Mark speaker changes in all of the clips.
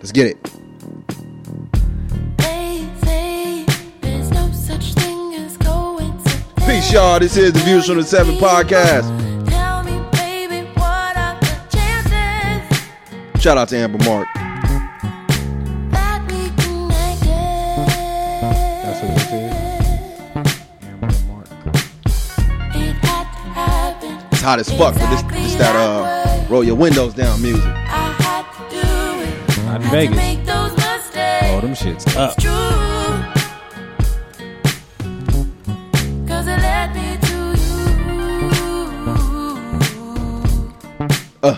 Speaker 1: Let's get it. Peace, y'all. This is the Views from the Seven podcast.
Speaker 2: Tell me, baby, what are the chances
Speaker 1: Shout out to Amber Mark.
Speaker 2: that we connected?
Speaker 3: That's what it
Speaker 2: It had to happen.
Speaker 1: It's hot as fuck, but this, this that uh, roll your windows down music.
Speaker 2: I had to do it.
Speaker 3: Not
Speaker 2: Had
Speaker 3: in
Speaker 2: to
Speaker 3: Vegas.
Speaker 2: make those
Speaker 3: Oh,
Speaker 2: mistakes.
Speaker 3: them shits
Speaker 1: Uh.
Speaker 3: up.
Speaker 2: It's true. 'Cause it led me to you.
Speaker 1: Uh,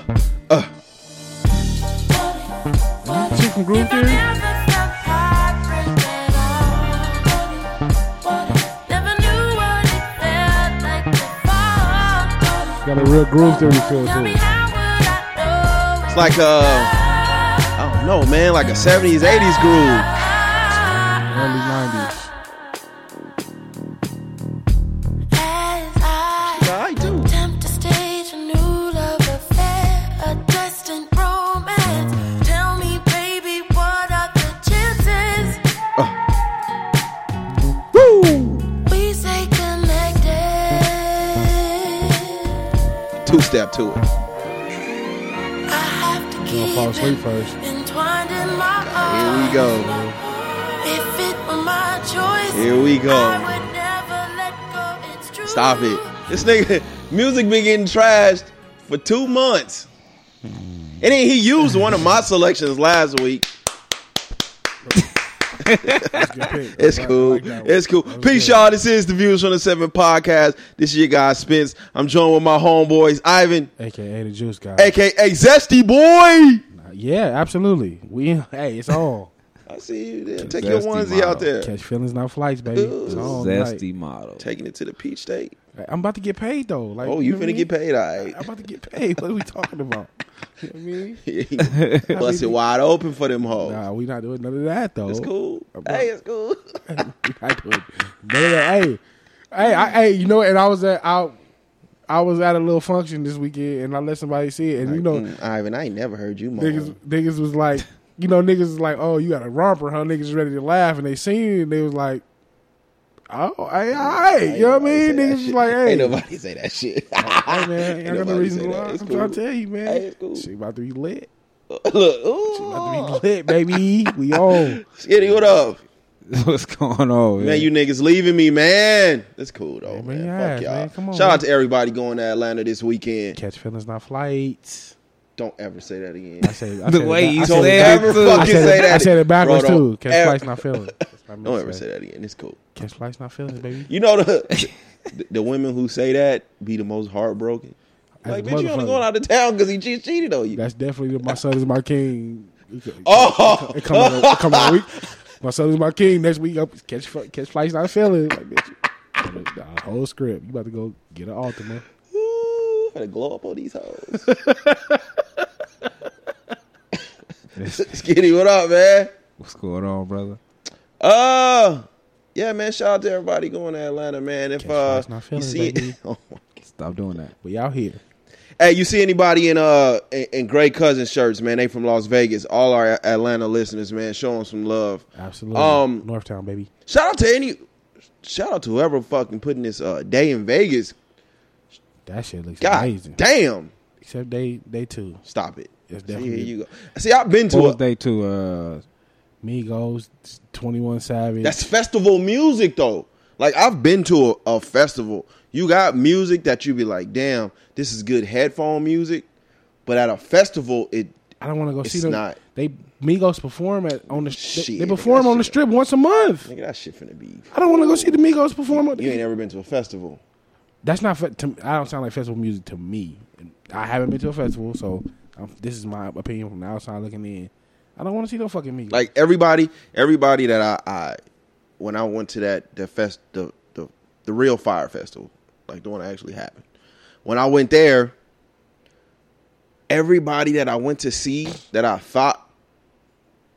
Speaker 1: uh.
Speaker 3: Two from Groove
Speaker 2: If I
Speaker 3: Theory.
Speaker 2: never felt heartbreak at all. Never knew what it felt like to fall.
Speaker 3: Got a real groove theory feel
Speaker 2: Tell
Speaker 3: to
Speaker 2: me
Speaker 3: it.
Speaker 2: how would I know
Speaker 1: It's like uh,
Speaker 2: it's
Speaker 1: I don't know, man, like a '70s, '80s groove.
Speaker 3: Early '90s.
Speaker 2: as I
Speaker 1: Nah, I do.
Speaker 2: attempt to stage a new love affair, a destined romance? Tell me, baby, what are the chances
Speaker 1: Woo!
Speaker 2: we stay connected?
Speaker 1: Two step to it.
Speaker 2: I have to
Speaker 3: Gonna fall
Speaker 2: keep
Speaker 3: asleep
Speaker 2: it
Speaker 3: first.
Speaker 2: entwined in my
Speaker 1: Here we
Speaker 2: heart.
Speaker 1: go.
Speaker 2: If it were my choice,
Speaker 1: Here we go.
Speaker 2: I would never let go. It's true.
Speaker 1: Stop it. This nigga music been getting trashed for two months. And then he used one of my selections last week. It's cool. It's cool. Peace, y'all. This is the Views from the Seven podcast. This is your guy Spence. I'm joined with my homeboys, Ivan,
Speaker 3: AKA the Juice Guy.
Speaker 1: aka Zesty Boy.
Speaker 3: Yeah, absolutely. We hey, it's all
Speaker 1: I see you there. Take your
Speaker 4: Zesty
Speaker 1: onesie
Speaker 4: model.
Speaker 1: out there.
Speaker 3: catch feelings, not flights, baby. It's all
Speaker 4: Zesty model.
Speaker 1: Taking it to the peach state.
Speaker 3: night. I'm about to get paid though. Like,
Speaker 1: Oh, you
Speaker 3: know what
Speaker 1: finna
Speaker 3: I
Speaker 1: get
Speaker 3: mean?
Speaker 1: paid, all right.
Speaker 3: I'm about to get paid. What are we talking about? You know what I mean,
Speaker 1: Bust it wide open for them hoes.
Speaker 3: nah, we not doing none of that though.
Speaker 1: Oh. It's cool. Hey, it's cool.
Speaker 3: We not doing none of that. Hey, hey, I, hey, you know, and I was at I, I was at a little function this weekend, and I let somebody see it, and you know,
Speaker 1: Mm, Ivan, I ain't never heard you
Speaker 3: niggas
Speaker 1: moan.
Speaker 3: niggas was like, you know, niggas was like, oh, you got a romper, huh? Niggas ready to laugh, and they seen it, and they was like, oh, hey, all right, you know what I mean? Niggas was like, hey,
Speaker 1: Ain't nobody say that shit.
Speaker 3: hey, man, I got no
Speaker 1: nobody
Speaker 3: reason
Speaker 1: say
Speaker 3: to
Speaker 1: that.
Speaker 3: lie. I'm
Speaker 1: It's
Speaker 3: trying
Speaker 1: cool.
Speaker 3: to tell you, man,
Speaker 1: Hey, it's cool.
Speaker 3: she about to be lit,
Speaker 1: Look,
Speaker 3: about
Speaker 1: ooh,
Speaker 3: to be lit, baby. We on.
Speaker 1: Skitty, what up?
Speaker 4: What's going on, man?
Speaker 1: Man, you niggas leaving me, man. That's cool though,
Speaker 3: Yeah,
Speaker 1: man.
Speaker 3: man,
Speaker 1: Fuck
Speaker 3: yeah,
Speaker 1: y'all.
Speaker 3: man, come on,
Speaker 1: Shout out
Speaker 3: man.
Speaker 1: to everybody going to Atlanta this weekend.
Speaker 3: Catch feelings, not flights.
Speaker 1: Don't ever say that again.
Speaker 3: I said, I
Speaker 4: The
Speaker 3: said
Speaker 4: way
Speaker 3: it back-
Speaker 4: you
Speaker 3: I
Speaker 1: Don't
Speaker 4: said
Speaker 3: it
Speaker 4: it,
Speaker 1: ever
Speaker 4: too.
Speaker 3: back- I
Speaker 1: fucking
Speaker 3: said,
Speaker 1: say
Speaker 3: it,
Speaker 1: that.
Speaker 3: I said it backwards
Speaker 1: Bro, don't
Speaker 3: too. Catch
Speaker 1: ever-
Speaker 3: flights, not feelings. That's what I meant
Speaker 1: Don't
Speaker 3: to
Speaker 1: ever
Speaker 3: say.
Speaker 1: say that again. It's cool.
Speaker 3: Catch flights, not feelings, baby.
Speaker 1: You know the the- the women who say that be the most heartbroken.
Speaker 3: As
Speaker 1: Like, bitch,
Speaker 3: a
Speaker 1: you only
Speaker 3: motherfucker.
Speaker 1: going out of town because he che- cheated on you.
Speaker 3: That's definitely the, my son is my king.
Speaker 1: Oh!
Speaker 3: it come out, it come out a week. My son is my king. Next week, up catch fl- catch flights. Not feeling like bitch. The whole script. You about to go get an Ultima.
Speaker 1: Ooh, gotta glow up on these hoes. Skinny, what up, man?
Speaker 4: What's going on, brother?
Speaker 1: Uh yeah, man. Shout out to everybody going to Atlanta, man. If
Speaker 3: Catch
Speaker 1: uh,
Speaker 3: flights, not
Speaker 1: you
Speaker 3: feelings,
Speaker 1: see,
Speaker 3: baby.
Speaker 1: Oh, my-
Speaker 4: Stop doing that.
Speaker 3: We out here.
Speaker 1: hey, you see anybody in uh in, in Gray Cousin shirts, man? They from Las Vegas. All our Atlanta listeners, man, show them some love.
Speaker 3: Absolutely.
Speaker 1: Um,
Speaker 3: Northtown, baby.
Speaker 1: Shout out to any, shout out to whoever fucking putting this uh day in Vegas.
Speaker 3: That shit looks
Speaker 1: God
Speaker 3: amazing.
Speaker 1: damn,
Speaker 3: Except they they too.
Speaker 1: stop it.
Speaker 3: It's
Speaker 1: See,
Speaker 3: definitely-
Speaker 1: here you go. See, I've been
Speaker 4: What
Speaker 1: to
Speaker 4: was
Speaker 1: a,
Speaker 4: day two? Uh,
Speaker 3: Migos, Twenty One Savage.
Speaker 1: That's festival music though. Like I've been to a, a festival. You got music that you be like, damn, this is good headphone music. But at a festival, it
Speaker 3: I don't want to go
Speaker 1: It's
Speaker 3: see them.
Speaker 1: not.
Speaker 3: They Migos perform at on the they-
Speaker 1: Shit,
Speaker 3: they perform
Speaker 1: that
Speaker 3: on the
Speaker 1: shit.
Speaker 3: strip once a month.
Speaker 1: nigga, that shit finna be.
Speaker 3: I don't want to go see the Migos perform. on-
Speaker 1: You ain't ever been to a festival.
Speaker 3: That's not. fe- To, I don't sound like festival music to me. I haven't been to a festival, so i this is my opinion from the outside looking in. I don't want to see no fucking Migos.
Speaker 1: Like everybody, everybody that I, I when I went to that the fest the, the the real fire festival, like the one that actually happened. When I went there, everybody that I went to see that I thought,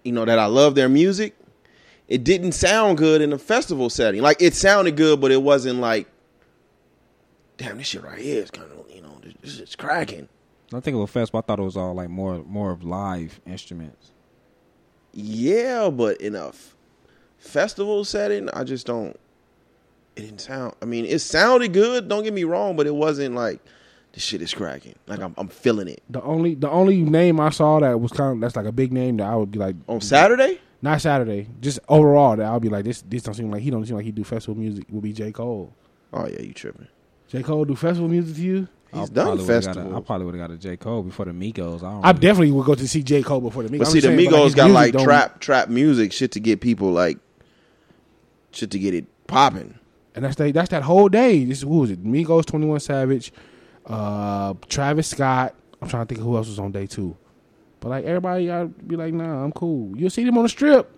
Speaker 1: you know, that I love their music, it didn't sound good in a festival setting. Like it sounded good, but it wasn't like, damn, this shit right here is kind of you know, this, this is cracking.
Speaker 4: I think it was festival. I thought it was all like more more of live instruments.
Speaker 1: Yeah, but in a f- festival setting, I just don't. It didn't sound. I mean, it sounded good. Don't get me wrong, but it wasn't like this shit is cracking. Like I'm, I'm feeling it
Speaker 3: The only the only name I saw that was kind of that's like a big name that I would be like
Speaker 1: on Saturday.
Speaker 3: not Saturday, just overall that I'll be like this this don't seem like he don't seem like he do festival music would be J Cole.
Speaker 1: Oh yeah, you tripping?
Speaker 3: J Cole do festival music to you?
Speaker 1: He's
Speaker 4: I
Speaker 1: done
Speaker 4: probably would've got a- I
Speaker 1: festival.
Speaker 4: probably would have got a J Cole before the Migos. I, don't
Speaker 3: I
Speaker 4: really-
Speaker 3: definitely would go to see J Cole before the Migos.
Speaker 1: But
Speaker 3: I'm
Speaker 1: see, the
Speaker 3: saying, but,
Speaker 1: Migos
Speaker 3: his
Speaker 1: got
Speaker 3: music
Speaker 1: like
Speaker 3: don't-
Speaker 1: trap, trap music shit to get people like shit to get it popping.
Speaker 3: and that's that, that's that whole day. This who was it? Migos, Twenty One Savage, uh, Travis Scott. I'm trying to think of who else was on day two, but like everybody, I'd be like, nah, I'm cool. You'll see them on the strip.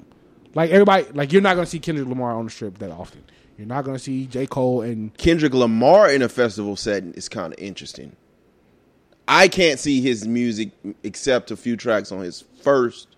Speaker 3: Like everybody, like you're not gonna see Kendrick Lamar on the strip that often. You're not gonna see J Cole and
Speaker 1: Kendrick Lamar in a festival setting is kind of interesting. I can't see his music except a few tracks on his first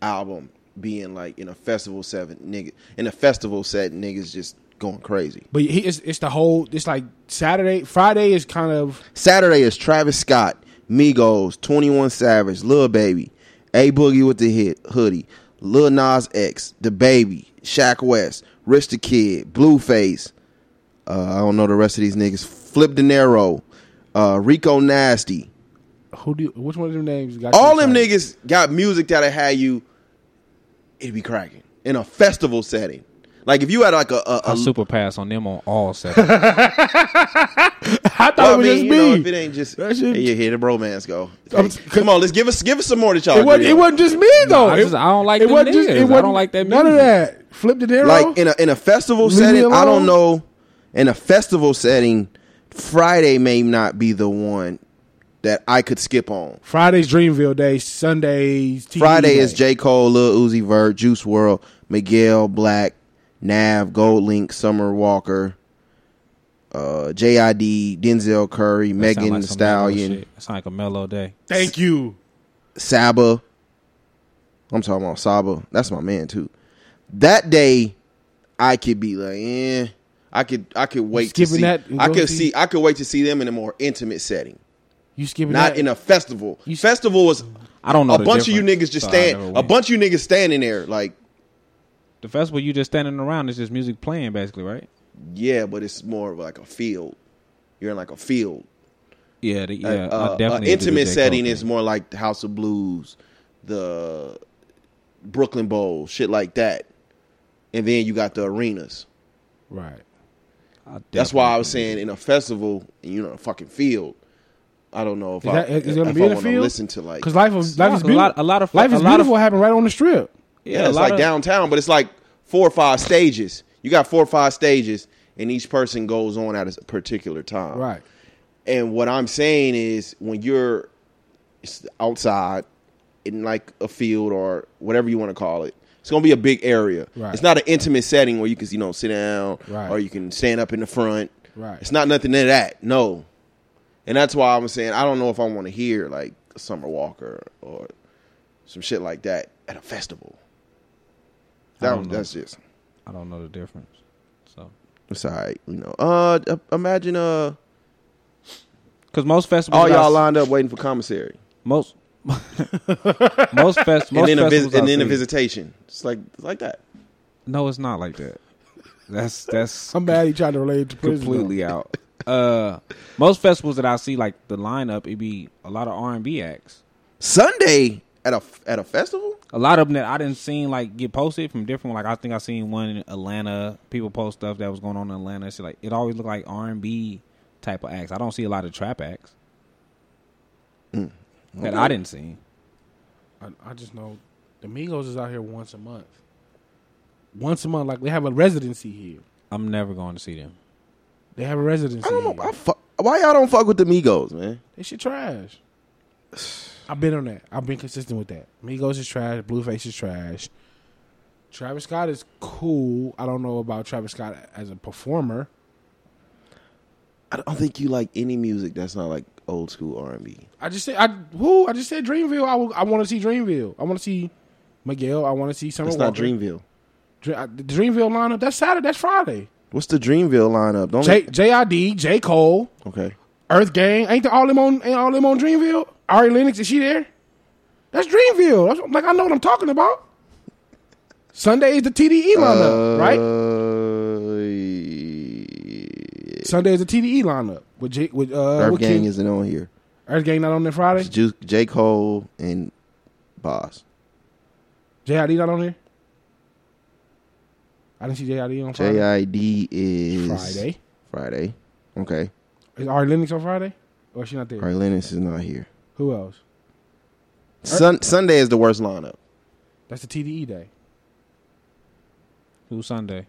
Speaker 1: album being like in a festival seven nigga in a festival set niggas just going crazy.
Speaker 3: but he it's, it's the whole. It's like Saturday, Friday is kind of
Speaker 1: Saturday is Travis Scott, Migos, Twenty One Savage, Lil Baby, A Boogie with the hit hoodie, Lil Nas X, The Baby, Shaq West, Rich the Kid, Blueface. Uh, I don't know the rest of these niggas. Flip De Niro, uh, Rico Nasty.
Speaker 3: who do which one of them names got you
Speaker 1: All them
Speaker 3: excited?
Speaker 1: niggas got music that'll have you. It'd be cracking in a festival setting. Like if you had like a, a,
Speaker 4: I
Speaker 1: a
Speaker 4: super pass on them on all seven.
Speaker 3: I thought
Speaker 1: Well,
Speaker 3: it
Speaker 1: I
Speaker 3: was
Speaker 1: mean, you know,
Speaker 3: just
Speaker 1: if
Speaker 3: me.
Speaker 1: it ain't just
Speaker 3: That shit-
Speaker 1: hey, you hear the bromance go.
Speaker 3: I'm
Speaker 1: Hey,
Speaker 3: s-
Speaker 1: come on, let's give us give us some more that y'all.
Speaker 3: It wasn't,
Speaker 1: agree
Speaker 3: it
Speaker 1: on.
Speaker 3: wasn't just me though.
Speaker 4: I just- I don't like them niggas. I don't like that
Speaker 3: None of
Speaker 4: music.
Speaker 3: that. Flip the arrow.
Speaker 1: like in a in a festival
Speaker 3: Leave me
Speaker 1: setting. I
Speaker 3: alone.
Speaker 1: don't know. In a festival setting, Friday may not be the one that I could skip on.
Speaker 3: Friday's Dreamville Day. Sunday's TV
Speaker 1: Friday
Speaker 3: day.
Speaker 1: is J Cole, Lil Uzi Vert, Juice World, Miguel Black, Nav, Gold Link, Summer Walker, uh, JID, Denzel Curry, Megan
Speaker 4: Sound
Speaker 1: the
Speaker 4: like some mellow
Speaker 1: Stallion,
Speaker 4: shit. It's like a mellow day.
Speaker 3: Thank you.
Speaker 1: Saba. I'm talking about Saba. That's my man too. That day, I could be like, eh, I could, I could wait to
Speaker 3: skipping
Speaker 1: see.
Speaker 3: that and
Speaker 1: I
Speaker 3: going
Speaker 1: could
Speaker 3: to-
Speaker 1: see, I could wait to see them in a more intimate setting,
Speaker 3: You skipping
Speaker 1: not
Speaker 3: that?
Speaker 1: in a festival.
Speaker 3: You-
Speaker 1: festival was
Speaker 4: I don't know
Speaker 1: a
Speaker 4: the
Speaker 1: bunch of you
Speaker 4: difference,
Speaker 1: niggas just
Speaker 4: so I never
Speaker 1: stand, a
Speaker 4: went.
Speaker 1: bunch of you niggas standing there like,
Speaker 4: The festival you just standing around is just music playing basically, right?
Speaker 1: yeah, but it's more of like a field. You're in like a field.
Speaker 4: Yeah, the, yeah.
Speaker 1: Uh,
Speaker 4: I
Speaker 1: uh,
Speaker 4: definitely do the
Speaker 1: intimate
Speaker 4: J. Cole
Speaker 1: setting
Speaker 4: thing.
Speaker 1: is more like the House of Blues, the Brooklyn Bowl, shit like that, and then you got the arenas.
Speaker 3: right.
Speaker 4: I
Speaker 1: That's why I was
Speaker 4: definitely
Speaker 1: saying in a festival, and you know, a fucking field. I don't know if
Speaker 3: Is
Speaker 1: I,
Speaker 3: that- is it gonna
Speaker 1: if
Speaker 3: be
Speaker 1: I
Speaker 3: in the
Speaker 1: wanna
Speaker 3: field?
Speaker 1: listen to like
Speaker 3: Because life of life
Speaker 4: lot-
Speaker 3: is
Speaker 4: a
Speaker 3: beautiful.
Speaker 4: lot- a lot of-
Speaker 3: life
Speaker 4: a
Speaker 3: is
Speaker 4: lot of-
Speaker 3: beautiful. happened right on the strip.
Speaker 4: do.
Speaker 1: yeah,
Speaker 4: a
Speaker 1: it's
Speaker 4: lot
Speaker 1: like
Speaker 4: of-
Speaker 1: downtown, but it's like four or five stages. You got four or five stages, and each person goes on at a particular time.
Speaker 3: Right.
Speaker 1: And what I'm saying is, when you're it's outside in like a field or whatever you want to call it, it's gonna be a big area.
Speaker 3: Right.
Speaker 1: It's not an intimate setting where you can you know sit down
Speaker 3: Right.
Speaker 1: or you can stand up in the front.
Speaker 3: Right.
Speaker 1: It's not nothing of that. No. And that's why I'm saying I don't know if I want to hear like Summer Walker or some shit like that at a festival.
Speaker 4: I
Speaker 1: That
Speaker 4: don't know.
Speaker 1: that's just
Speaker 4: I don't know the difference. So,
Speaker 1: it's all right, you know. Uh, uh, imagine uh
Speaker 4: because most festivals,
Speaker 1: all
Speaker 4: I
Speaker 1: y'all
Speaker 4: s-
Speaker 1: lined up waiting for commissary.
Speaker 4: most most fest most
Speaker 1: and then a
Speaker 4: festivals
Speaker 1: visit, and
Speaker 4: I
Speaker 1: then a
Speaker 4: see-
Speaker 1: visitation. It's like it's like that.
Speaker 4: No, it's not like that. That's that's
Speaker 3: I'm mad he tried to relate it to prison.
Speaker 4: completely out. Uh, most festivals that I see, like the lineup, it be a lot of R and B acts.
Speaker 1: Sunday at a at a festival.
Speaker 4: A lot of them that I didn't seen like get posted from different. Like I think I seen one in Atlanta. People post stuff that was going on in Atlanta. Shit like it always looked like R and B type of acts. I don't see a lot of trap acts
Speaker 1: Mm.
Speaker 4: that I didn't see.
Speaker 3: though. I, I just know the Migos is out here once a month. Once a month, like they have a residency here.
Speaker 4: I'm never going to see them.
Speaker 3: They have a residency.
Speaker 1: I don't know.
Speaker 3: here.
Speaker 1: I fuck, why y'all don't fuck with the Migos, man?
Speaker 3: They shit trash. I've been on that. I've been consistent with that. Migos is trash. Blueface is trash. Travis Scott is cool. I don't know about Travis Scott as a performer.
Speaker 1: I don't think you like any music that's not like old school R and B.
Speaker 3: I just said I who I just said Dreamville. I, will- I want to see Dreamville. I want to see Miguel. I want to see Summer
Speaker 1: That's not
Speaker 3: Walker.
Speaker 1: Dreamville.
Speaker 3: Dr- uh, the Dreamville lineup. That's Saturday. That's Friday.
Speaker 1: What's the Dreamville lineup? Don't
Speaker 3: J JID, J Cole,
Speaker 1: okay.
Speaker 3: Earth Gang. Ain't the all them on? Ain't all them on Dreamville? Ari Lennox is she there? That's Dreamville. That's, like I know what I'm talking about. Sunday is the TDE
Speaker 1: Uh,
Speaker 3: lineup, right?
Speaker 1: right?
Speaker 3: Sunday is the TDE lineup with J, with uh,
Speaker 1: Earth
Speaker 3: with
Speaker 1: Gang
Speaker 3: King.
Speaker 1: isn't on here.
Speaker 3: Earth Gang not on there
Speaker 1: It's
Speaker 3: Friday.
Speaker 1: Ju- J. Cole and Boss.
Speaker 3: JID not on there. I didn't see JID on Friday.
Speaker 1: J.I.D. is
Speaker 3: Friday.
Speaker 1: Friday. Okay.
Speaker 3: Is Ari Lennox on Friday? Or is she not there?
Speaker 1: Carl Lennox is not here.
Speaker 3: Who else?
Speaker 1: Sun- Sunday is the worst lineup.
Speaker 3: That's the TDE day.
Speaker 4: Who's Sunday?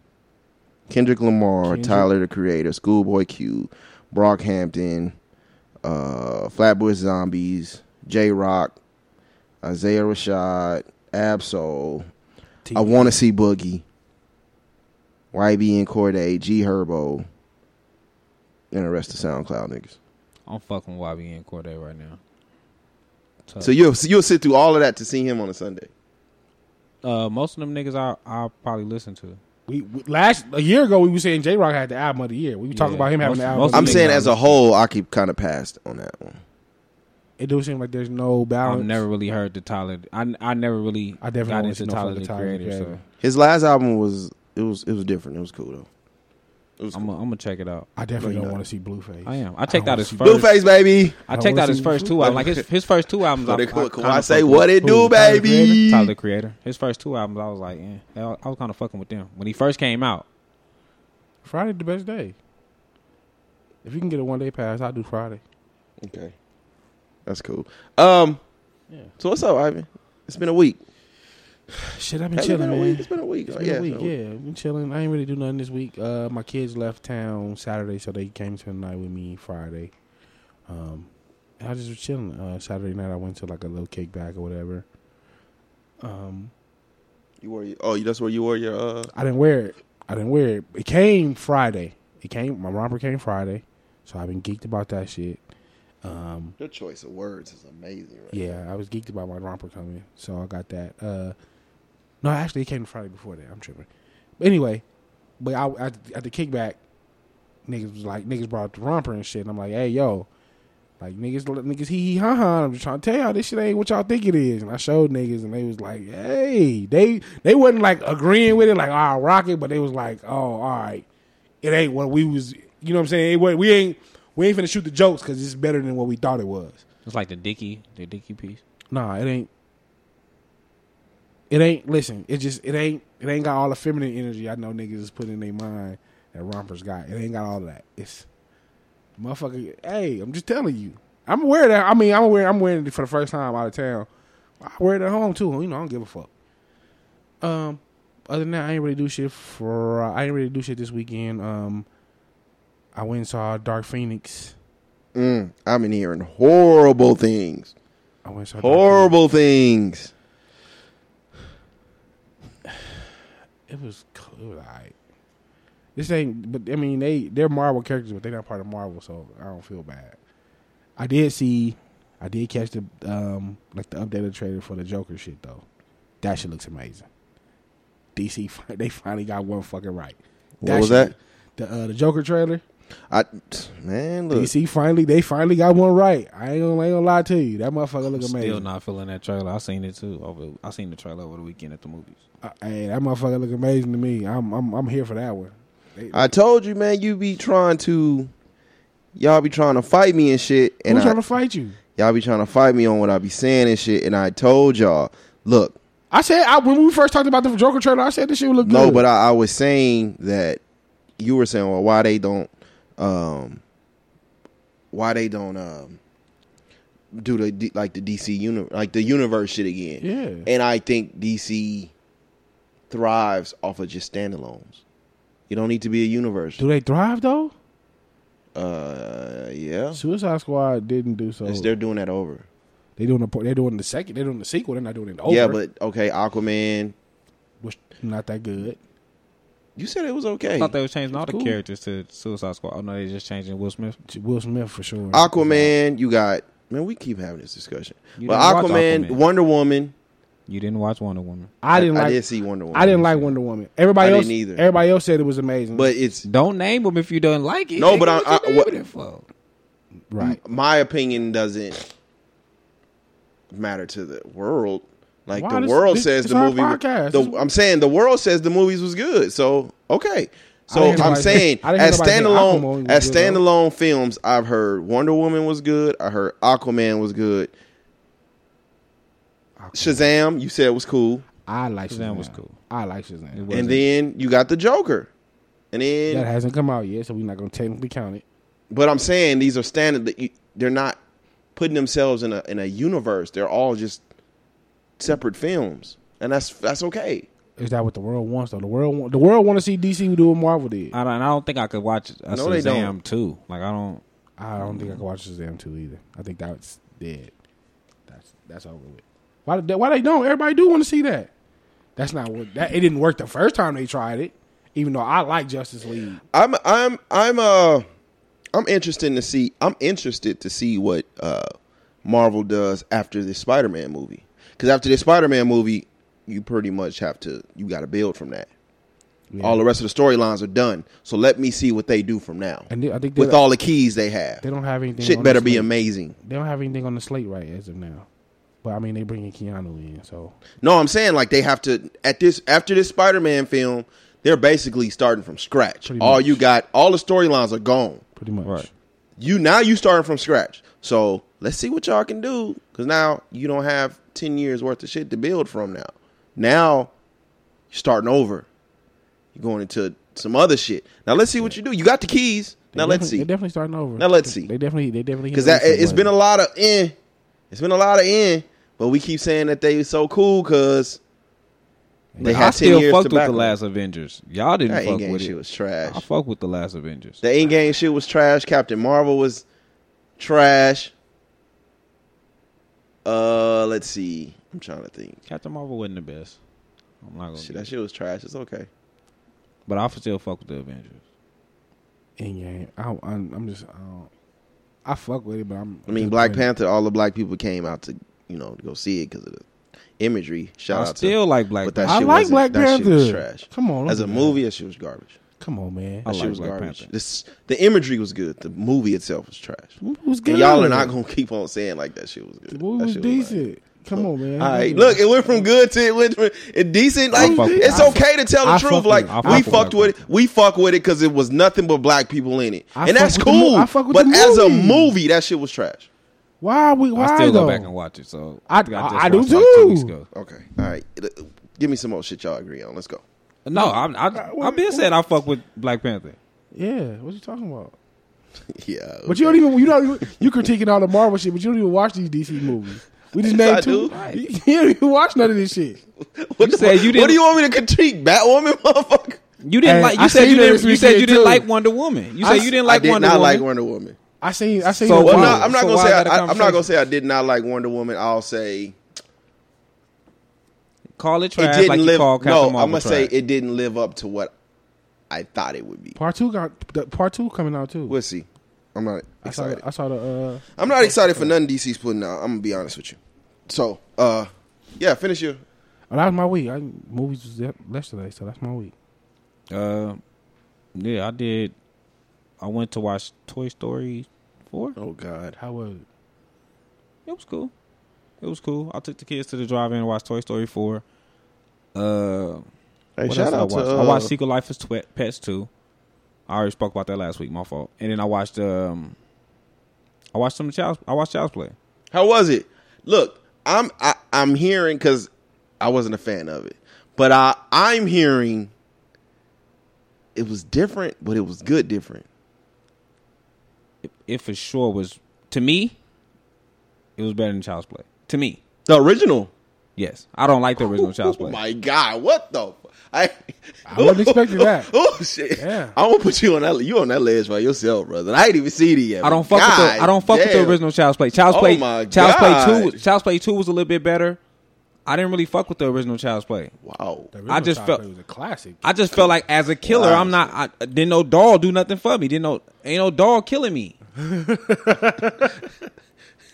Speaker 1: Kendrick Lamar,
Speaker 3: Kendrick.
Speaker 1: Tyler the Creator, Schoolboy Q, Brockhampton, uh, Flatbush Zombies, J Rock, Isaiah Rashad, Absol. I
Speaker 3: TDE.
Speaker 1: want to see Boogie, YB and Corday, G Herbo, and the rest of SoundCloud niggas.
Speaker 4: I'm fucking YB and Corday right now. Tough.
Speaker 1: So you'll you'll sit through all of that to see him on a Sunday.
Speaker 4: uh, most of them niggas I I'll probably listen to.
Speaker 3: we, we last a year ago we were saying J Rock had the album of the year. We were talking
Speaker 4: Yeah,
Speaker 3: about him having
Speaker 4: most-
Speaker 3: the album.
Speaker 4: most
Speaker 3: of
Speaker 1: I'm
Speaker 3: the
Speaker 4: Big
Speaker 3: year.
Speaker 1: saying
Speaker 4: knowledge.
Speaker 1: as a whole, I keep kind of passed on that one.
Speaker 3: it do seem like there's no balance.
Speaker 4: I've never really heard the Tyler. I, I never really
Speaker 3: I definitely
Speaker 4: got
Speaker 3: wanna
Speaker 4: into
Speaker 3: see no
Speaker 4: Tyler
Speaker 3: fucking
Speaker 4: the
Speaker 3: Tyler,
Speaker 4: Creator.
Speaker 3: yeah.
Speaker 4: So
Speaker 1: His last album was it was it was different. It was cool though. It was
Speaker 4: I'm
Speaker 1: cool.
Speaker 4: gonna I'm check it out.
Speaker 3: I definitely
Speaker 1: No, you're
Speaker 3: don't
Speaker 1: not.
Speaker 3: want to see Blueface.
Speaker 4: I am. I checked out
Speaker 3: wanna
Speaker 4: his
Speaker 3: see
Speaker 4: first.
Speaker 1: Blueface baby.
Speaker 4: I
Speaker 3: I
Speaker 4: checked
Speaker 3: wanna
Speaker 4: out his
Speaker 3: see
Speaker 4: first two albums. Like his his first two albums.
Speaker 1: So
Speaker 4: I,
Speaker 1: they
Speaker 4: I,
Speaker 1: call it
Speaker 4: kinda
Speaker 1: Kawhi say
Speaker 4: fucked
Speaker 1: what
Speaker 4: with.
Speaker 1: it do,
Speaker 3: Who? Tyler
Speaker 1: baby.
Speaker 4: Tyler the Creator. His first two albums, I was like, eh. I I was kind of fucking with them when he first came out.
Speaker 3: Friday the best day. If you can get a one day pass, I do Friday.
Speaker 1: Okay, that's cool. Um,
Speaker 3: Yeah.
Speaker 1: so what's up, Ivan? It's been a week.
Speaker 3: Shit, I've been
Speaker 1: Has it
Speaker 3: chilling,
Speaker 1: been a
Speaker 3: man.
Speaker 1: week? It's been a week.
Speaker 3: It's
Speaker 1: Oh,
Speaker 3: been
Speaker 1: yeah,
Speaker 3: a
Speaker 1: it's
Speaker 3: week,
Speaker 1: been a
Speaker 3: yeah. I've been chilling. I ain't really do nothing this week. Uh, my kids left town Saturday, so they came to the night with me Friday. Um, I just was chilling. Uh, Saturday night, I went to like a little kickback or whatever. Um,
Speaker 1: You wore your, oh, you- that's where you wore your uh.
Speaker 3: I didn't wear it. I didn't wear it. It came Friday. It came. My romper came Friday, so I've been geeked about that shit. Um,
Speaker 1: Your choice of words is amazing. Right?
Speaker 3: Yeah, I was geeked about my romper coming, so I got that. Uh, no, actually, it came Friday before that. I'm tripping. But anyway, but I at, at the kickback, niggas was like niggas brought the romper and shit, and I'm like, hey yo, like niggas niggas hee hee ha ha. I'm just trying to tell y'all this shit ain't what y'all think it is. And I showed niggas, and they was like, hey, they they wasn't like agreeing with it, like all right, rock it, but they was like, oh, all right, it ain't what we was. You know what I'm saying? It, wa- we ain't we ain't finna shoot the jokes because it's better than what we thought it was.
Speaker 4: It's like the Dicky, the Dicky piece.
Speaker 3: Nah, it ain't. It ain't. Listen, it just it ain't. It ain't got all the feminine energy I know niggas is putting in their mind that rompers got. It ain't got all that. It's motherfucker. Hey, I'm just telling you. I'm aware of that. I mean, I'm aware. I'm wearing it for the first time out of town. I wear it at home too. You know, I don't give a fuck. Um, other than that, I ain't really do shit for. I ain't really do shit this weekend. Um, I went and saw Dark Phoenix.
Speaker 1: Mm, I've been hearing horrible things.
Speaker 3: I went and saw Dark Phoenix.
Speaker 1: Horrible things.
Speaker 3: It was cool. Like this ain't, but I mean they they're Marvel characters, but they're not part of Marvel, so I don't feel bad. I did see, I did catch the um like the updated trailer for the Joker shit though. That shit looks amazing. DC fi- they finally got one fucking right.
Speaker 1: What was
Speaker 3: shit-
Speaker 1: that?
Speaker 3: The uh, the Joker trailer.
Speaker 1: I man, look.
Speaker 3: DC finally they finally got one right. I ain't gonna, I ain't gonna lie to you. That motherfucker look amazing.
Speaker 4: Still not feeling that trailer. I seen it too. Over I seen the trailer over the weekend at the movies.
Speaker 3: Uh, hey, that motherfucker look amazing to me. I'm I'm I'm here for that one. They,
Speaker 1: I told you, man. You be trying to, y'all be trying to fight me and shit. And
Speaker 3: who's
Speaker 1: I,
Speaker 3: trying to fight you?
Speaker 1: y'all be trying to fight me on what I be saying and shit. And I told y'all, look,
Speaker 3: I said I, when we first talked about the Joker trailer, I said this shit would look
Speaker 1: no,
Speaker 3: good.
Speaker 1: but I, I was saying that you were saying, well, why they don't, um, why they don't, um, do the D- like the DC uni- like the universe shit again.
Speaker 3: Yeah.
Speaker 1: and I think DC thrives off of just standalones. You don't need to be a universe.
Speaker 3: do they thrive though?
Speaker 1: Uh, yeah,
Speaker 3: Suicide Squad didn't do so.
Speaker 1: It's- they're doing that over.
Speaker 3: they doing the they're doing the second. They're doing the sequel. They're not doing it over.
Speaker 1: Yeah, but okay, Aquaman.
Speaker 3: which not that good.
Speaker 1: You said it was
Speaker 4: I
Speaker 1: okay.
Speaker 4: thought they was changing all the
Speaker 3: cool.
Speaker 4: characters to Suicide Squad. Oh no, they just changing Will Smith.
Speaker 3: Will Smith for sure.
Speaker 1: Aquaman, you got man. We keep having this discussion.
Speaker 4: You
Speaker 1: But
Speaker 4: didn't watch
Speaker 1: Aquaman,
Speaker 4: Aquaman.
Speaker 1: Wonder Woman.
Speaker 4: You didn't watch Wonder Woman.
Speaker 3: I didn't like. I,
Speaker 1: did see Wonder Woman.
Speaker 3: didn't like Wonder Woman.
Speaker 1: I
Speaker 3: Everybody else
Speaker 1: didn't either.
Speaker 3: Everybody else said it was amazing.
Speaker 1: But it's
Speaker 4: Don't name them if you don't like it.
Speaker 1: No,
Speaker 4: nigga.
Speaker 1: but I-
Speaker 4: What you
Speaker 1: I-
Speaker 4: naming
Speaker 1: what-
Speaker 4: it for?
Speaker 3: right,
Speaker 1: my opinion doesn't matter to the world. Like
Speaker 3: Why
Speaker 1: the
Speaker 3: this-
Speaker 1: world
Speaker 3: this-
Speaker 1: says
Speaker 3: this
Speaker 1: the
Speaker 3: our
Speaker 1: movie.
Speaker 3: podcast.
Speaker 1: The,
Speaker 3: This-
Speaker 1: I'm saying the world says the movies was good. So okay.
Speaker 3: I
Speaker 1: So
Speaker 3: didn't hear
Speaker 1: I'm
Speaker 3: nobody say-
Speaker 1: saying
Speaker 3: I didn't hear
Speaker 1: as
Speaker 3: nobody say Aquaman
Speaker 1: standalone
Speaker 3: was
Speaker 1: as
Speaker 3: good, though.
Speaker 1: standalone films, I've heard Wonder Woman was good. I heard Aquaman was good. Shazam, you said was cool,
Speaker 3: I like Shazam.
Speaker 4: Shazam was cool.
Speaker 3: I like Shazam.
Speaker 4: It was.
Speaker 1: and
Speaker 4: Wasn't.
Speaker 1: then you got the Joker, and then
Speaker 3: That hasn't come out yet, so we're not gonna technically count it.
Speaker 1: But I'm saying these are standard. That you, they're not putting themselves in a in a universe. They're all just separate films, and that's that's okay.
Speaker 3: Is that what the world wants? Though the world, want, the world want to see DC do what Marvel did. I,
Speaker 4: I don't. I don't think I could watch a
Speaker 1: No, they
Speaker 4: Shazam
Speaker 1: don't.
Speaker 4: too. Like I don't.
Speaker 3: don't think I can watch Shazam two either. I think that's dead. That's that's over with. Why did they, why they don't? Everybody do want to see that. That's not what that. It didn't work the first time they tried it. Even though I like Justice League,
Speaker 1: I'm I'm I'm uh I'm interested to see. I'm interested to see what uh Marvel does after this Spider-Man movie. Because after this Spider-Man movie, you pretty much have to you got to build from that.
Speaker 3: Yeah.
Speaker 1: All the rest of the storylines are done. So let me see what they do from now.
Speaker 3: and they, I think they,
Speaker 1: with all the keys they have,
Speaker 3: they don't have anything.
Speaker 1: shit
Speaker 3: on
Speaker 1: better
Speaker 3: the
Speaker 1: be
Speaker 3: slate.
Speaker 1: amazing.
Speaker 3: They don't have anything on the slate right as of now. But I mean, they bringing Keanu in, so
Speaker 1: No, I'm saying like they have to at this after this Spider-Man film, they're basically starting from scratch.
Speaker 3: Pretty
Speaker 1: all
Speaker 3: much.
Speaker 1: you got, all the storylines are gone.
Speaker 3: pretty much.
Speaker 4: Right.
Speaker 1: You now you starting from scratch. So let's see what y'all can do because now you don't have ten years worth of shit to build from now. Now you're starting over. You're going into some other shit. Now let's see what you do. You got the keys.
Speaker 3: They
Speaker 1: Now let's
Speaker 3: definitely-
Speaker 1: see
Speaker 3: They're definitely starting over.
Speaker 1: Now let's see.
Speaker 3: They definitely, they definitely
Speaker 1: because that it's been a lot of eh. It's been a lot of eh. But we keep saying that they so cool because they
Speaker 4: I
Speaker 1: had ten
Speaker 4: still
Speaker 1: years to
Speaker 4: fucked with
Speaker 1: back
Speaker 4: the
Speaker 1: them.
Speaker 4: last Avengers. Y'all didn't
Speaker 1: That
Speaker 4: fuck
Speaker 1: in game
Speaker 4: with
Speaker 1: shit
Speaker 4: it.
Speaker 1: was trash.
Speaker 4: I fuck with the last Avengers.
Speaker 1: The in game shit was trash. Captain Marvel was trash. Uh, let's see. I'm trying to think.
Speaker 4: Captain Marvel wasn't the best. I'm not gonna.
Speaker 1: Shit,
Speaker 4: get
Speaker 1: that
Speaker 4: it.
Speaker 1: shit was trash. It's okay.
Speaker 4: But I still fuck with the Avengers.
Speaker 3: in game. I, don't- I'm, I'm just, I, don't, I fuck with it, but I'm.
Speaker 1: I mean, Black Panther. All the black people came out to you know to go see it because of the imagery. Shout
Speaker 4: I
Speaker 1: out
Speaker 4: still
Speaker 1: to.
Speaker 4: like Black.
Speaker 1: but that
Speaker 3: I
Speaker 4: Panther.
Speaker 1: shit
Speaker 3: like
Speaker 1: wasn't-
Speaker 3: Black
Speaker 1: that Shit was
Speaker 3: Panther.
Speaker 1: trash.
Speaker 3: Come on,
Speaker 1: As a
Speaker 3: don't do
Speaker 1: movie, that shit was garbage.
Speaker 3: Come on, man.
Speaker 1: That
Speaker 4: I
Speaker 1: shit
Speaker 4: like
Speaker 1: was
Speaker 4: Black
Speaker 1: garbage.
Speaker 4: Panther.
Speaker 1: This the imagery was good. The movie itself was trash.
Speaker 3: It was good.
Speaker 1: And y'all are not gonna keep on saying like that shit was
Speaker 3: The
Speaker 1: good.
Speaker 3: movie
Speaker 1: That
Speaker 3: was
Speaker 1: shit was like-
Speaker 3: decent. Come on, man.
Speaker 1: All right, look, it went from good to it went from it decent. Like
Speaker 4: fuck with
Speaker 1: it's
Speaker 4: it. I
Speaker 1: okay to tell the
Speaker 3: I fuck
Speaker 1: truth.
Speaker 3: with
Speaker 1: Like
Speaker 3: it. I
Speaker 4: fuck
Speaker 1: we
Speaker 4: with
Speaker 1: fucked
Speaker 4: it.
Speaker 1: with it. We fuck with it because it was nothing but black people in it,
Speaker 3: I
Speaker 1: and
Speaker 3: fuck
Speaker 1: that's
Speaker 3: with the mo-
Speaker 1: cool.
Speaker 3: I fuck with
Speaker 1: but
Speaker 3: the
Speaker 1: as a
Speaker 3: movie.
Speaker 1: movie, that shit was trash.
Speaker 3: why? We, why
Speaker 4: I still
Speaker 3: though?
Speaker 4: go back and watch it. So
Speaker 3: I-
Speaker 4: think
Speaker 3: I-
Speaker 4: just
Speaker 3: I do
Speaker 4: watched it like
Speaker 3: too.
Speaker 4: weeks ago.
Speaker 1: Okay, all right. Give me some more shit y'all agree on. Let's go.
Speaker 4: No, I'm, I, I've been saying I fuck with Black Panther.
Speaker 3: yeah, what you talking about?
Speaker 1: yeah,
Speaker 3: But you don't even. You don't. Even, you critiquing all the Marvel shit, but you don't even watch these DC movies. We just
Speaker 1: Yes, I
Speaker 3: named two.
Speaker 1: do.
Speaker 3: You don't even watch none of this shit.
Speaker 1: what, the
Speaker 4: said
Speaker 1: fuck-
Speaker 4: you
Speaker 1: what
Speaker 4: didn't-
Speaker 1: do you want me to critique, Batwoman, motherfucker?
Speaker 4: You didn't
Speaker 3: Hey,
Speaker 4: like. You
Speaker 3: I
Speaker 4: said
Speaker 3: seen
Speaker 4: you
Speaker 3: that
Speaker 4: didn't.
Speaker 3: this
Speaker 4: You said you
Speaker 3: weekend,
Speaker 4: didn't
Speaker 3: too.
Speaker 4: like Wonder Woman. You said
Speaker 3: I-
Speaker 4: you didn't
Speaker 1: I
Speaker 4: like
Speaker 1: did
Speaker 4: Wonder
Speaker 1: not
Speaker 4: Woman.
Speaker 1: like Wonder Woman.
Speaker 3: I seen. I seen.
Speaker 4: So
Speaker 3: the
Speaker 4: why-
Speaker 1: Well,
Speaker 3: Marvel.
Speaker 1: no, I'm not
Speaker 4: So
Speaker 1: gonna
Speaker 4: why
Speaker 1: say
Speaker 4: is that a
Speaker 1: I, I'm not
Speaker 4: conversation?
Speaker 1: gonna say I did not like Wonder Woman. I'll say
Speaker 4: call it
Speaker 1: it
Speaker 4: trash.
Speaker 1: didn't
Speaker 4: like you
Speaker 1: live.
Speaker 4: call Captain
Speaker 1: No,
Speaker 4: Marvel
Speaker 1: I'm gonna say
Speaker 4: trash.
Speaker 1: it didn't live up to what I thought it would be.
Speaker 3: Part two got the part two coming out too.
Speaker 1: We'll see. I'm not
Speaker 3: I saw.
Speaker 1: excited.
Speaker 3: The, I saw the. Uh,
Speaker 1: I'm not excited for nothing DC's putting out. I'm gonna be honest with you. So, uh, yeah, finish your.
Speaker 3: oh, that was my week. I movies was ye- yesterday, so that's my week.
Speaker 4: Uh, yeah, I did. I went to watch Toy Story four.
Speaker 1: Oh God,
Speaker 3: How was it?
Speaker 4: It was cool. It was cool. I took the kids to the drive-in and watched Toy Story four. Uh,
Speaker 1: hey,
Speaker 4: what
Speaker 1: shout out
Speaker 4: else I
Speaker 1: to
Speaker 4: watched?
Speaker 1: uh,
Speaker 4: I watched Secret Life of Twe- Pets too. I already spoke about that last week. My fault. And then I watched um, I watched some Child's. I watched Child's Play.
Speaker 1: How was it? Look, I'm I, I'm hearing because I wasn't a fan of it, but I I'm hearing it was different, but it was good different.
Speaker 4: It, it for sure was to me. It was better than Child's Play to me.
Speaker 1: The original.
Speaker 4: Yes, I don't like the original Child's
Speaker 1: Oh
Speaker 4: Play.
Speaker 1: my God, what the? fu- I
Speaker 3: I wasn't expecting that.
Speaker 1: Oh shit!
Speaker 3: Yeah.
Speaker 1: I'm gonna put you on that. You on that ledge by yourself, brother. I ain't even seen it yet.
Speaker 4: I don't fuck with
Speaker 1: God
Speaker 4: the I don't fuck with
Speaker 1: damn.
Speaker 4: the original Child's Play. Child's
Speaker 1: Oh
Speaker 4: Play
Speaker 1: my
Speaker 4: Child's Play
Speaker 1: God.
Speaker 4: two was- Child's Play two was a little bit better. I didn't really fuck with the original Child's Play.
Speaker 1: Wow.
Speaker 3: The original
Speaker 4: I just
Speaker 3: Child's
Speaker 4: felt-
Speaker 3: Play was a classic.
Speaker 4: I just felt like as a killer,
Speaker 1: Wow.
Speaker 4: I'm not. I I- didn't no doll do nothing for me. Didn't no ain't no doll killing me.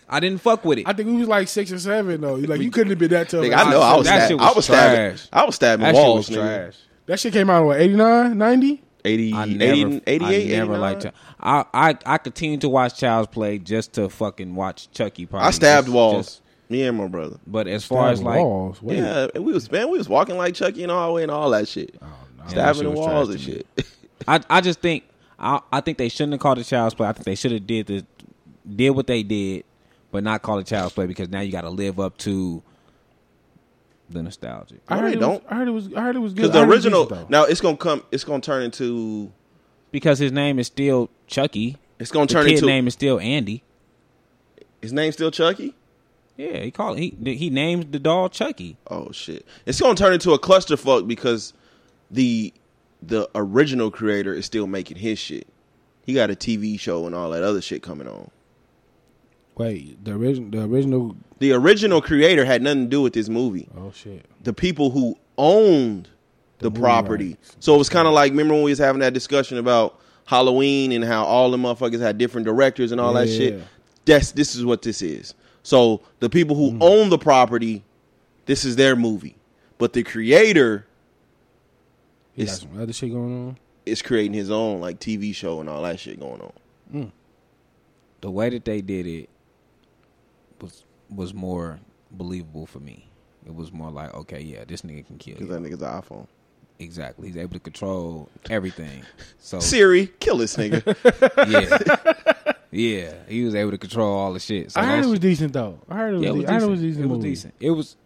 Speaker 4: I didn't fuck with it.
Speaker 3: I think we was like six or seven though. Like you couldn't have been that tough.
Speaker 1: Nigga, I know
Speaker 4: Nah,
Speaker 1: I was,
Speaker 4: that
Speaker 1: stab-
Speaker 4: shit
Speaker 1: I
Speaker 4: was
Speaker 1: was stabbing.
Speaker 4: trash.
Speaker 1: I was stabbing
Speaker 4: that shit
Speaker 1: walls.
Speaker 4: was trash.
Speaker 3: That shit came out in what, 89, 90?
Speaker 1: 80,
Speaker 4: I
Speaker 1: 80,
Speaker 4: never,
Speaker 1: 88,
Speaker 4: I never
Speaker 1: 89?
Speaker 4: liked it. I, I I continue to watch Child's Play just to fucking watch Chucky. Probably
Speaker 1: I stabbed
Speaker 4: Just-
Speaker 1: walls.
Speaker 4: just-
Speaker 1: Me and my brother.
Speaker 4: But as far as like,
Speaker 3: walls, wait.
Speaker 1: Yeah, and we was man, we was walking like Chucky and all way and all that shit,
Speaker 3: no,
Speaker 4: Oh, that
Speaker 1: stabbing
Speaker 4: shit
Speaker 1: the
Speaker 4: was
Speaker 1: walls and
Speaker 4: trash to me.
Speaker 1: shit.
Speaker 4: I I just think I I think they shouldn't have called it child's play. I think they should have did the did what they did, but not call it child's play because now you got to live up to the nostalgic.
Speaker 3: I
Speaker 1: No,
Speaker 3: heard
Speaker 1: they
Speaker 3: it
Speaker 1: don't.
Speaker 3: Was, I heard it was. I heard it was good.
Speaker 1: Because
Speaker 3: I
Speaker 1: the
Speaker 3: heard it was
Speaker 1: original
Speaker 3: decent, though.
Speaker 1: now it's gonna come, it's gonna turn into,
Speaker 4: Because his name is still Chucky.
Speaker 1: it's gonna
Speaker 4: The
Speaker 1: turn
Speaker 4: kid
Speaker 1: into.
Speaker 4: name is still Andy.
Speaker 1: His name's still Chucky.
Speaker 4: Yeah, he called he he named the doll Chucky.
Speaker 1: Oh shit! It's gonna turn into a clusterfuck because the the original creator is still making his shit. He got a TV show and all that other shit coming on.
Speaker 3: Wait, the original. The original.
Speaker 1: The original creator had nothing to do with this movie.
Speaker 3: Oh shit.
Speaker 1: The people who owned the,
Speaker 3: movie
Speaker 1: property.
Speaker 3: rights.
Speaker 1: So it was kind of like remember when we was having that discussion about Halloween and how all the motherfuckers had different directors and all that
Speaker 3: Yeah.
Speaker 1: shit. That's this is what this is. So the people
Speaker 3: Mm.
Speaker 1: who own the property, this is their movie. But the creator
Speaker 3: He got
Speaker 1: It's-
Speaker 3: some other shit going on.
Speaker 1: is creating his own like TV show and all that shit going on.
Speaker 4: The way that they did it was was more believable for me. It was more like, okay, yeah, this nigga can kill.
Speaker 1: Because
Speaker 4: You.
Speaker 1: that nigga's an iPhone.
Speaker 4: Exactly, he's able to control everything. So
Speaker 1: Oh. Siri, kill this nigga.
Speaker 4: yeah, yeah, he was able to control all the shit. So
Speaker 3: I heard
Speaker 4: that's-
Speaker 3: it was decent though. I heard it was.
Speaker 4: yeah, it was
Speaker 3: de- I
Speaker 4: decent.
Speaker 3: heard it was decent.
Speaker 4: It was
Speaker 3: movie.
Speaker 4: decent. It was-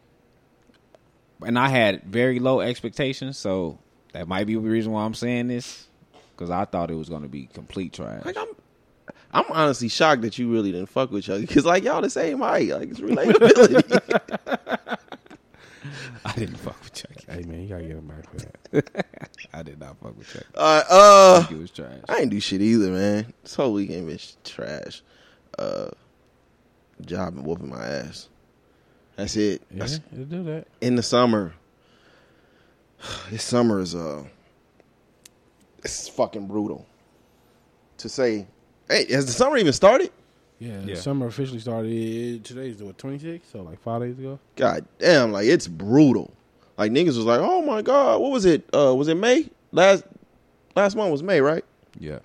Speaker 4: and I had very low expectations, so that might be the reason why I'm saying this because I thought it was going to be complete trash.
Speaker 1: like I'm, I'm honestly shocked that you really didn't fuck with y'all. Because like y'all the same height. Like it's relatability.
Speaker 4: I didn't fuck with Chucky.
Speaker 3: Hey man, you gotta get him back for that.
Speaker 4: I did not fuck with Chucky.
Speaker 1: All right, uh,
Speaker 4: It was trash.
Speaker 1: I ain't do shit either, man. This whole weekend been sh- trash. Uh, job and whooping my ass. That's it.
Speaker 3: Yeah,
Speaker 1: That's
Speaker 3: it'll do that.
Speaker 1: in the summer. This summer is uh, it's fucking brutal. To say, hey, has the summer even started?
Speaker 3: Yeah,
Speaker 4: Yeah.
Speaker 3: summer officially started. Today's what twenty six, so like five days ago.
Speaker 1: God damn, like it's brutal. Like niggas was like, oh my god, what was it? Uh, was it May last? Last month was May, right?
Speaker 4: Yeah.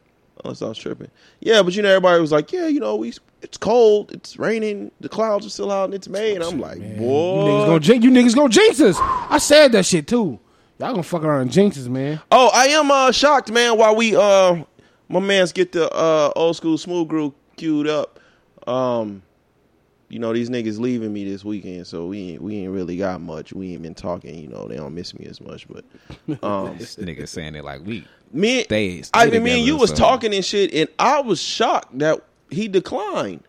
Speaker 1: Unless I was tripping. Yeah, but you know, everybody was like, yeah, you know, we it's cold, it's raining, the clouds are still out, and it's May, and I'm like,
Speaker 3: Man, you niggas
Speaker 1: boy.
Speaker 3: gonna jinx. You niggas gonna jinx us. I said that shit too. Y'all gonna fuck around and jinx us, man.
Speaker 1: Oh, I am uh, shocked, man. While we uh, my man's get the uh, old school smooth groove queued up. Um, you know these niggas leaving me this weekend, so we ain't, we ain't really got much. We ain't been talking. You know they don't miss me as much, but um,
Speaker 4: This nigga saying it like we.
Speaker 1: me,
Speaker 4: They stay
Speaker 1: I mean, me and
Speaker 4: together,
Speaker 1: you was
Speaker 4: so-
Speaker 1: talking and shit, and I was shocked that he declined.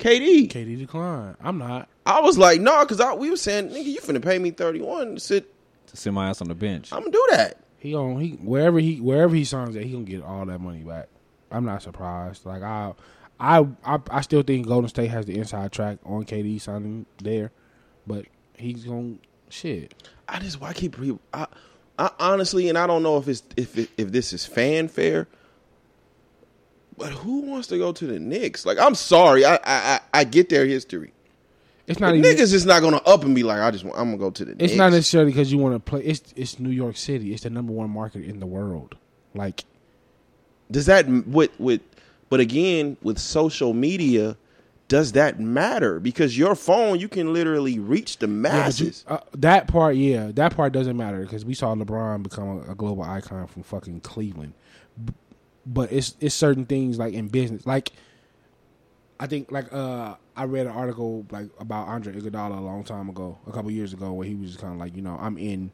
Speaker 1: KD,
Speaker 3: KD declined. I'm not.
Speaker 1: I was like, nah, cause I, we was saying, nigga, you finna pay me thirty one. Sit,
Speaker 4: To sit my ass on the bench.
Speaker 1: I'm gonna do that.
Speaker 3: He on he wherever he wherever he signs at, he gonna get all that money back. I'm not surprised. Like I, I, I, I still think Golden State has the inside track on KD signing there, but he's gonna shit.
Speaker 1: I just why keep re- I, I honestly, and I don't know if it's if it, if this is fanfare, but who wants to go to the Knicks? Like, I'm sorry, I I I, I get their history.
Speaker 3: It's
Speaker 1: But
Speaker 3: not even.
Speaker 1: niggas is not gonna up and be like, I just want, I'm gonna go to the Knicks.
Speaker 3: It's not necessarily because you want to play. It's it's New York City. It's the number one market in the world. Like
Speaker 1: does that m- with with but again with social media does that matter because your phone you can literally reach the
Speaker 3: Yeah, but you-
Speaker 1: masses
Speaker 3: uh, that part, yeah, that part doesn't matter because we saw LeBron become a, a global icon from fucking Cleveland. B- but it's it's certain things like in business, like I think like uh I read an article like about Andre Iguodala a long time ago, a couple years ago, where he was just kind of like, you know, I'm in,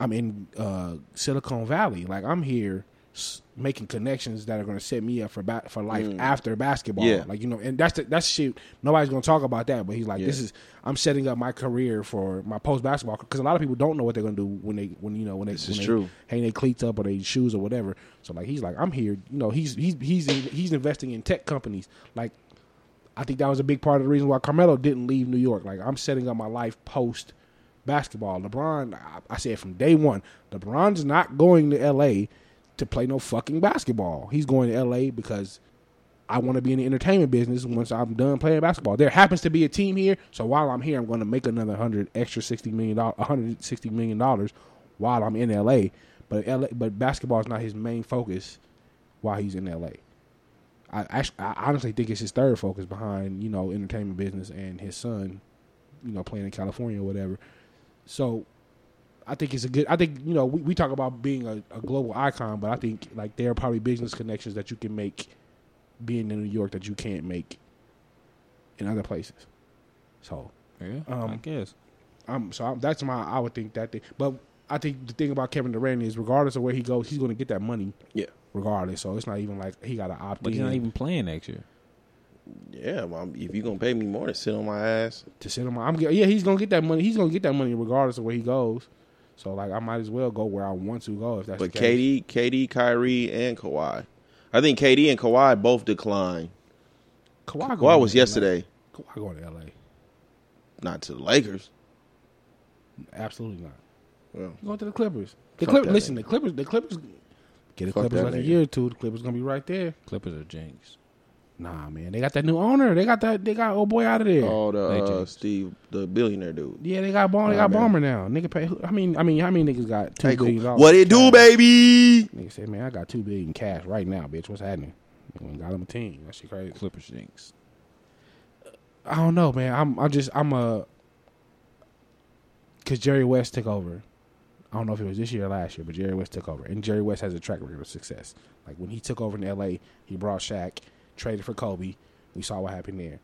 Speaker 3: I'm in uh Silicon Valley, like I'm here. s- Making connections that are going to set me up for ba- for life after basketball,
Speaker 1: Mm. Yeah.
Speaker 3: like you know, and that's the, that's shit. Nobody's going to talk about that, but he's like, this
Speaker 1: Yeah.
Speaker 3: is I'm setting up my career for my post basketball because a lot of people don't know what they're gonna do when they when you know when they
Speaker 1: is
Speaker 3: when they
Speaker 1: true.
Speaker 3: hang their cleats up or their shoes or whatever. So like he's like I'm here, you know he's he's he's in, he's investing in tech companies. Like I think that was a big part of the reason why Carmelo didn't leave New York. Like I'm setting up my life post basketball. LeBron, I, I said from day one, LeBron's not going to L.A. to play no fucking basketball. He's going to L.A. because I want to be in the entertainment business once I'm done playing basketball. There happens to be a team here, so while I'm here, I'm going to make another hundred extra sixty million dollars, one hundred sixty million dollars, while I'm in LA. But LA, but basketball is not his main focus while he's in LA. I, actually, I honestly think it's his third focus behind you know entertainment business and his son you know playing in California or whatever. So I think it's a good. I think you know we, we talk about being a, a global icon, but I think like there are probably business connections that you can make being in New York that you can't make in other places. So
Speaker 4: Yeah, I
Speaker 3: Um,
Speaker 4: guess.
Speaker 3: I'm so I'm, that's my I would think that thing. But I think the thing about Kevin Durant is regardless of where he goes, he's going to get that money
Speaker 1: Yeah.
Speaker 3: regardless. So it's not even like he got to opt
Speaker 4: But
Speaker 3: in
Speaker 4: he's not even playing next year.
Speaker 1: Yeah, well, I'm- if you're gonna pay me more to sit on my ass,
Speaker 3: to sit him. I'm get- yeah, he's going to get that money. He's going to get that money regardless of where he goes. So like I might as well go where I want to go if that's
Speaker 1: but
Speaker 3: the case.
Speaker 1: KD, KD, Kyrie, and Kawhi, I think KD and Kawhi both declined.
Speaker 3: Kawhi,
Speaker 1: Kawhi
Speaker 3: going
Speaker 1: was
Speaker 3: to LA.
Speaker 1: yesterday,
Speaker 3: Kawhi going to L.A.
Speaker 1: not to the Lakers.
Speaker 3: Absolutely not.
Speaker 1: Yeah.
Speaker 3: He's going to the Clippers. The
Speaker 1: Fuck
Speaker 3: Clippers.
Speaker 1: that
Speaker 3: Listen, the Clippers. The Clippers. Get a
Speaker 1: Fuck
Speaker 3: Clippers
Speaker 1: that
Speaker 3: like a
Speaker 1: nigga.
Speaker 3: year or two. The Clippers going to be right there.
Speaker 4: Clippers are jinx.
Speaker 3: Nah, man, they got that new owner. They got that. They got old boy out of there.
Speaker 1: All the
Speaker 4: They
Speaker 1: uh,
Speaker 4: changed.
Speaker 1: Steve, the billionaire dude.
Speaker 3: Yeah, they got bomb. They
Speaker 1: Nah,
Speaker 3: got
Speaker 1: man.
Speaker 3: bomber now. Nigga pay. I mean, I mean, how many niggas got two
Speaker 1: Hey,
Speaker 3: billion
Speaker 1: cool.
Speaker 3: dollars?
Speaker 1: What it do, baby?
Speaker 3: Nigga said, man, I got two billion cash right now, bitch. What's happening? Nigga went and got him a team. That shit crazy.
Speaker 4: Clippers jinx.
Speaker 3: I don't know, man. I'm, I'm just, I'm a. Cause Jerry West took over. I don't know if it was this year or last year, but Jerry West took over, and Jerry West has a track record of success. Like when he took over in L.A., he brought Shaq, traded for Kobe. We saw what happened there.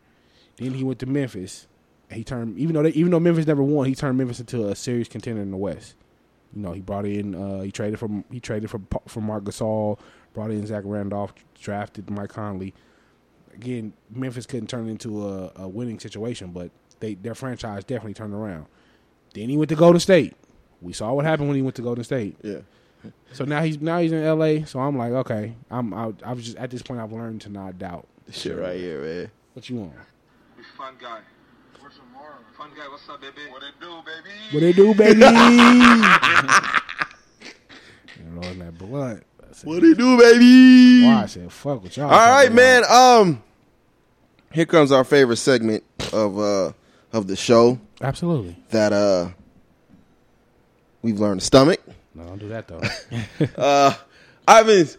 Speaker 3: Then he went to Memphis. and He turned even though they, even though Memphis never won, he turned Memphis into a serious contender in the West. You know, he brought in uh, he traded from he traded for Pa- for Mark Gasol, brought in Zach Randolph, drafted Mike Conley. Again, Memphis couldn't turn into a, a winning situation, but they their franchise definitely turned around. Then he went to Golden State. We saw what happened when he went to Golden State.
Speaker 1: Yeah,
Speaker 3: So now he's now he's in LA. So I'm like, okay, I'm I, I was just at this point I've learned to not doubt.
Speaker 1: this shit right here, man.
Speaker 3: What you want?
Speaker 5: You fun guy. Where's Amara? Fun guy, what's up, baby? What it do, baby?
Speaker 3: What they do, baby? Rolling that blunt. I said,
Speaker 1: What it do, baby?
Speaker 3: Why I said fuck with y'all.
Speaker 1: All right, man. Um, here comes our favorite segment of uh of the show
Speaker 3: Absolutely.
Speaker 1: that uh we've learned to stomach.
Speaker 3: No, don't do that though.
Speaker 1: Uh, Ivan's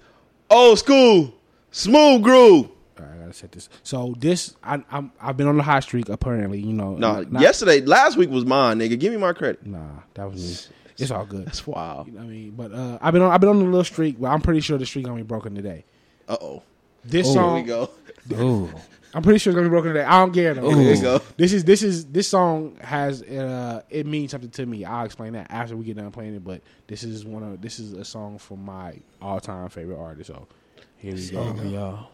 Speaker 1: old school smooth groove.
Speaker 3: All right, I gotta set this. So this, I, I'm I've been on the hot streak apparently. You know,
Speaker 1: No,
Speaker 3: not-
Speaker 1: yesterday, last week was mine, nigga. Give me my credit.
Speaker 3: nah, that was me. It's all good.
Speaker 1: That's wild.
Speaker 3: You know what I mean, but uh, I've been on I've been on a little streak, but I'm pretty sure the streak gonna be broken today.
Speaker 1: Uh oh.
Speaker 3: This
Speaker 1: Here
Speaker 3: song,
Speaker 1: we go.
Speaker 4: Ooh,
Speaker 3: I'm pretty sure it's gonna be broken today. I don't care though.
Speaker 1: Here we go.
Speaker 3: This is this is this song has uh it means something to me. I'll explain that after we get done playing it. But this is one of this is a song from my all time favorite artist. So here we go.
Speaker 4: y'all.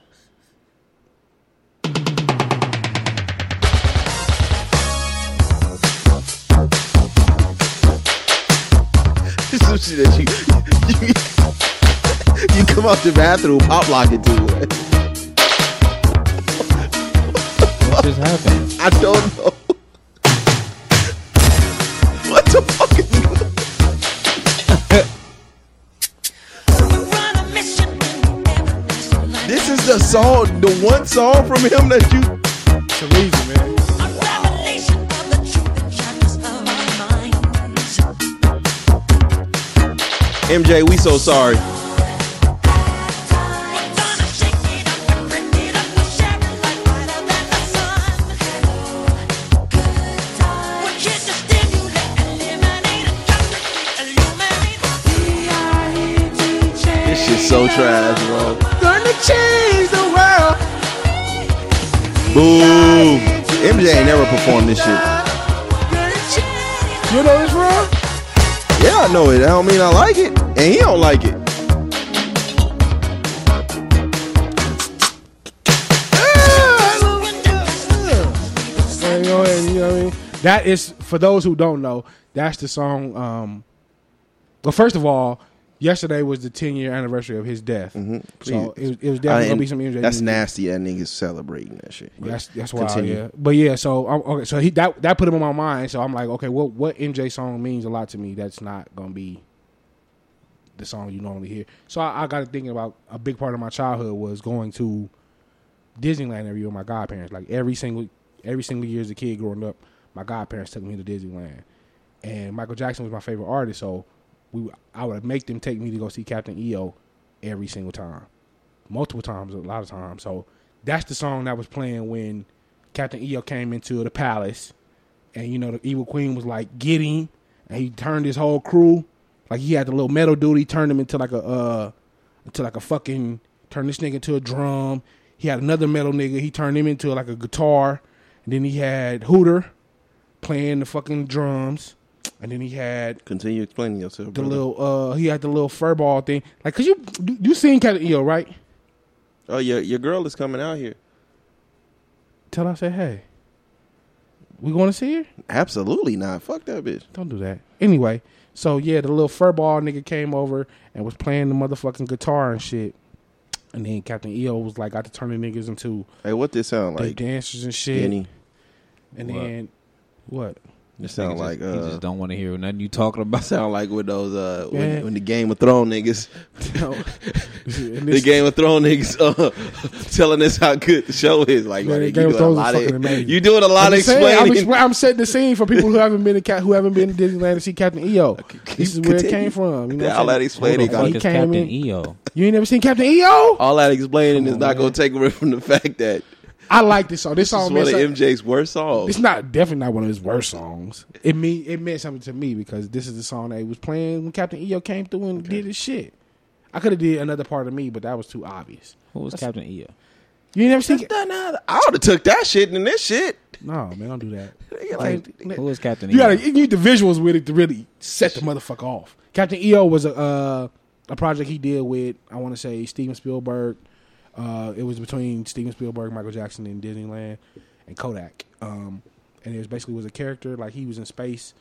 Speaker 1: This is some shit that you, you you come out the bathroom, pop lock it to.
Speaker 4: What just happened?
Speaker 1: I don't know. what the fuck is This is the song, the one song from him that you.
Speaker 3: It's a reason, man.
Speaker 1: MJ, we so sorry. This shit's so trash, bro. Gonna change the world. Boo. MJ ain't never performed this shit.
Speaker 3: You know this real?
Speaker 1: Yeah, I know it. I don't mean I like it, and he don't like it. Ah!
Speaker 3: Hey, yo, hey, you know what I mean? That is for those who don't know. That's the song. Um, well, first of all, yesterday was the 10 year anniversary of his death. So it, was- it
Speaker 1: Mm-hmm. I
Speaker 3: was definitely gonna
Speaker 1: didn't-
Speaker 3: be some MJ.
Speaker 1: that's
Speaker 3: music.
Speaker 1: nasty. That nigga's celebrating that shit.
Speaker 3: That's that's why.
Speaker 1: Continue.
Speaker 3: Yeah, but yeah. So um, okay, so he that that put him on my mind. So I'm like, okay, what what MJ song means a lot to me? That's not gonna be the song you normally hear. So I, I got to thinking about a big part of my childhood was going to Disneyland every year with my godparents. Like every single every single year as a kid growing up, my godparents took me to Disneyland, and Michael Jackson was my favorite artist. So we would- I would make them take me to go see Captain EO every single time multiple times, a lot of times. E So that's the song that was playing when Captain EO came into the palace and you know the evil queen was like get him, and he turned his whole crew, like he had the little metal dude, he turned him into like a uh, into like a fucking turned this nigga into a drum. He had another metal nigga, he turned him into like a guitar, and then he had Hooter playing the fucking drums, and then he had
Speaker 1: Continue explaining yourself.
Speaker 3: the
Speaker 1: brother.
Speaker 3: little uh, he had the little furball thing, like cause you you- you seen Captain EO right?
Speaker 1: Oh, your your girl is coming out here.
Speaker 3: Tell her I said hey, we going to see her.
Speaker 1: Absolutely not. Fuck that bitch.
Speaker 3: Don't do that. Anyway, so yeah, the little furball nigga came over and was playing the motherfucking guitar and shit. And then Captain EO was like, got to turn the niggas into
Speaker 1: Hey, what this sound
Speaker 3: like,
Speaker 1: like?
Speaker 3: dancers and shit.
Speaker 1: Kenny.
Speaker 3: And
Speaker 4: What?
Speaker 3: then what?
Speaker 1: This sound
Speaker 4: Nigga
Speaker 1: like
Speaker 4: just, he
Speaker 1: uh,
Speaker 4: just don't want to hear nothing you talking about.
Speaker 1: sound like with those uh,
Speaker 3: Yeah.
Speaker 1: when, when the Game of Thrones niggas,
Speaker 3: No. And
Speaker 1: the
Speaker 3: this-
Speaker 1: Game of Thrones niggas uh, telling us how good the show is. Like,
Speaker 3: Man,
Speaker 1: man, you
Speaker 3: Game of
Speaker 1: doing a
Speaker 3: Thrones is
Speaker 1: lot
Speaker 3: fucking
Speaker 1: of
Speaker 3: amazing.
Speaker 1: you doing a lot
Speaker 3: I'm,
Speaker 1: of
Speaker 3: just saying, I'm,
Speaker 1: explaining.
Speaker 3: expla- I'm setting the scene for people who haven't been to Ca- who haven't been to Disneyland to see Captain EO. This is where it
Speaker 1: Continue.
Speaker 3: came from. You know what I'm
Speaker 1: all that
Speaker 4: Who
Speaker 3: saying?
Speaker 4: the
Speaker 1: explaining,
Speaker 4: fuck
Speaker 3: He
Speaker 4: is
Speaker 3: came
Speaker 4: Captain E
Speaker 3: in-
Speaker 4: EO?
Speaker 3: You ain't never seen Captain E EO?
Speaker 1: all that explaining is
Speaker 3: on,
Speaker 1: not
Speaker 3: man. Oh,
Speaker 1: gonna take away from the fact that
Speaker 3: I like this song. This
Speaker 1: it's
Speaker 3: song
Speaker 1: one of
Speaker 3: meant something-
Speaker 1: MJ's worst songs.
Speaker 3: It's not definitely not one of his worst songs. It mean it meant something to me because this is the song that he was playing when Captain EO came through and did his shit. I could have did another part of me, but that was too obvious.
Speaker 4: Who was Captain E EO?
Speaker 3: You ain't never seen?
Speaker 1: Nah, nah, I would have took that shit and this shit.
Speaker 3: No, man, don't do that.
Speaker 1: Nigga, Like,
Speaker 4: Who was Captain
Speaker 3: You
Speaker 4: EO?
Speaker 3: gotta you need the visuals with it to really set the motherfucker off. Captain EO was a uh, a project he did with I want to say Steven Spielberg. Uh, it was between Steven Spielberg, Michael Jackson, and Disneyland, and Kodak. Um, and it was basically was a character like he was in space.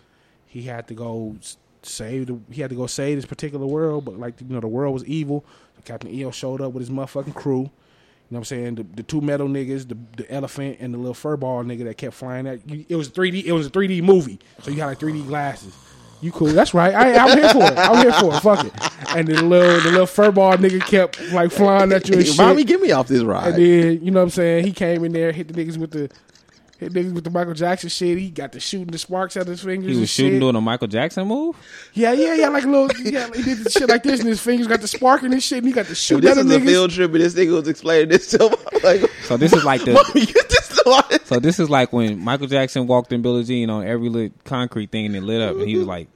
Speaker 3: He had to go s- save the, he had to go save this particular world, but like you know the world was evil. Captain EO showed up with his motherfucking crew. You know what I'm saying? The, the two metal niggas, the, the elephant and the little furball nigga that kept flying at you. It was 3D. It was a 3D movie. So you got like 3D glasses. You cool? That's right. I, I'm here for it. I'm here for it. Fuck it. And the little the little furball nigga kept like flying at you and shit.
Speaker 1: Mommy, get me off this ride.
Speaker 3: And then you know what I'm saying? He came in there, hit the niggas with the hit niggas with the Michael Jackson shit. He got the shooting the sparks out of his fingers.
Speaker 4: He
Speaker 3: and
Speaker 4: was shooting
Speaker 3: shit.
Speaker 4: doing a Michael Jackson move.
Speaker 3: Yeah, yeah, yeah. Like a little. Yeah, he did the shit like this, and his fingers got the spark and this shit, and he got the
Speaker 1: If
Speaker 3: shoot
Speaker 1: this
Speaker 3: out
Speaker 1: is
Speaker 3: of
Speaker 1: a
Speaker 3: niggas.
Speaker 1: field trip, and this nigga was explaining this to me. I'm Like,
Speaker 4: So this is like the
Speaker 1: mommy, you just know
Speaker 4: So this is like when Michael Jackson walked in Billie Jean on every lit concrete thing and it lit up, and he was like,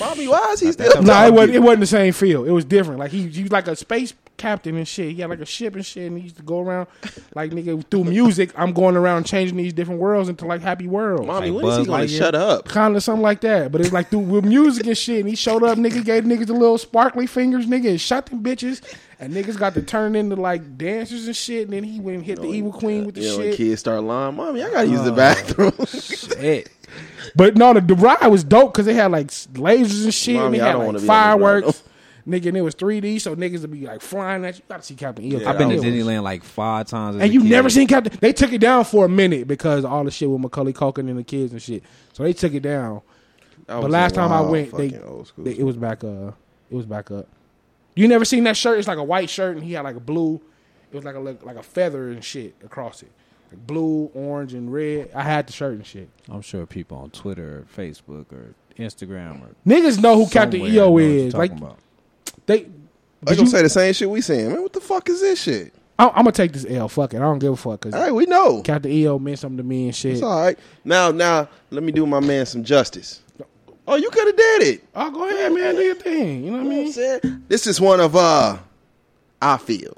Speaker 1: Mommy, why is he
Speaker 4: That-
Speaker 1: still?
Speaker 4: that's
Speaker 3: No,
Speaker 4: how
Speaker 3: it
Speaker 1: talking?
Speaker 3: wasn't. It wasn't the same feel. It was different. Like he, he was like a space captain and shit. He had like a ship and shit, and he used to go around like nigga through music. I'm going around changing these different worlds into like happy worlds,
Speaker 1: Mommy,
Speaker 4: Like
Speaker 1: when is he
Speaker 4: Buzz
Speaker 1: gonna
Speaker 4: Lightyear.
Speaker 1: shut up?
Speaker 3: kind of something like that. But it's like through with music and shit. And he showed up, nigga gave niggas the little sparkly fingers, nigga, and shot them bitches. And niggas got to turn into like dancers and shit. And then he went and hit the evil queen with the
Speaker 1: You know, when
Speaker 3: shit. Uh,
Speaker 1: kids start lying, mommy, I gotta use the bathroom.
Speaker 4: "Shit,
Speaker 3: But no, the, the ride was dope because they had like s- lasers and shit.
Speaker 1: Mommy,
Speaker 3: and they
Speaker 1: I
Speaker 3: had
Speaker 1: don't
Speaker 3: like
Speaker 1: wanna be on the ride,
Speaker 3: fireworks. Nigga, and it was 3D, so niggas would be like flying at you. You gotta see Captain EO.
Speaker 1: Yeah,
Speaker 4: I've been to
Speaker 1: that was-
Speaker 4: Disneyland like five times." As
Speaker 3: And
Speaker 4: a
Speaker 3: you
Speaker 4: kid.
Speaker 3: never seen Captain. They took it down for a minute because all the shit with Macaulay Culkin and the kids and shit. So they took it down. But last time I went, they, they- it was back. Uh, it was back up. You never seen that shirt? It's like a white shirt, and he had like a blue. It was like a look- like a feather and shit across it, like blue, orange, and red. I had the shirt and shit.
Speaker 4: I'm sure people on Twitter, or Facebook, or Instagram, or
Speaker 3: Niggas know who Captain
Speaker 4: somewhere
Speaker 3: EO
Speaker 4: know what you're
Speaker 3: is.
Speaker 4: talking
Speaker 3: Like
Speaker 4: about.
Speaker 3: they.
Speaker 1: I
Speaker 3: Did
Speaker 1: gonna
Speaker 3: you,
Speaker 1: say the same shit we saying. Man, what the fuck is this shit?
Speaker 3: I, I'm gonna take this L. Fuck it. I don't give a fuck
Speaker 1: All
Speaker 3: because
Speaker 1: right, we know.
Speaker 3: Captain EO meant something to me and shit.
Speaker 1: It's all right. Now, now, let me do my man some justice. Oh, you could have did it.
Speaker 3: Oh, go ahead, man. Do your thing. You know what
Speaker 1: You know what
Speaker 3: I
Speaker 1: I'm
Speaker 3: mean?
Speaker 1: saying? This is one of uh I feel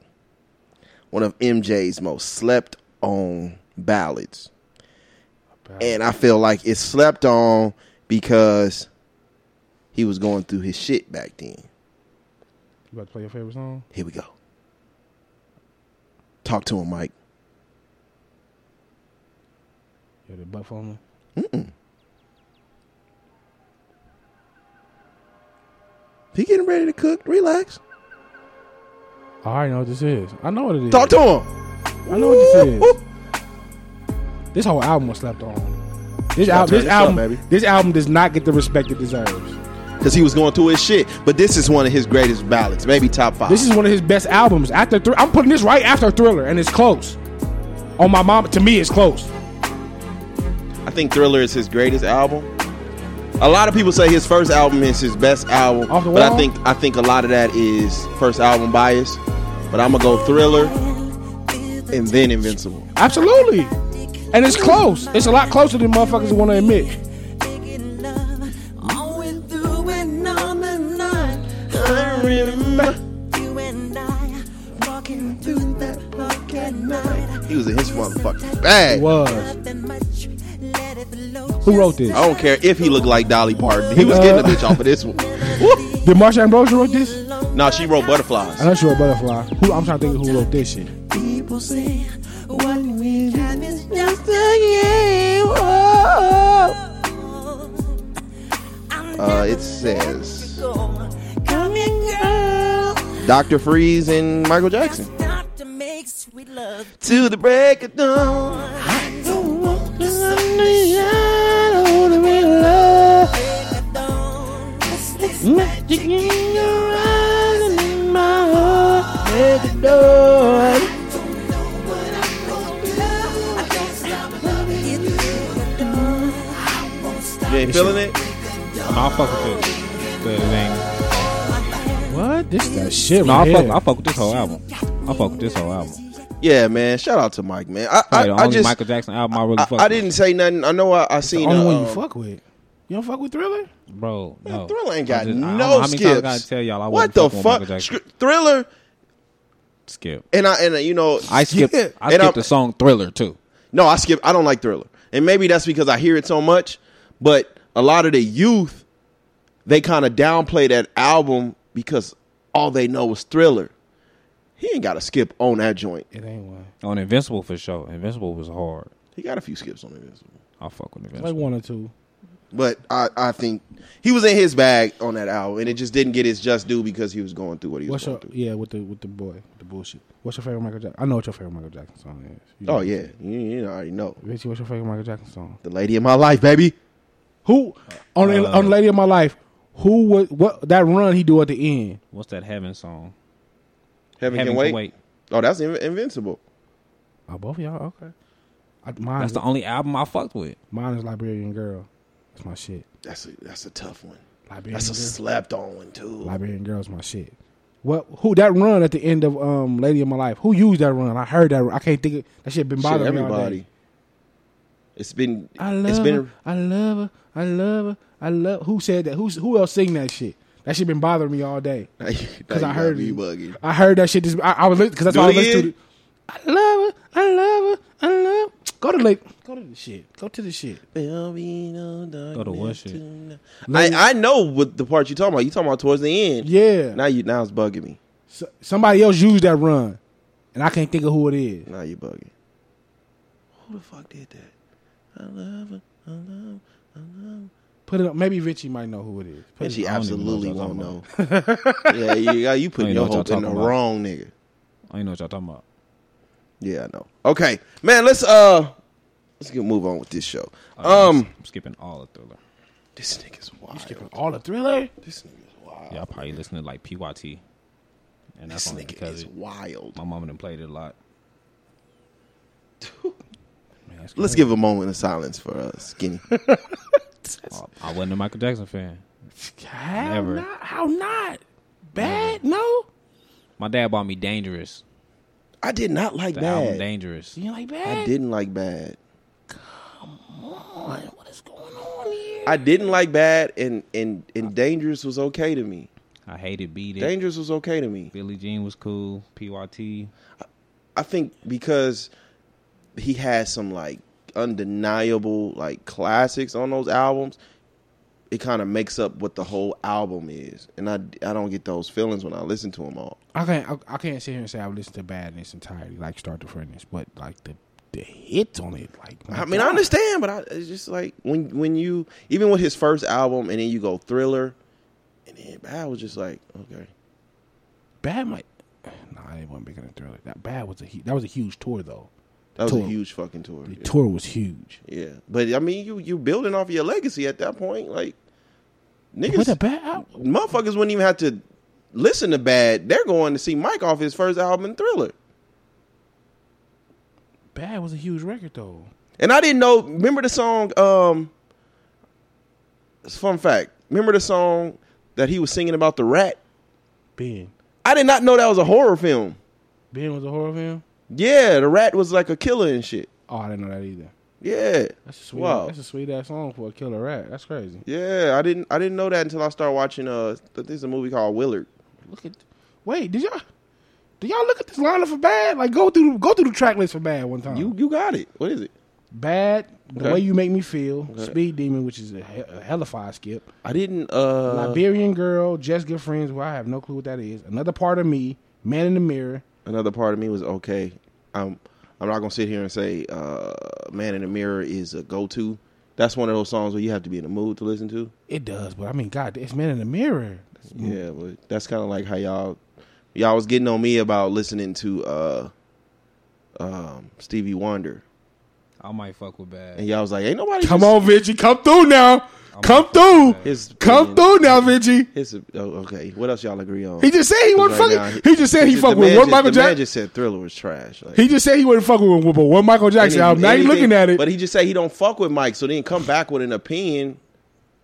Speaker 1: one of MJ's most slept on ballads. And I feel like it's slept on because he was going through his shit back then.
Speaker 3: You about to play your favorite song?
Speaker 1: Here we go. Talk to him, Mike.
Speaker 3: Yeah, the butt phone.
Speaker 1: He getting ready to cook. Relax.
Speaker 3: I already know what this is. I know what it is.
Speaker 1: Talk to him.
Speaker 3: I know what this is. This whole album was slept on. This,
Speaker 1: Gotta
Speaker 3: al-
Speaker 1: turn
Speaker 3: this
Speaker 1: this up,
Speaker 3: album,
Speaker 1: baby. Ah.
Speaker 3: this album does not get the respect it deserves.
Speaker 1: Because he was going through his shit. But this is one of his greatest ballads. Maybe top five.
Speaker 3: This is one of his best albums. After Thr- I'm putting this right after Thriller, and it's close. On my mom, to me, it's close.
Speaker 1: I think Thriller is his greatest album. A lot of people say his first album is his best album,
Speaker 3: Off the
Speaker 1: but I
Speaker 3: Wall?
Speaker 1: think I think a lot of that is first album bias. But I'm gonna go Thriller and then Invincible.
Speaker 3: Absolutely. And it's close. It's a lot closer than motherfuckers want to admit.
Speaker 1: He was in his motherfucking bag.
Speaker 3: It was. Who wrote this?
Speaker 1: I don't care if he looked like Dolly Parton. He was getting a
Speaker 3: Uh.
Speaker 1: bitch off of this one.
Speaker 3: Did Marsha Ambrosia wrote this?
Speaker 1: Nah, she wrote Butterflies.
Speaker 3: I know she wrote Butterfly. Who, I'm trying to think of who wrote this shit.
Speaker 6: People say what we have is just a game. Oh,
Speaker 1: Uh, it says
Speaker 6: Come in, girl.
Speaker 1: Dr. Freeze and Michael Jackson.
Speaker 2: Stop to make sweet love.
Speaker 1: To the break of dawn. You ain't feeling it?
Speaker 4: No, I fuck with this. The thing.
Speaker 3: What? This that shit
Speaker 4: No,
Speaker 3: right
Speaker 4: I fuck.
Speaker 3: here.
Speaker 4: I fuck with this whole album. I fuck with this whole album.
Speaker 1: Yeah, man. Shout out to Mike, man. I,
Speaker 4: Probably
Speaker 1: I,
Speaker 4: the
Speaker 1: I
Speaker 4: only
Speaker 1: just
Speaker 4: Michael Jackson album I really
Speaker 1: I,
Speaker 4: fuck.
Speaker 1: I
Speaker 4: with.
Speaker 1: didn't say nothing. I know I, I seen.
Speaker 3: Only
Speaker 1: uh,
Speaker 3: one you
Speaker 1: um,
Speaker 3: fuck with. You don't fuck with Thriller?
Speaker 4: bro.
Speaker 1: Man,
Speaker 4: No.
Speaker 1: Thriller ain't
Speaker 4: I
Speaker 1: got
Speaker 4: just- I don't know
Speaker 1: no
Speaker 4: how many
Speaker 1: skips.
Speaker 4: Times I gotta tell y'all, I
Speaker 1: what
Speaker 4: wasn't
Speaker 1: the
Speaker 4: fucking with Michael
Speaker 1: fuck?
Speaker 4: Jackson.
Speaker 1: Scr- thriller
Speaker 4: Skip.
Speaker 1: and I and uh, you know
Speaker 4: I skipped.
Speaker 1: yeah.
Speaker 4: I
Speaker 1: And I'm-
Speaker 4: skipped the song Thriller too.
Speaker 1: No, I skip. I don't like Thriller, and maybe that's because I hear it so much. But a lot of the youth, they kind of downplay that album because all they know is Thriller. He ain't got a skip on that joint.
Speaker 3: It ain't one.
Speaker 4: On Invincible for sure. Invincible was hard.
Speaker 1: He got a few skips on Invincible,
Speaker 4: I fuck with
Speaker 3: Like
Speaker 4: Invincible.
Speaker 3: one or two.
Speaker 1: but I, I think he was in his bag on that album, and it just didn't get his just due because he was going through what he was
Speaker 3: What's
Speaker 1: going through.
Speaker 3: your yeah with the with the boy the bullshit? What's your favorite Michael Jackson? I know what your favorite Michael Jackson song is. You know
Speaker 1: Oh
Speaker 3: what
Speaker 1: yeah,
Speaker 3: I'm saying.
Speaker 1: you, you already know
Speaker 3: Richie, what's your favorite Michael Jackson song?
Speaker 1: the lady of my life, baby.
Speaker 3: Who on the on Lady of My Life? Who was what that run he do at the end?
Speaker 4: What's that Heaven song?
Speaker 1: Heaven,
Speaker 4: Heaven
Speaker 1: can, wait. Oh, that's Invin- Invincible.
Speaker 3: Oh, both of y'all okay. I, mine,
Speaker 4: That's the only album I fucked with.
Speaker 3: mine is Liberian Girl. That's my shit.
Speaker 1: That's a, that's a tough one.
Speaker 3: Liberian
Speaker 1: That's a
Speaker 3: Girl.
Speaker 1: slept on one too.
Speaker 3: Liberian Girl's my shit. What? Who that run at the end of um Lady of My Life? Who used that run? I heard that. Run. I can't think. of That shit been
Speaker 1: Shit,
Speaker 3: bothering me all
Speaker 1: everybody.
Speaker 3: day.
Speaker 1: It's been.
Speaker 3: I love
Speaker 1: it's been.
Speaker 3: her. I love her. I love her. I love. Who said that? Who's who else sing that shit? That shit been bothering me all day.
Speaker 1: Because
Speaker 3: Cause I heard
Speaker 1: me
Speaker 3: you.
Speaker 1: bugging.
Speaker 3: I heard that shit. Just I, I was because that's
Speaker 1: Do
Speaker 3: all I
Speaker 1: it
Speaker 3: listened to.
Speaker 1: again?
Speaker 3: I love her. I love her. I love. Go to late. Go to the shit. Go to the shit.
Speaker 1: Go
Speaker 4: to what shit?
Speaker 1: I, I know what the part you talking about. You talking about towards the end.
Speaker 3: Yeah.
Speaker 1: Now you now it's bugging me.
Speaker 3: So, somebody else used that run, and I can't think of who it is.
Speaker 1: Now you bugging. Who the fuck did that? I love her. I love.
Speaker 3: Put it up. Maybe Richie might know who it is. Put
Speaker 1: And
Speaker 3: it
Speaker 1: she
Speaker 4: I don't even know
Speaker 1: absolutely
Speaker 4: what
Speaker 1: won't
Speaker 4: y'all
Speaker 1: know. yeah, you you
Speaker 4: I
Speaker 1: putting
Speaker 4: don't even know
Speaker 1: your
Speaker 4: what y'all
Speaker 1: hope in the
Speaker 4: talking about.
Speaker 1: wrong nigga.
Speaker 4: I don't know what y'all talking about.
Speaker 1: Yeah, I know. Okay, man. Let's uh, let's get move on with this show. Um,
Speaker 4: Uh, I'm skipping all of Thriller.
Speaker 1: this nigga's wild.
Speaker 3: up. all the thriller.
Speaker 1: This nigga's wild.
Speaker 4: Y'all probably listening to like PYT. And that's
Speaker 1: This
Speaker 4: only
Speaker 1: nigga
Speaker 4: because
Speaker 1: is
Speaker 4: it-
Speaker 1: wild.
Speaker 4: my mom done played it a lot. Man, that's
Speaker 1: Let's give a moment of silence for uh, Skinny.
Speaker 4: crazy. I, I wasn't a Michael Jackson fan.
Speaker 3: How
Speaker 4: Never.
Speaker 3: not? How not? Bad? No.
Speaker 4: My dad bought me Dangerous.
Speaker 1: I did not like
Speaker 4: The album
Speaker 1: Bad.
Speaker 4: Dangerous.
Speaker 3: You like bad?
Speaker 1: I didn't like Bad.
Speaker 3: On, What is going on here?
Speaker 1: I didn't like Bad, and and and Dangerous was okay to me.
Speaker 4: I hated Beat It.
Speaker 1: Dangerous was okay to me.
Speaker 4: Billie Jean was cool. PYT.
Speaker 1: I think because he had some like undeniable like classics on those albums. It kind of makes up what the whole album is, and I I don't get those feelings when I listen to them all.
Speaker 3: I can't. I, I can't sit here and say I've listened to bad in its entirety, like start to finish. But like the the hits on it, like
Speaker 1: I mean, I understand, but I, it's just like when when you even with his first album, and then you go Thriller, and then Bad was just like okay.
Speaker 3: bad might. Nah, I didn't want bigger than thriller. That bad was a hu- that was a huge tour though.
Speaker 1: That was a
Speaker 3: Tour.
Speaker 1: huge fucking tour.
Speaker 3: The
Speaker 1: Yeah.
Speaker 3: tour was huge.
Speaker 1: Yeah. but I mean, you you building off your legacy at that point, like
Speaker 3: What a
Speaker 1: niggas,
Speaker 3: bad album.
Speaker 1: motherfuckers wouldn't even have to listen to Bad. They're going to see Mike off his first album, Thriller.
Speaker 3: Bad was a huge record though.
Speaker 1: And I didn't know. Remember the song? Um, it's a fun fact. Remember the song that he was singing about the rat?
Speaker 3: Ben.
Speaker 1: I did not know that was a horror film.
Speaker 3: Ben was a horror film.
Speaker 1: Yeah, the rat was like a killer and shit.
Speaker 3: Oh, I didn't know that either.
Speaker 1: Yeah.
Speaker 3: That's a sweet.
Speaker 1: Wow.
Speaker 3: That's a sweet ass song for a killer rat. That's crazy.
Speaker 1: Yeah, I didn't I didn't know that until I started watching uh there's a movie called Willard.
Speaker 3: Look at. Wait, did y'all? Did y'all look at this lineup for bad? Like go through go through the track list for bad one time.
Speaker 1: You you got it. What is it?
Speaker 3: bad. The
Speaker 1: Okay.
Speaker 3: way you make me feel. Speed demon, which is a, he- a hell of a fire skip.
Speaker 1: I didn't uh
Speaker 3: Liberian girl. Just good friends. Well, I have no clue what that is. Another part of me. Man in the mirror.
Speaker 1: another part of me was okay. I'm I'm not gonna sit here and say uh Man in the Mirror is a go to. That's one of those songs where you have to be in the mood to listen to.
Speaker 3: It does, but I mean, God, it's man in the mirror.
Speaker 1: Yeah, but that's kinda like how y'all y'all was getting on me about listening to uh um Stevie Wonder.
Speaker 4: I might fuck with bad.
Speaker 1: And y'all was like, Ain't nobody
Speaker 3: Come
Speaker 1: just-
Speaker 3: on, Vinci, come through now. Come through.
Speaker 1: his
Speaker 3: Come
Speaker 1: opinion-
Speaker 3: through now, Vinci.
Speaker 1: His oh, okay. What else y'all agree on?
Speaker 3: He just said he
Speaker 1: Right
Speaker 3: wasn't fucking.
Speaker 1: now,
Speaker 3: he, just said he
Speaker 1: the
Speaker 3: fucked
Speaker 1: man
Speaker 3: with one
Speaker 1: just-
Speaker 3: Michael
Speaker 1: the man
Speaker 3: Jackson.
Speaker 1: just said Thriller was trash. Like,
Speaker 3: He just said he wasn't fucking with with one Michael Jackson album. Now you
Speaker 1: anything-
Speaker 3: looking at it.
Speaker 1: But he just said he don't fuck with Mike, so then come back with an opinion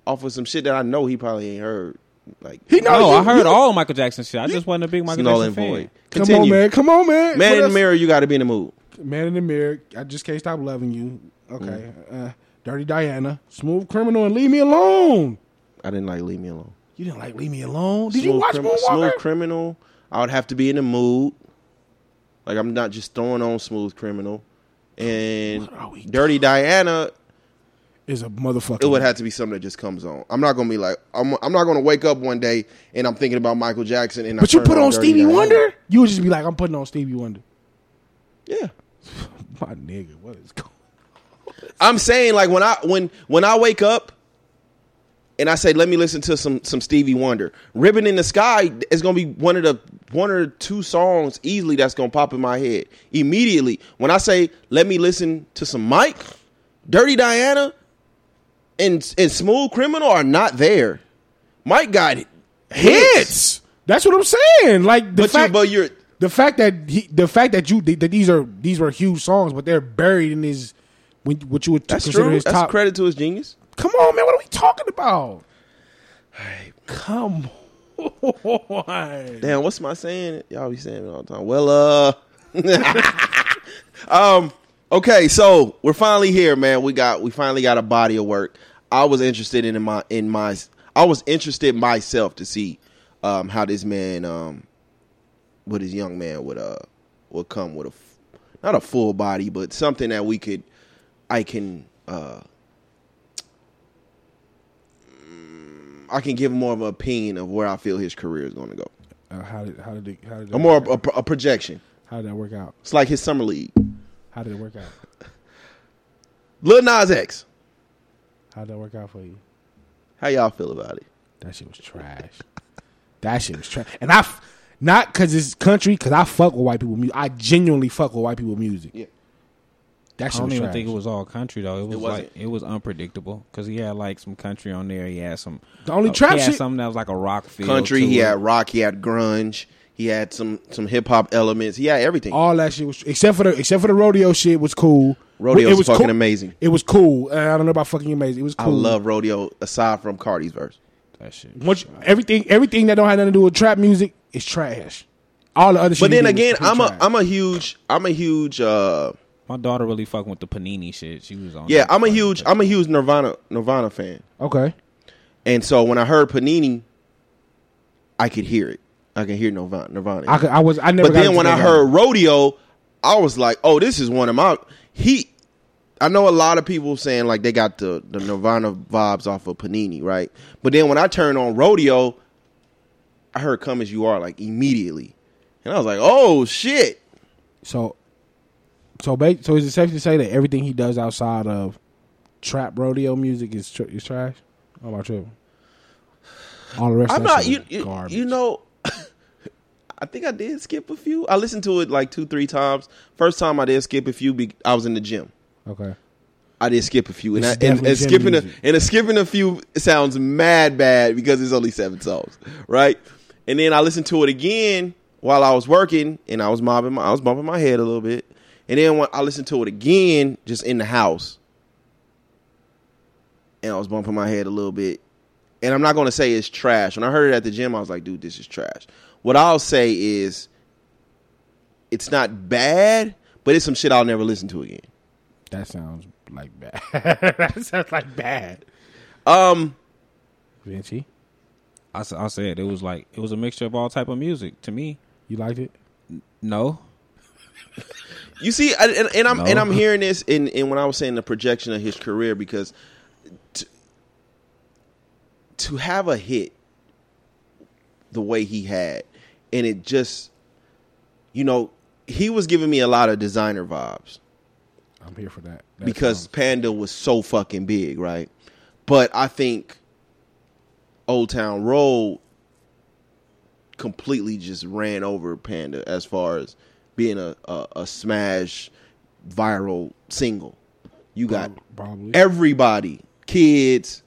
Speaker 1: off of some shit that I know he probably ain't heard. Like
Speaker 3: he know
Speaker 4: No,
Speaker 3: you-
Speaker 4: I heard
Speaker 3: you-
Speaker 4: all Michael Jackson shit. I just wasn't a big
Speaker 1: it's
Speaker 4: Michael
Speaker 1: null
Speaker 4: Jackson
Speaker 1: and
Speaker 4: fan.
Speaker 1: void.
Speaker 3: Come
Speaker 1: Continue.
Speaker 3: on, man. Come on,
Speaker 1: Man
Speaker 3: man. What
Speaker 1: in the
Speaker 3: else?
Speaker 1: mirror, you got to be in the mood.
Speaker 3: Man in the mirror. I just can't stop loving you. Okay.
Speaker 1: Mm.
Speaker 3: Uh, Dirty Diana, Smooth Criminal, and Leave Me Alone.
Speaker 1: I didn't like Leave Me Alone.
Speaker 3: You didn't like Leave Me Alone. Did you
Speaker 1: Smooth
Speaker 3: watch
Speaker 1: Crim-
Speaker 3: Moonwalker?
Speaker 1: Smooth Criminal? I would have to be in the mood. Like I'm not just throwing on Smooth Criminal. And
Speaker 3: What are we
Speaker 1: Dirty Diana,
Speaker 3: Is a motherfucker.
Speaker 1: it would have to be something that just comes on. I'm not gonna be like I'm. I'm not gonna wake up one day and I'm thinking about Michael Jackson and. I
Speaker 3: But you
Speaker 1: turn
Speaker 3: put on
Speaker 1: Dirty
Speaker 3: Stevie
Speaker 1: Diana.
Speaker 3: Wonder. You would just be like, I'm putting on Stevie Wonder.
Speaker 1: Yeah,
Speaker 3: My nigga, what is going?
Speaker 1: I'm saying like when I when when I wake up and I say let me listen to some some Stevie Wonder. Ribbon in the Sky is going to be one of the one or two songs easily that's going to pop in my head immediately. When I say let me listen to some Mike, Dirty Diana and and Smooth Criminal are not there. Mike got hits.
Speaker 3: Hits. That's what I'm saying. Like
Speaker 1: But
Speaker 3: the
Speaker 1: you
Speaker 3: fact,
Speaker 1: but you're
Speaker 3: the fact that he, the fact that you that these are these were huge songs, but they're buried in his when what you would
Speaker 1: that's
Speaker 3: consider
Speaker 1: true.
Speaker 3: his
Speaker 1: That's
Speaker 3: top.
Speaker 1: credit to his genius.
Speaker 3: Come on, man. What are we talking about? Come on.
Speaker 1: Damn, what's my saying? Y'all be saying it all the time. Well, uh, um, okay, so we're finally here, man. We got we finally got a body of work. I was interested in my in my I was interested myself to see um how this man um what his young man would uh would come with a f- not a full body, but something that we could I can uh mm, I can give more of an opinion of where I feel his career is going to go.
Speaker 3: Uh, how did how did it, how did
Speaker 1: A
Speaker 3: that,
Speaker 1: more a, a projection.
Speaker 3: how did that work out?
Speaker 1: It's like his summer league.
Speaker 3: How did it work out?
Speaker 1: Lil Nas X.
Speaker 3: How did that work out for you?
Speaker 1: How y'all feel about it?
Speaker 3: That shit was trash. that shit was trash. And I, f- not because it's country, because I fuck with white people music. I genuinely fuck with white people music.
Speaker 1: Yeah.
Speaker 3: That
Speaker 4: I
Speaker 3: shit
Speaker 4: don't
Speaker 3: was
Speaker 4: even
Speaker 3: trash.
Speaker 4: think it was all country though. It was
Speaker 1: wasn't.
Speaker 4: like it was unpredictable because he had like some country on there. He had some
Speaker 3: The only
Speaker 4: uh,
Speaker 3: trap
Speaker 4: He had
Speaker 3: shit-
Speaker 4: something that was like a rock feel
Speaker 1: Country.
Speaker 4: to
Speaker 1: He
Speaker 4: it.
Speaker 1: had rock. He had grunge. He had some some hip hop elements. He had everything.
Speaker 3: all that shit was except for the except for the rodeo shit was cool.
Speaker 1: Rodeo's
Speaker 3: It was
Speaker 1: fucking
Speaker 3: cool.
Speaker 1: amazing.
Speaker 3: It was cool. Uh, I don't know about fucking amazing. It was cool.
Speaker 1: I love rodeo aside from Cardi's verse.
Speaker 4: that shit.
Speaker 3: Once- everything. Everything that don't have nothing to do with trap music is trash. All the other shit.
Speaker 1: But
Speaker 3: he
Speaker 1: then
Speaker 3: did was
Speaker 1: again,
Speaker 3: complete
Speaker 1: I'm a
Speaker 3: trash.
Speaker 1: I'm a huge I'm a huge uh
Speaker 4: My daughter really fucking with the panini shit. She was on.
Speaker 1: yeah,
Speaker 4: that
Speaker 1: I'm a
Speaker 4: fucking-
Speaker 1: huge I'm a huge Nirvana Nirvana fan.
Speaker 3: okay.
Speaker 1: And so when I heard Panini, I could hear it. I can hear Nirvana Nirvana.
Speaker 3: I, could, I was I never.
Speaker 1: But
Speaker 3: got
Speaker 1: then
Speaker 3: into
Speaker 1: when I
Speaker 3: that.
Speaker 1: heard rodeo, I was like, oh, this is one of my he. I know a lot of people saying like they got the the Nirvana vibes off of Panini, right? But then when I turned on rodeo, I heard "Come as You Are" like immediately, and I was like, oh shit.
Speaker 3: so, so ba- so is it safe to say that everything he does outside of trap rodeo music is tr- is trash? Oh my tripping. All the rest.
Speaker 1: I'm
Speaker 3: of that
Speaker 1: not
Speaker 3: shit
Speaker 1: you
Speaker 3: was
Speaker 1: you,
Speaker 3: garbage.
Speaker 1: you know. I think I did skip a few. I listened to it like two, three times. First time I did skip a few. Be- I was in the gym.
Speaker 3: Okay.
Speaker 1: I did skip a few, and,
Speaker 3: This
Speaker 1: I,
Speaker 3: is
Speaker 1: and,
Speaker 3: definitely
Speaker 1: and skipping a,
Speaker 3: gym music.
Speaker 1: and a skipping a few sounds mad bad because it's only seven songs, right? And then I listened to it again while I was working, and I was mobbing, my, I was bumping my head a little bit, and then when I listened to it again just in the house, and I was bumping my head a little bit, and I'm not gonna say it's trash. When I heard it at the gym, I was like, dude, this is trash. What I'll say is, it's not bad, but it's some shit I'll never listen to again.
Speaker 3: That sounds like bad. that sounds like bad.
Speaker 1: Um,
Speaker 3: Vinci,
Speaker 4: I, s- I said it was like it was a mixture of all type of music to me.
Speaker 3: you liked it?
Speaker 4: No,
Speaker 1: you see, I, and, and I'm
Speaker 4: No.
Speaker 1: and I'm hearing this in, in when I was saying the projection of his career because to, to have a hit the way he had, and it just, you know, he was giving me a lot of designer vibes.
Speaker 3: I'm here for that. That's
Speaker 1: because Panda was so fucking big, right? But I think Old Town Road completely just ran over Panda as far as being a, a, a smash viral single. You got
Speaker 3: prob- probably.
Speaker 1: everybody, kids,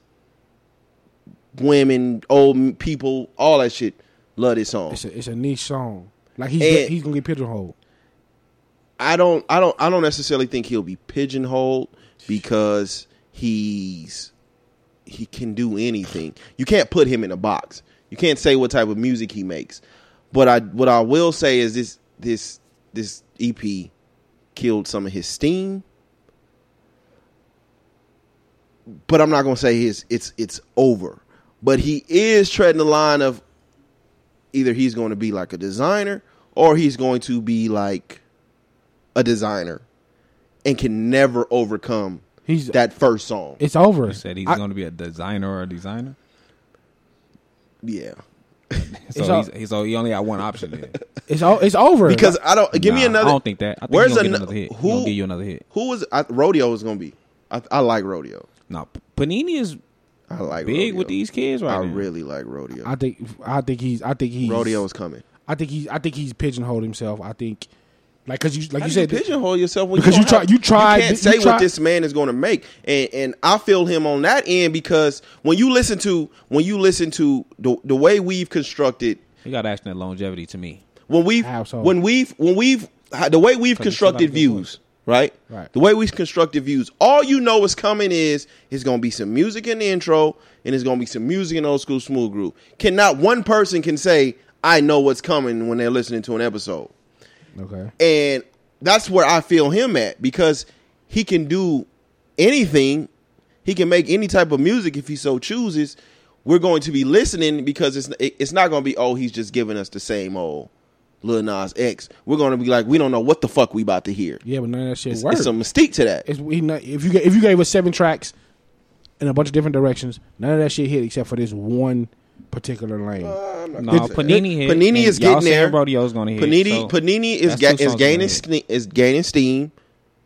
Speaker 1: women, old people, all that shit, love this song.
Speaker 3: It's a, it's a niche song. Like he's
Speaker 1: And-
Speaker 3: he's gonna get pigeonholed.
Speaker 1: I don't I don't I don't necessarily think he'll be pigeonholed because he's he can do anything. You can't put him in a box. You can't say what type of music he makes. But I what I will say is this this this EP killed some of his steam. But I'm not gonna say his it's it's over. But he is treading the line of either he's going to be like a designer or he's going to be like a designer and can never overcome
Speaker 3: He's
Speaker 1: that first song.
Speaker 3: It's over.
Speaker 4: you said he's
Speaker 3: I-
Speaker 4: going to be a designer or a designer.
Speaker 1: Yeah.
Speaker 4: So,
Speaker 3: all-
Speaker 4: he's, he's, so he only got one option. Then.
Speaker 3: It's o- it's over.
Speaker 1: Because I don't give me
Speaker 4: Nah,
Speaker 1: another
Speaker 4: I don't think that. I think
Speaker 1: Where's
Speaker 4: he's gonna
Speaker 1: an-
Speaker 4: get another hit.
Speaker 1: who-
Speaker 4: Who will give you another hit?
Speaker 1: Who was I, rodeo is gonna be? I, I like rodeo.
Speaker 4: No, Panini is
Speaker 1: I like
Speaker 4: big
Speaker 1: Rodeo.
Speaker 4: with these kids right
Speaker 1: I
Speaker 4: now.
Speaker 1: really like rodeo.
Speaker 3: I think I think he's I think he's
Speaker 1: rodeo is coming.
Speaker 3: I think he's I think he's pigeonholed himself. I think like because you like
Speaker 1: How
Speaker 3: you
Speaker 1: do
Speaker 3: said
Speaker 1: pigeonhole yourself when
Speaker 3: because
Speaker 1: don't
Speaker 3: you try-
Speaker 1: have-
Speaker 3: you tried-
Speaker 1: can't
Speaker 3: you
Speaker 1: say what
Speaker 3: tried-
Speaker 1: this man is going to make, and and I feel him on that end because when you listen to when you listen to the the way we've constructed
Speaker 4: He got action and longevity to me.
Speaker 1: when we've
Speaker 3: How so?
Speaker 1: when we've when we've the way we've
Speaker 4: you still
Speaker 1: constructed
Speaker 4: gotta get
Speaker 1: views, right?
Speaker 3: Right.
Speaker 1: The way we've constructed views, all you know is coming is it's gonna be some music in the intro and it's gonna be some music in old school smooth groove. Cannot one person can say I know what's coming when they're listening to an episode,
Speaker 3: okay
Speaker 1: and that's where I feel him at because he can do anything. He can make any type of music if he so chooses. We're going to be listening because it's it's not going to be oh he's just giving us the same old Lil Nas X. We're going to be like we don't know what the fuck we about to hear.
Speaker 3: yeah, but none of that shit
Speaker 1: It's,
Speaker 3: works.
Speaker 1: it's a mystique to that.
Speaker 3: It's- he not- if you ga- if you gave us seven tracks in a bunch of different directions, none of that shit hit except for this one particular lane.
Speaker 1: Uh.
Speaker 4: No,
Speaker 3: It's-
Speaker 4: Panini hit.
Speaker 1: Panini
Speaker 4: and
Speaker 1: is
Speaker 4: y'all
Speaker 1: getting there.
Speaker 4: saying Rodeo's going to hit.
Speaker 1: Panini
Speaker 4: so
Speaker 1: Panini is
Speaker 4: that's
Speaker 1: ga-
Speaker 4: two
Speaker 1: is
Speaker 4: songs
Speaker 1: gaining
Speaker 4: gonna
Speaker 1: ste- is gaining steam,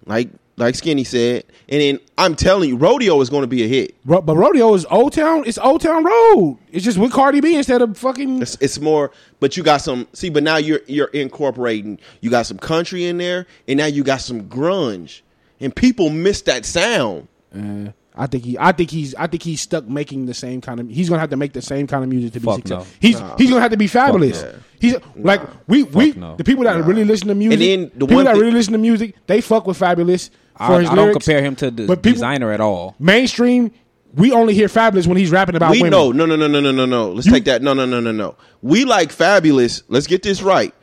Speaker 1: like like Skinny said, and then I'm telling you, Rodeo is going to be a hit.
Speaker 3: Ro- but rodeo is old town. It's old town road. It's just with Cardi B instead of fucking.
Speaker 1: It's, it's more, but you got some. See, but now you're you're incorporating. You got some country in there, and now you got some grunge, and people miss that sound.
Speaker 3: Uh, I think he. I think he's. I think he's stuck making the same kind of. He's gonna have to make the same kind of music to be
Speaker 4: Fuck
Speaker 3: successful.
Speaker 4: no.
Speaker 3: He's. He's gonna have to be fabulous.
Speaker 1: no.
Speaker 3: He's like we. We
Speaker 4: no.
Speaker 3: the people that really listen to music.
Speaker 1: then the
Speaker 3: people
Speaker 1: one
Speaker 3: that
Speaker 1: thi-
Speaker 3: really listen to music, they fuck with fabulous for
Speaker 4: I,
Speaker 3: his
Speaker 4: I don't
Speaker 3: lyrics.
Speaker 4: compare him to the
Speaker 3: But people-
Speaker 4: designer at all.
Speaker 3: Mainstream, we only hear fabulous when he's rapping about
Speaker 1: we
Speaker 3: women.
Speaker 1: know, no, no, no, no, no, no, no. Let's take that. No, no, no, no, no. We like Fabulous. Let's get this right.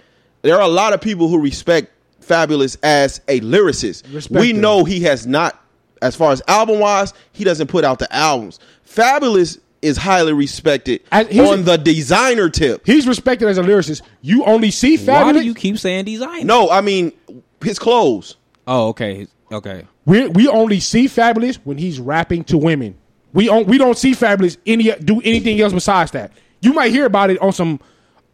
Speaker 1: There are a lot of people who respect Fabulous as a lyricist.
Speaker 3: Respect
Speaker 1: we
Speaker 3: him.
Speaker 1: know he has not, as far as album wise, he doesn't put out the albums. Fabulous is highly respected
Speaker 3: As- he's-
Speaker 1: on the designer tip.
Speaker 3: He's respected as a lyricist. You only see
Speaker 4: Why
Speaker 3: fabulous.
Speaker 4: do you keep saying designer?
Speaker 1: No, I mean his clothes.
Speaker 4: Oh, okay, okay.
Speaker 3: we we only see fabulous when he's rapping to women. We don't we don't see fabulous any do anything else besides that. You might hear about it on some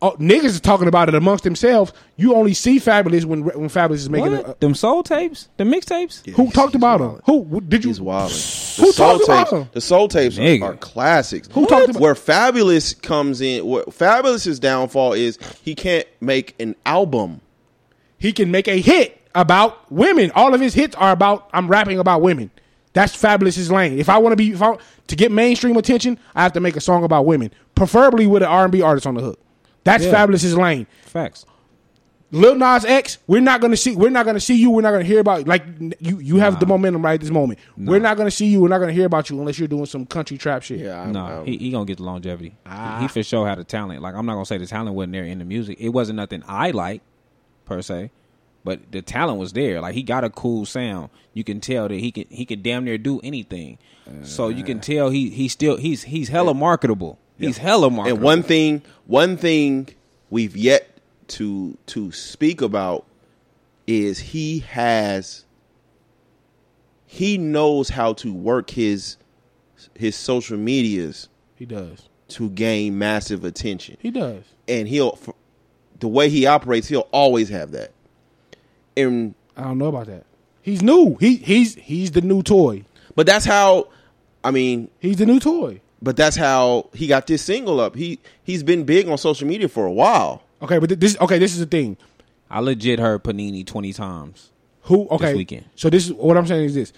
Speaker 3: uh, niggas is talking about it amongst themselves. You only see fabulous when when fabulous is making.
Speaker 4: What?
Speaker 3: A,
Speaker 4: Them soul tapes, the mixtapes.
Speaker 3: who talked about
Speaker 1: wild.
Speaker 3: him? Who wh- did you?
Speaker 1: He's wilding. The
Speaker 3: Who
Speaker 1: soul
Speaker 3: talked about
Speaker 1: tapes.
Speaker 3: him?
Speaker 1: The soul tapes
Speaker 4: Nigga.
Speaker 1: are, are classics.
Speaker 3: Who talked about-
Speaker 1: where Fabulous comes in? Where Fabulous's downfall is he can't make an album.
Speaker 3: He can make a hit about women. All of his hits are about I'm rapping about women. That's fabulous's lane. If I want to be if I, to get mainstream attention, I have to make a song about women, preferably with an R&B artist on the hook. That's
Speaker 4: Yeah.
Speaker 3: fabulous's lane.
Speaker 4: Facts.
Speaker 3: Lil Nas X, we're not gonna see. We're not gonna see you. We're not gonna hear about like n- you. You have the momentum right this moment. We're not gonna see you. We're not gonna hear about you unless you're doing some country trap shit.
Speaker 1: Yeah, I'm-
Speaker 4: No,
Speaker 1: I'm-
Speaker 4: he, he gonna get the longevity.
Speaker 1: Ah.
Speaker 4: he for sure had the talent. Like I'm not gonna say the talent wasn't there in the music. It wasn't nothing I like per se, But the talent was there. Like he got a cool sound. You can tell that he can he can damn near do anything. so you
Speaker 1: Uh,
Speaker 4: can tell he he still he's he's hella marketable. He's hella marketable.
Speaker 1: And one thing, one thing we've yet to to speak about is he has he knows how to work his his social medias
Speaker 3: He does.
Speaker 1: to gain massive attention.
Speaker 3: He does.
Speaker 1: And he'll f- the way he operates, he'll always have that. And
Speaker 3: I don't know about that. He's new. He he's he's the new toy.
Speaker 1: but that's how I mean,
Speaker 3: He's the new toy.
Speaker 1: but that's how he got this single up. He he's been big on social media for a while.
Speaker 3: Okay, but th- this okay. This is the thing.
Speaker 4: I legit heard Panini twenty times.
Speaker 3: Who okay?
Speaker 4: weekend.
Speaker 3: So this is what I'm saying is this.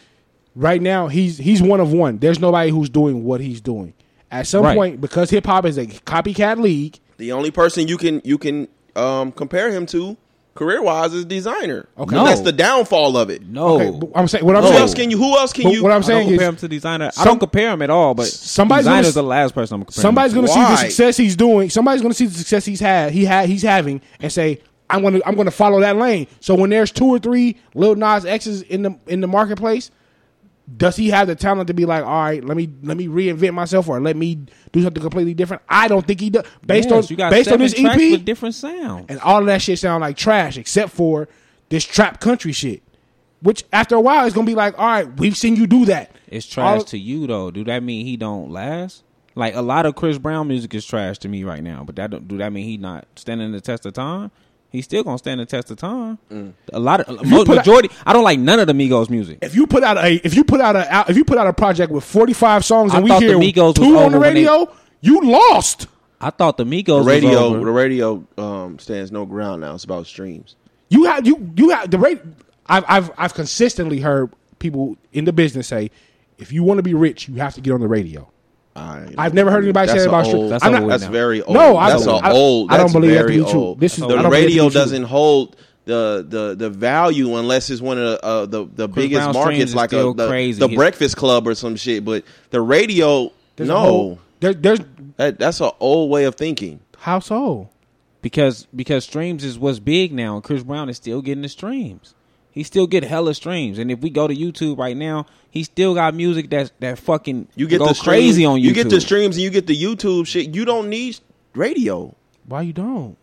Speaker 3: Right now, he's he's one of one. There's nobody who's doing what he's doing. At some
Speaker 4: Right.
Speaker 3: point, because hip hop is a copycat league.
Speaker 1: The only person you can you can um, compare him to career wise is designer. Okay,
Speaker 4: No.
Speaker 1: that's the downfall of it.
Speaker 4: No,
Speaker 3: Okay, but I'm saying what I'm
Speaker 1: Who
Speaker 4: No.
Speaker 1: else
Speaker 3: saying.
Speaker 1: can you? Who else can
Speaker 3: but
Speaker 1: you?
Speaker 3: what I'm
Speaker 4: I don't
Speaker 3: saying
Speaker 4: compare
Speaker 3: is
Speaker 4: him to designer. I
Speaker 3: some-
Speaker 4: don't compare him at all. But
Speaker 3: Somebody's gonna
Speaker 4: designer's
Speaker 3: s-
Speaker 4: the last person I'm comparing.
Speaker 3: Somebody's
Speaker 4: him
Speaker 3: going to
Speaker 4: to.
Speaker 3: see the
Speaker 1: Why?
Speaker 3: success he's doing. Somebody's going to see the success he's had. He had he's having, and say, "I'm going to I'm going to follow that lane." So when there's two or three Lil Nas X's in the in the marketplace, does he have the talent to be like, "All right, let me let me reinvent myself or let me do something completely different"? I don't think he does. Based
Speaker 4: Yes, you
Speaker 3: on
Speaker 4: got
Speaker 3: based on E
Speaker 4: seven
Speaker 3: this
Speaker 4: tracks with
Speaker 3: EP
Speaker 4: different sound.
Speaker 3: and all of that shit sound like trash, except for this trap country shit. Which after a while it's going to be like, "All right, we've seen you do that."
Speaker 4: It's trash
Speaker 3: All-
Speaker 4: to you though. Do that mean he don't last? Like a lot of Chris Brown music is trash to me right now. But that don't, do that mean he not standing the test of time? He's still gonna stand the test of time.
Speaker 1: Mm.
Speaker 4: A lot of mo-
Speaker 3: put a-
Speaker 4: majority. I don't like none of the Migos music.
Speaker 3: if you put out a if you put out a if you put out a project with 45 songs
Speaker 4: I
Speaker 3: and we
Speaker 4: thought the
Speaker 3: hear
Speaker 4: Migos was
Speaker 3: two on
Speaker 4: over
Speaker 3: the
Speaker 4: when they-
Speaker 3: radio, you lost.
Speaker 4: I thought the Migos
Speaker 1: the
Speaker 4: was
Speaker 1: radio
Speaker 4: over.
Speaker 1: the radio um, stands no ground now. It's about streams.
Speaker 3: You have you you have the rate I've I've I've consistently heard people in the business say if you want to be rich, you have to get on the radio.
Speaker 1: I,
Speaker 3: I've never heard anybody say
Speaker 1: That's
Speaker 3: that
Speaker 1: a
Speaker 3: about stream-
Speaker 1: old-
Speaker 4: That's
Speaker 1: That's,
Speaker 3: I'm
Speaker 4: over
Speaker 3: not-
Speaker 4: with now.
Speaker 1: very old.
Speaker 3: No, I
Speaker 1: that's
Speaker 3: don't-
Speaker 1: a
Speaker 3: I-
Speaker 1: old.
Speaker 3: I don't
Speaker 1: that's
Speaker 3: believe that to
Speaker 1: very
Speaker 3: be true.
Speaker 1: old.
Speaker 3: This is- I
Speaker 1: the
Speaker 3: don't believe that to
Speaker 1: radio
Speaker 3: be true.
Speaker 1: doesn't hold the, the the value unless it's one of the uh, the, the biggest
Speaker 4: Brown's streams
Speaker 1: markets
Speaker 4: is
Speaker 1: like a,
Speaker 4: still
Speaker 1: the,
Speaker 4: crazy.
Speaker 1: the
Speaker 4: His-
Speaker 1: Breakfast Club or some shit. But the radio,
Speaker 3: There's a
Speaker 1: no,
Speaker 3: whole- there, there's
Speaker 1: that, that's an old way of thinking.
Speaker 3: how so?
Speaker 4: because because streams is what's big now, and Chris Brown is still getting the streams. He still get hella streams, and if we go to YouTube right now, he still got music that's that fucking
Speaker 1: You get
Speaker 4: go
Speaker 1: the streams-
Speaker 4: crazy on YouTube.
Speaker 1: You get the streams and you get the YouTube shit. You don't need radio.
Speaker 3: Why you don't?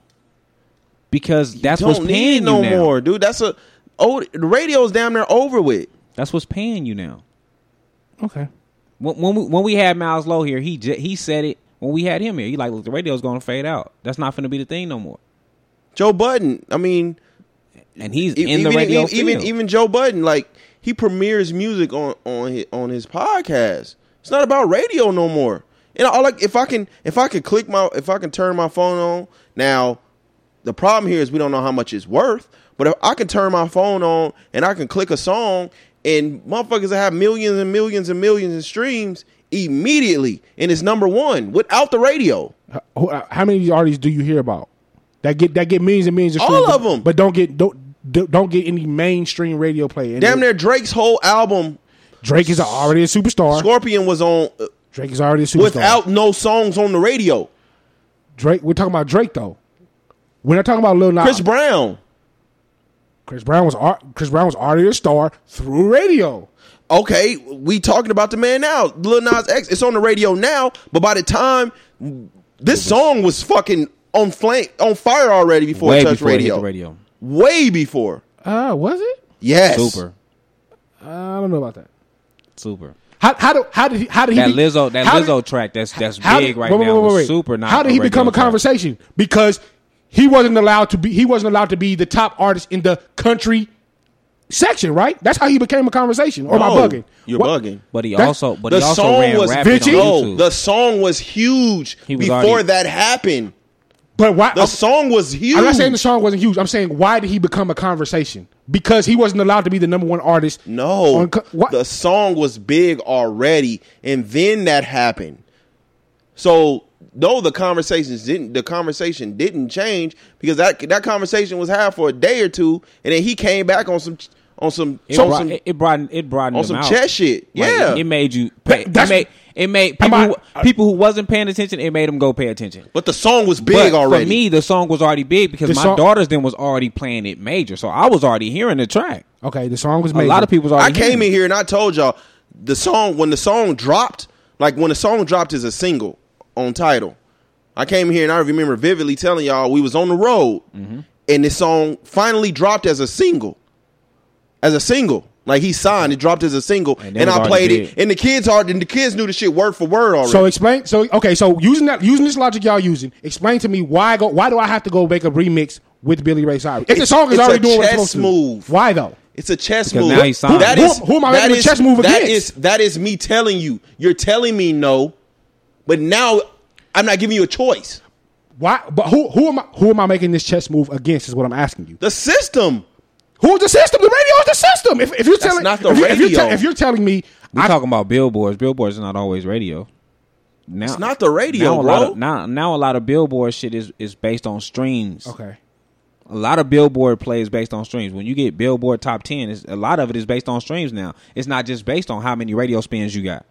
Speaker 4: because that's
Speaker 1: don't
Speaker 4: what's
Speaker 1: need it
Speaker 4: paying
Speaker 1: no
Speaker 4: you now.
Speaker 1: more, dude. That's a old. The radio's damn near over with.
Speaker 4: That's what's paying you now.
Speaker 3: Okay.
Speaker 4: When when we, when we had Miles Lowe here, he j- he said it when we had him here. He like, look, the radio's gonna fade out. That's not gonna be the thing no more.
Speaker 1: Joe Budden. I mean,
Speaker 4: And he's
Speaker 1: e-
Speaker 4: in
Speaker 1: even,
Speaker 4: the radio
Speaker 1: even, even
Speaker 4: field.
Speaker 1: even Joe Budden, like he premieres music on on his, on his podcast. It's not about radio no more. And all like if I can if I can click my if I can turn my phone on now. The problem here is we don't know how much it's worth. But if I can turn my phone on and I can click a song, and motherfuckers that have millions and millions and millions in streams immediately, and it's number one without the radio.
Speaker 3: How, uh, how many of these artists do you hear about that get that get millions and millions of
Speaker 1: All
Speaker 3: streams,
Speaker 1: of
Speaker 3: but-
Speaker 1: 'em.
Speaker 3: but don't get don't don't get any mainstream radio play. And
Speaker 1: Damn near Drake's whole album,
Speaker 3: Drake is already a superstar.
Speaker 1: Scorpion, was on uh,
Speaker 3: Drake is already a superstar.
Speaker 1: without no songs on the radio.
Speaker 3: Drake, we're talking about Drake though. We're not talking about Lil Nas.
Speaker 1: Chris
Speaker 3: Chris,
Speaker 1: Brown.
Speaker 3: Brown was ar- Chris Brown was already a star through radio.
Speaker 1: Okay, we talking about the man now, Lil Nas X. It's on the radio now, but by the time this song was fucking on flame, on fire already before
Speaker 4: way
Speaker 1: it touched
Speaker 4: before it hit
Speaker 1: radio.
Speaker 4: the radio.
Speaker 1: way before.
Speaker 3: Uh, was it?
Speaker 1: Yes,
Speaker 4: Super,
Speaker 3: I don't know about that.
Speaker 4: super.
Speaker 3: How, how do how did he, how did
Speaker 4: That
Speaker 3: he be-
Speaker 4: Lizzo that
Speaker 3: how did-
Speaker 4: Lizzo track that's that's
Speaker 3: how
Speaker 4: big
Speaker 3: did-
Speaker 4: right
Speaker 3: wait, wait,
Speaker 4: now.
Speaker 3: wait,
Speaker 4: was
Speaker 3: wait.
Speaker 4: Super not.
Speaker 3: How did he
Speaker 4: radio
Speaker 3: become a
Speaker 4: track.
Speaker 3: conversation? Because he wasn't allowed to be. He wasn't allowed to be the top artist in the country section. Right. That's how he became a conversation. Or am I
Speaker 1: No,
Speaker 3: bugging?
Speaker 1: Oh, You're
Speaker 3: What-
Speaker 1: bugging.
Speaker 4: But he
Speaker 3: That-
Speaker 4: also but
Speaker 1: the
Speaker 4: he also
Speaker 1: song
Speaker 4: ran
Speaker 1: was
Speaker 4: rapid
Speaker 3: Vinci?
Speaker 4: on
Speaker 1: no,
Speaker 4: YouTube.
Speaker 1: the song was huge
Speaker 4: He was
Speaker 1: before
Speaker 4: already-
Speaker 1: that happened.
Speaker 3: But why?
Speaker 1: The song was huge.
Speaker 3: I'm not saying the song wasn't huge. I'm saying why did he become a conversation? Because he wasn't allowed to be the number one artist.
Speaker 1: No,
Speaker 3: On co- what?
Speaker 1: the song was big already, and then that happened. So no, the conversations didn't. The conversation didn't change because that that conversation was had for a day or two, and then he came back on some on some
Speaker 4: It,
Speaker 1: on
Speaker 4: brought,
Speaker 1: some
Speaker 4: it, it brought it brought
Speaker 1: on
Speaker 4: them
Speaker 1: some
Speaker 4: out.
Speaker 1: chess shit.
Speaker 4: Like,
Speaker 1: yeah,
Speaker 4: it, it made you. Pay, it
Speaker 3: that's-
Speaker 4: made it made people
Speaker 3: I-
Speaker 4: who, people who wasn't paying attention. It made them go pay attention.
Speaker 1: but the song was big
Speaker 4: But
Speaker 1: already.
Speaker 4: For me, the song was already big because
Speaker 3: The
Speaker 4: my
Speaker 3: song-
Speaker 4: daughters then was already playing it major, so I was already hearing the track.
Speaker 3: Okay, the song was
Speaker 4: A
Speaker 3: made.
Speaker 4: lot of people was
Speaker 1: I
Speaker 4: already.
Speaker 1: came in
Speaker 4: hearing it.
Speaker 1: here and I told y'all the song when the song dropped, like when the song dropped as a single on title. I came here and I remember vividly telling y'all we was on the road
Speaker 4: Mm-hmm.
Speaker 1: and this song finally dropped as a single. As a single. Like he signed, it dropped as a single,
Speaker 4: And
Speaker 1: and,
Speaker 4: they was
Speaker 1: I
Speaker 4: already
Speaker 1: played it.
Speaker 4: big.
Speaker 1: And the kids are and the kids knew the shit word for word already.
Speaker 3: So explain. So okay. So using that, using this logic y'all using, explain to me why go. Why do I have to go make a remix with Billy Ray Cyrus? If the
Speaker 1: It's-
Speaker 3: song is
Speaker 1: it's a
Speaker 3: already doing what it's
Speaker 1: chess
Speaker 3: supposed to.
Speaker 1: move.
Speaker 3: Why though?
Speaker 1: It's a chess
Speaker 4: Because
Speaker 1: move.
Speaker 4: now he's signed.
Speaker 1: That
Speaker 3: Who-
Speaker 1: is-
Speaker 3: who am I
Speaker 1: that
Speaker 3: making a
Speaker 1: is-
Speaker 3: chess move
Speaker 1: That
Speaker 3: against?
Speaker 1: is that is me telling you. You're telling me no, but now I'm not giving you a choice.
Speaker 3: Why? But who? Who am I? Who am I making this chess move against? Is what I'm asking you.
Speaker 1: The system.
Speaker 3: Who's the system? The radio is the system. If, if you're telling,
Speaker 1: not the
Speaker 3: if, you- if you're
Speaker 1: radio.
Speaker 3: te- if you're telling me,
Speaker 4: We
Speaker 3: I-
Speaker 4: talking about billboards. Billboards is not always radio. Now
Speaker 1: It's not the radio,
Speaker 4: now a
Speaker 1: bro.
Speaker 4: lot of now now a lot of billboard shit is is based on streams.
Speaker 3: okay,
Speaker 4: a lot of billboard plays based on streams when you get billboard top 10 it's, a lot of it is based on streams now it's not just based on how many radio spins you got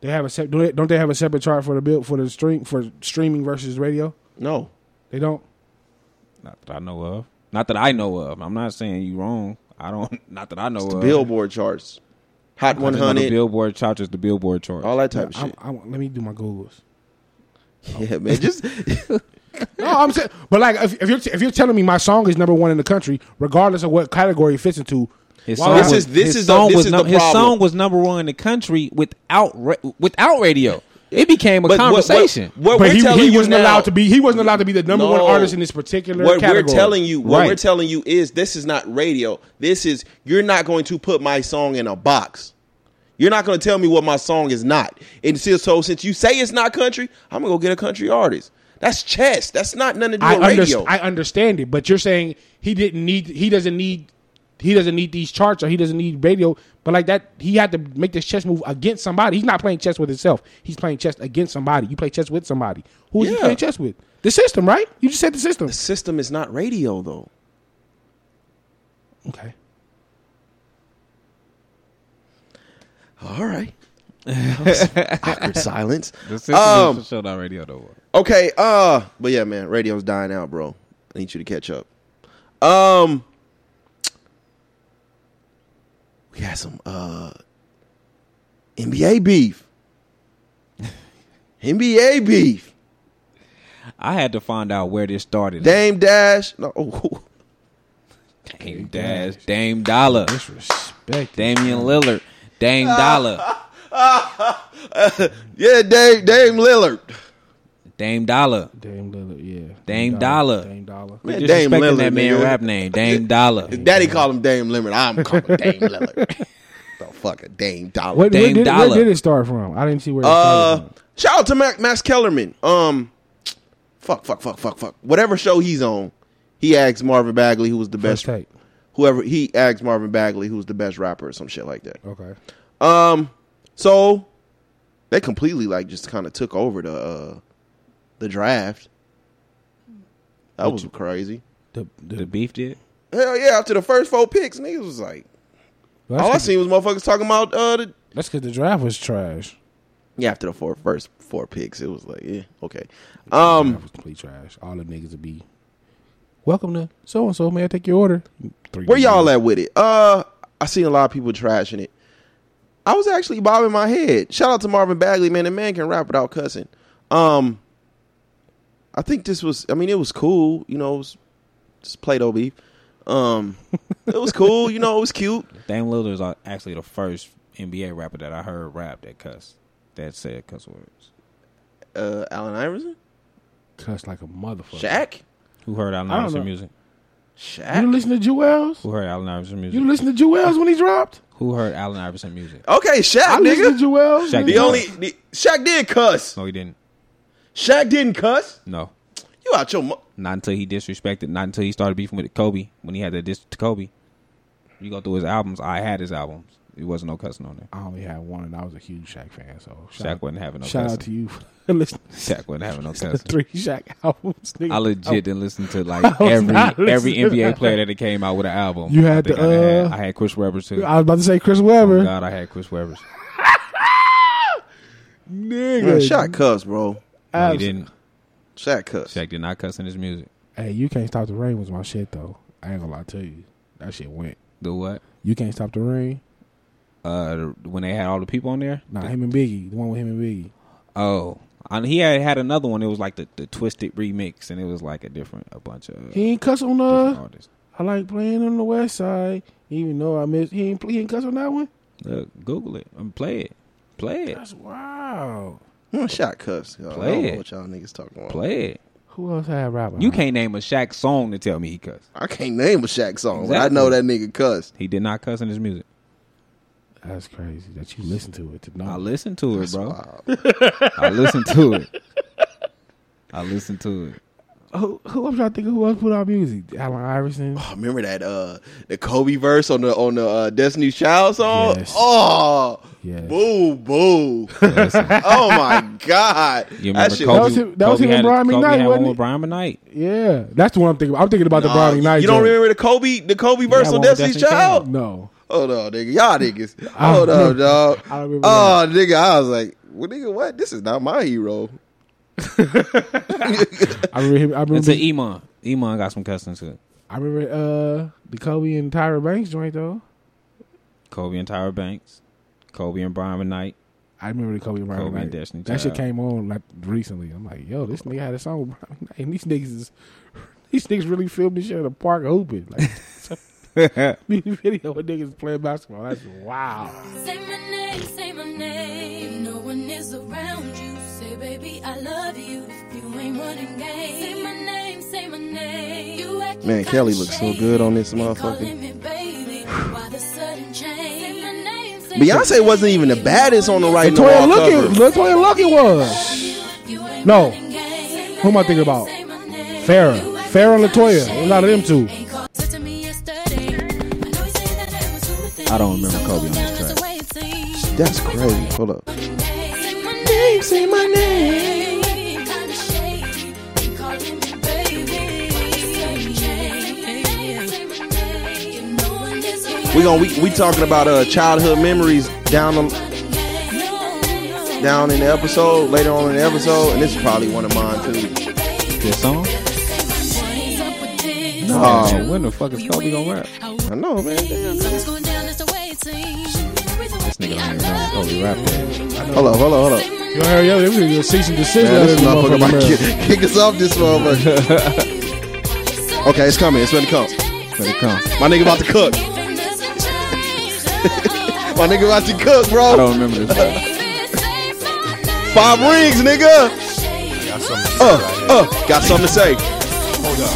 Speaker 3: they have a sep- do they, don't they have a separate chart for the bill for the stream for streaming versus radio?
Speaker 1: No.
Speaker 3: They don't.
Speaker 4: not that i know of not that i know of i'm not saying you wrong i don't not that i know of
Speaker 1: Billboard charts. Hot
Speaker 4: I just know the
Speaker 1: 100.
Speaker 4: billboard chart is the billboard chart
Speaker 1: all that type of
Speaker 3: I'm,
Speaker 1: shit.
Speaker 3: I'm, let me do my googles.
Speaker 1: yeah, man. Just
Speaker 3: No, I'm saying, but like if, if you're if you're telling me my song is number one in the country, regardless of what category it fits into,
Speaker 4: his
Speaker 3: why
Speaker 4: song
Speaker 3: would I-
Speaker 1: This is- this
Speaker 4: his
Speaker 1: is the-
Speaker 4: song
Speaker 1: this
Speaker 4: was
Speaker 1: is
Speaker 4: num-
Speaker 1: the
Speaker 4: his
Speaker 1: problem.
Speaker 4: song was number one in the country without ra- without radio it became a
Speaker 1: but what- what-
Speaker 4: conversation
Speaker 1: What,
Speaker 3: but
Speaker 1: we're
Speaker 3: he,
Speaker 1: telling
Speaker 3: he
Speaker 1: you
Speaker 3: wasn't
Speaker 1: now-
Speaker 3: allowed to be he wasn't allowed to be the number one
Speaker 1: No.
Speaker 3: artist in this particular
Speaker 1: What
Speaker 3: category.
Speaker 1: we're telling you, what we're
Speaker 4: Right.
Speaker 1: telling you is this is not radio. This is you're not going to put my song in a box. You're not going to tell me what my song is not. And so, so since you say it's not country, I'm gonna go get a country artist. That's chess. That's not nothing to do
Speaker 3: I,
Speaker 1: with
Speaker 3: under,
Speaker 1: radio.
Speaker 3: I understand it, but you're saying he didn't need he doesn't need he doesn't need these charts or he doesn't need radio, but like that he had to make this chess move against somebody. He's not playing chess with himself. He's playing chess against somebody. You play chess with somebody. Who is he
Speaker 1: Yeah.
Speaker 3: playing chess with? The system, right? You just said the system.
Speaker 1: the system is not radio though.
Speaker 3: Okay.
Speaker 1: All right. Awkward silence. Um,
Speaker 4: um, showed on radio though
Speaker 1: Okay, uh, but yeah, man, radio's dying out, bro. I need you to catch up. Um, we had some uh NBA beef, NBA beef.
Speaker 4: i had to find out where this started
Speaker 1: Dame Dash, no, oh,
Speaker 4: Dame Dash, Dame Dollar,
Speaker 3: Disrespect.
Speaker 4: Damian Lillard, Dame Dollar,
Speaker 1: yeah, Dame Dame Lillard,
Speaker 4: Dame Dollar.
Speaker 3: Dame Lillard, yeah.
Speaker 4: Dame Dollar.
Speaker 3: Dame Dollar.
Speaker 1: man, Dame
Speaker 4: Disrespecting that man
Speaker 1: nigga.
Speaker 4: rap name, Dame Dollar.
Speaker 1: His daddy called him Dame Lillard. I'm calling him Dame Lillard. the fuck a Dame Dollar.
Speaker 3: What,
Speaker 4: Dame
Speaker 3: did,
Speaker 4: Dollar.
Speaker 3: where did it start from? I didn't see where it started.
Speaker 1: Uh, shout out to Mac, Max Kellerman. Um, fuck, fuck, fuck, fuck, fuck. Whatever show he's on, he asked Marvin Bagley who was the
Speaker 3: First
Speaker 1: best.
Speaker 3: take.
Speaker 1: Whoever he asked Marvin Bagley who was the best rapper or some shit like that.
Speaker 3: Okay.
Speaker 1: Um, so they completely like just kind of took over the uh, the draft. That was crazy.
Speaker 4: The,
Speaker 1: Oh,
Speaker 4: the beef did.
Speaker 1: Hell yeah! After the first four picks, niggas was like,
Speaker 3: Well,
Speaker 1: all I
Speaker 3: that's
Speaker 1: seen was motherfuckers talking about uh, the
Speaker 3: because the draft was trash.
Speaker 1: yeah. After the four first four picks, it was like, yeah, okay. Um,
Speaker 3: draft was complete trash. All the niggas would be. Welcome to so and so. May I take your order? Three
Speaker 1: Where y'all at with it? Uh, I seen a lot of people trashing it. I was actually bobbing my head. Shout out to Marvin Bagley, man. The man can rap without cussing. Um, I think this was. I mean, it was cool. You know, it was just Play-Doh beef. Um, it was cool. You know, it was cute.
Speaker 4: Dame Lillard is actually the first NBA rapper that I heard rap that cuss that said cuss words.
Speaker 1: Uh, Allen Iverson,
Speaker 3: Cuss like a motherfucker.
Speaker 1: Shaq,
Speaker 4: Who heard Allen
Speaker 3: I don't
Speaker 4: Iverson
Speaker 3: know.
Speaker 4: music?
Speaker 3: You
Speaker 1: Shaq.
Speaker 3: listen to Jewels?
Speaker 4: Who heard Allen Iverson music?
Speaker 3: You listen to Jewels when he dropped?
Speaker 4: Who heard Allen Iverson music?
Speaker 1: Okay, Shaq,
Speaker 3: I listen
Speaker 1: nigga.
Speaker 3: to Jewels.
Speaker 4: Shaq
Speaker 1: The only the, Shaq did cuss.
Speaker 4: No, he didn't.
Speaker 1: Shaq didn't cuss.
Speaker 4: No,
Speaker 1: You out your. Mu-
Speaker 4: not until he disrespected. Not until he started beefing with Kobe when he had that diss to Kobe. You go through his albums. I had his albums. It wasn't no cussing on there.
Speaker 3: I only had one, and I was a huge Shaq fan. So shout,
Speaker 4: Shaq
Speaker 3: out,
Speaker 4: wasn't having no
Speaker 3: shout out
Speaker 4: cussing.
Speaker 3: to you for listening
Speaker 4: Shaq wasn't having no
Speaker 3: to the
Speaker 4: cussing.
Speaker 3: three Shaq albums. Nigga.
Speaker 4: I legit didn't listen to like
Speaker 3: I was
Speaker 4: every
Speaker 3: not
Speaker 4: every
Speaker 3: listening to
Speaker 4: NBA
Speaker 3: that.
Speaker 4: player that it came out with an album.
Speaker 3: You
Speaker 4: I
Speaker 3: had
Speaker 4: think
Speaker 3: the,
Speaker 4: I done
Speaker 3: uh,
Speaker 4: had, I had Chris Webber too.
Speaker 3: I was about to say Chris
Speaker 4: Oh
Speaker 3: Webber.
Speaker 4: God, I had Chris Webber's.
Speaker 1: Man,
Speaker 3: Nigga,
Speaker 1: Shaq cuss, bro.
Speaker 4: No, he
Speaker 3: abs-
Speaker 4: didn't.
Speaker 1: Shaq cuss.
Speaker 4: Shaq did not cuss in his music.
Speaker 3: Hey, you can't stop the rain was my shit though. I ain't gonna lie to you, that shit went.
Speaker 4: The what?
Speaker 3: You can't stop the rain.
Speaker 4: Uh, the- when they had all the people on there.
Speaker 3: Nah, him and Biggie, the one with him and Biggie.
Speaker 4: Oh, and he had had another one. It was like the, the twisted remix, and it was like a different a bunch of
Speaker 3: He ain't cuss on
Speaker 4: different
Speaker 3: uh.
Speaker 4: artists.
Speaker 3: I like playing on the West Side, even though I miss. He ain't, he ain't cuss on that one.
Speaker 4: Look, Google it. Um, play it. Play it.
Speaker 3: That's wild.
Speaker 1: Mm, Shaq cuss. Yo, I
Speaker 4: Play
Speaker 1: don't know
Speaker 4: it.
Speaker 1: what y'all niggas talking about.
Speaker 4: Play it.
Speaker 3: Who else had rapper?
Speaker 4: You can't name a Shaq song to tell me he cussed.
Speaker 1: I can't name a Shaq song, but I
Speaker 4: Exactly.
Speaker 1: know that nigga cuss.
Speaker 4: He did not cuss in his music.
Speaker 3: That's crazy that you listen to it to know.
Speaker 4: I listened to it, bro.
Speaker 1: Wow.
Speaker 4: I listened to it. I listened to it.
Speaker 3: who, who I'm trying to think of who else put out music? Allen Iverson.
Speaker 1: Oh, remember that uh the Kobe verse on the on the uh, Destiny's Child song?
Speaker 3: Yes.
Speaker 1: Oh,
Speaker 3: Yes.
Speaker 1: boo boo!
Speaker 4: Listen,
Speaker 1: oh my god,
Speaker 4: you
Speaker 1: that
Speaker 4: remember
Speaker 1: shit
Speaker 4: Kobe?
Speaker 3: That was him- that was
Speaker 4: Kobe
Speaker 3: him and
Speaker 4: had-
Speaker 3: Brian
Speaker 4: Kobe
Speaker 3: McKnight,
Speaker 4: had one
Speaker 3: wasn't
Speaker 4: with
Speaker 3: it?
Speaker 4: Brian McKnight.
Speaker 3: Yeah, that's the one I'm thinking. about. I'm thinking about the Brownie
Speaker 1: Nah,
Speaker 3: Knight.
Speaker 1: you don't
Speaker 3: joint.
Speaker 1: remember the Kobe the Kobe verse
Speaker 4: one
Speaker 1: on
Speaker 4: with
Speaker 1: Destiny's
Speaker 4: Destiny's
Speaker 1: Child?
Speaker 3: No.
Speaker 1: Hold on, nigga, y'all niggas.
Speaker 3: I
Speaker 1: Hold on,
Speaker 3: remember-
Speaker 1: dog.
Speaker 3: I
Speaker 1: Oh,
Speaker 3: remember that.
Speaker 1: nigga, I was like, well, nigga, what? This is not my hero.
Speaker 3: I remember. Him, I
Speaker 4: It's
Speaker 3: remember.
Speaker 1: e-
Speaker 4: an Iman. Iman got some cussing too.
Speaker 3: I remember uh, the Kobe and Tyra Banks joint though.
Speaker 4: Kobe and Tyra Banks. Kobe and Brian McKnight.
Speaker 3: I remember the Kobe and Brian
Speaker 4: Kobe and
Speaker 3: Knight.
Speaker 4: Destiny
Speaker 3: that shit
Speaker 4: Child.
Speaker 3: came on like recently. I'm like, yo, this nigga had a song with Brian Knight, and these niggas is these niggas really filmed this shit in the park open. Like music video with niggas playing basketball. That's wow.
Speaker 2: Say my name, say my name. No one is around you. Say, baby, I love you. If you ain't running game. Say my name, say my name. You acting
Speaker 1: Man,
Speaker 2: kinda
Speaker 1: Kelly looks so
Speaker 2: shady.
Speaker 1: good on this
Speaker 2: They
Speaker 1: motherfucker.
Speaker 2: calling me baby. Why the sudden change? Say my name, say my
Speaker 1: Beyonce wasn't even the
Speaker 2: name.
Speaker 1: baddest on the
Speaker 2: No one
Speaker 1: right
Speaker 2: is
Speaker 1: now.
Speaker 3: Latoya
Speaker 1: all
Speaker 3: Lucky,
Speaker 1: cover.
Speaker 3: Latoya Lucky was. No.
Speaker 2: Who
Speaker 3: Who am I thinking about? Farrah. Farrah and Latoya. A lot of them two.
Speaker 2: I
Speaker 4: I don't remember Kobe on this track.
Speaker 1: That's crazy. Hold up.
Speaker 2: Say my name.
Speaker 1: We gon' we, we talking about uh childhood memories down the, down in the episode later on in the episode, and this is probably one of mine too.
Speaker 4: This song?
Speaker 2: No.
Speaker 1: Oh.
Speaker 4: Man, when the fuck is Kobe gonna rap?
Speaker 1: I know, man. Damn.
Speaker 2: This
Speaker 4: Nigga don't even know when Kobe rap that.
Speaker 1: Hold up, hold up, hold up.
Speaker 3: You heard yo, they was gonna cease and desist
Speaker 1: Man,
Speaker 3: letter
Speaker 1: this
Speaker 3: to
Speaker 1: motherfucker might
Speaker 3: motherfucking America.
Speaker 1: kick, kick us off this motherfucker. Okay, it's coming. It's ready to come.
Speaker 4: Let it come.
Speaker 1: My nigga about to cook. My nigga about to cook,
Speaker 4: I
Speaker 1: bro.
Speaker 4: don't remember this one.
Speaker 1: Five rings, nigga. Uh, uh. Got something to say.
Speaker 7: Hold up.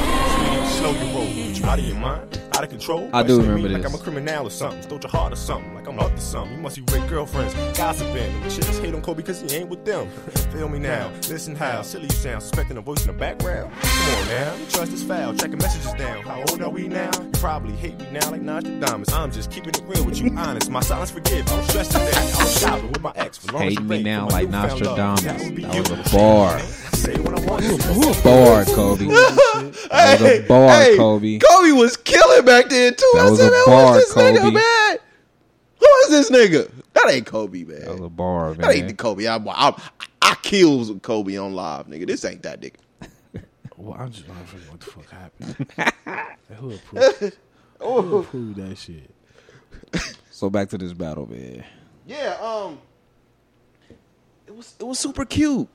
Speaker 7: Slow your roll. You out of your mind? Out of control?
Speaker 4: I do
Speaker 7: Questioning
Speaker 4: remember
Speaker 7: me Like
Speaker 4: this.
Speaker 7: I'm a criminal or something. Stole your heart or something. Like I'm up to something. You must be with girlfriends. Gossiping. Them chicks hate on Kobe because he ain't with them. Feel me now. Listen how silly you sound. Suspecting a voice in the background. Come on now. Your trust is foul. Tracking messages down. How old are we now? You probably hate me now like Nas the Diamonds. I'm just keeping it real with you. Honest. My silence forgive. I'm stressed today. I'm shopping with my ex. For long as
Speaker 4: Hate
Speaker 7: you
Speaker 4: me
Speaker 7: ready for
Speaker 4: now
Speaker 7: my
Speaker 4: like
Speaker 7: newfound love.
Speaker 4: Nostradamus.
Speaker 7: That would be
Speaker 4: That was
Speaker 7: you.
Speaker 4: a bar.
Speaker 7: Say what I want.
Speaker 4: Bar, Kobe. That was a bar, Kobe.
Speaker 1: Kobe was killing back then too.
Speaker 4: That
Speaker 1: I
Speaker 4: was
Speaker 1: said,
Speaker 4: a
Speaker 1: man,
Speaker 4: bar,
Speaker 1: who is this nigga,
Speaker 4: Kobe.
Speaker 1: man? Who is this nigga? That ain't Kobe, man.
Speaker 4: That was a bar,
Speaker 1: That ain't the
Speaker 4: man.
Speaker 1: Kobe. I, I, I kills Kobe on live, nigga. This ain't that nigga.
Speaker 3: Well, I'm just trying to figure what the fuck happened. Who approved? Who approved that shit?
Speaker 4: So back to this battle, man.
Speaker 1: Yeah, um, it was it was super cute.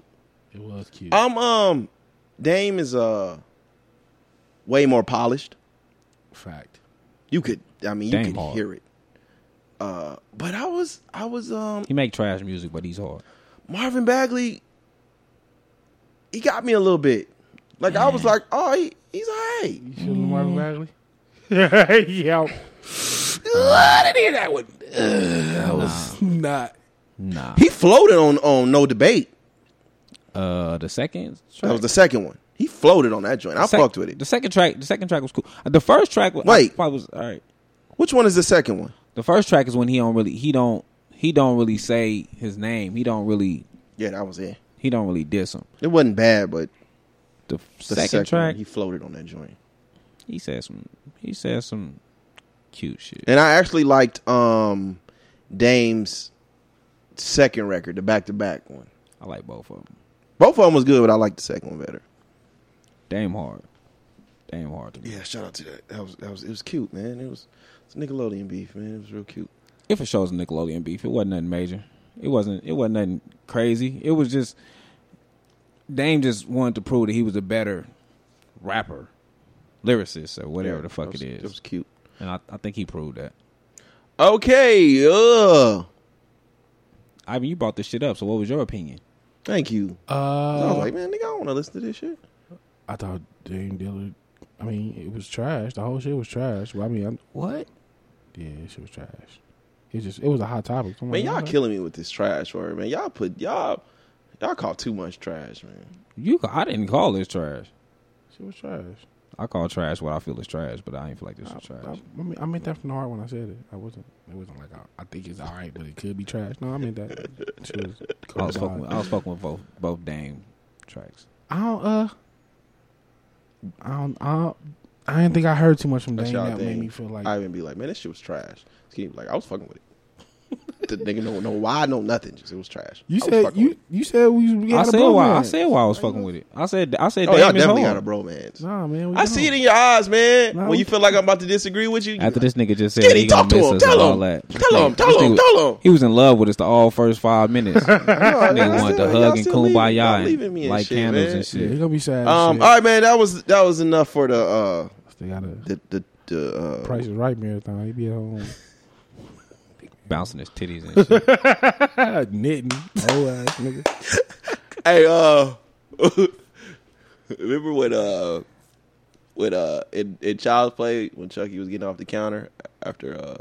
Speaker 3: It was cute.
Speaker 1: I'm um, Dame is uh, way more polished.
Speaker 3: Fact.
Speaker 1: You could, I mean, you
Speaker 4: Dame
Speaker 1: could
Speaker 4: hard.
Speaker 1: hear it. Uh, but I was, I was um,
Speaker 4: He make trash music, but he's hard.
Speaker 1: Marvin Bagley, he got me a little bit. Like I was like, oh, he, he's alright.
Speaker 3: You feel Marvin Bagley? yeah.
Speaker 4: Uh-huh.
Speaker 3: I didn't hear that one. that was not.
Speaker 4: Nah.
Speaker 1: He floated on on no debate.
Speaker 4: Uh, the second track?
Speaker 1: That was the second one. He floated on that joint. I
Speaker 4: Sec-
Speaker 1: fucked with it.
Speaker 4: The second track, the second track was cool. Uh, The first track was I
Speaker 1: Wait.
Speaker 4: probably was all right.
Speaker 1: Which one is the second one?
Speaker 4: The first track is when he don't really he don't he don't really say his name. He don't really
Speaker 1: Yeah, that was it.
Speaker 4: he don't really diss him.
Speaker 1: It wasn't bad, but
Speaker 4: The,
Speaker 1: the
Speaker 4: second, track,
Speaker 1: he floated on that joint.
Speaker 4: he said some he said some cute shit.
Speaker 1: And I actually liked um Dame's second record, the back to back one.
Speaker 4: I like both of them.
Speaker 1: Both of them was good, but I liked the second one better.
Speaker 4: Damn hard. Damn hard to me.
Speaker 1: Yeah, shout out to that. That was that was it was cute, man. It was it's Nickelodeon beef, man. It was real cute.
Speaker 4: If it shows a Nickelodeon beef, it wasn't nothing major. It wasn't it wasn't nothing crazy. It was just Dame just wanted to prove that he was a better rapper, lyricist, or whatever the fuck it
Speaker 1: It
Speaker 4: is.
Speaker 1: was cute.
Speaker 4: and I, I think he proved that.
Speaker 1: Okay, uh
Speaker 4: I mean, you brought this shit up, so what was your opinion?
Speaker 1: thank you. I was
Speaker 3: Uh,
Speaker 1: like, man, nigga, I don't wanna listen to this shit.
Speaker 3: I thought Dame Dillard. I mean, it was trash. The whole shit was trash. Well, I mean, I'm,
Speaker 4: What?
Speaker 3: yeah, it was trash. It just it was a hot topic. So I'm
Speaker 1: Man,
Speaker 3: like,
Speaker 4: Uh-huh.
Speaker 1: y'all
Speaker 3: alright.
Speaker 1: killing me with this trash word, man. Y'all put y'all y'all call too much trash, man.
Speaker 4: You? ca- I didn't call this trash.
Speaker 3: Shit was trash.
Speaker 4: I call trash what I feel is trash, but I ain't feel like this was trash.
Speaker 3: I, I mean, I meant that from the heart when I said it. I wasn't. It wasn't like I, I think it's all right, but it could be trash. No, I meant that. She was
Speaker 4: I, was fucking
Speaker 3: cold-eyed.
Speaker 4: with, I was fucking with both both Dame tracks.
Speaker 3: I don't. Uh, I don't. I, don't, I didn't think I heard too much from
Speaker 1: That's
Speaker 3: Dame
Speaker 1: y'all
Speaker 3: that made
Speaker 1: thing.
Speaker 3: me feel like
Speaker 1: I even be like, man, this shit was trash. He like, I was fucking with it. the nigga don't know why, no nothing. Just it was trash. I
Speaker 3: you
Speaker 1: was
Speaker 3: said.
Speaker 1: fucking
Speaker 3: You
Speaker 1: with it.
Speaker 3: you said we. we
Speaker 4: I
Speaker 3: had a
Speaker 4: said why. I
Speaker 3: bromance.
Speaker 4: said why I was fucking with it. I said I said
Speaker 1: Oh, y'all
Speaker 4: Dame is
Speaker 1: definitely got
Speaker 4: hard.
Speaker 1: a bromance.
Speaker 3: Nah, man. we
Speaker 1: I see it
Speaker 3: don't.
Speaker 1: in your eyes, man.
Speaker 3: No.
Speaker 1: when you feel like I'm about to disagree with you, you
Speaker 4: After
Speaker 1: be like,
Speaker 4: this nigga just said
Speaker 1: Diddy,
Speaker 4: he gonna
Speaker 1: talk to
Speaker 4: miss
Speaker 1: him,
Speaker 4: us
Speaker 1: tell
Speaker 4: and all
Speaker 1: him,
Speaker 4: that.
Speaker 1: tell
Speaker 4: This nigga-
Speaker 1: him, tell
Speaker 4: this
Speaker 1: him,
Speaker 4: nigga-
Speaker 1: tell him.
Speaker 4: He was in love with us the all first five minutes.
Speaker 1: "Y'all
Speaker 4: nigga wanted to
Speaker 1: still-
Speaker 4: hug
Speaker 1: y'all
Speaker 4: and
Speaker 1: still
Speaker 4: kumbaya
Speaker 1: leaving- y'all leaving
Speaker 4: and
Speaker 1: me and
Speaker 4: light
Speaker 1: shit,
Speaker 4: candles
Speaker 1: man.
Speaker 4: and
Speaker 3: Yeah, it's
Speaker 4: shit.
Speaker 3: gonna be sad.
Speaker 1: Um, all right, man. That was that was enough for the uh
Speaker 3: They got a
Speaker 1: the the the uh,
Speaker 3: Price is Right marathon. He be at home
Speaker 4: Bouncing his titties and shit.
Speaker 3: knitting. Old ass nigga.
Speaker 1: Hey, uh, remember when uh, when uh, in, in Child's Play when Chucky was getting off the counter after uh,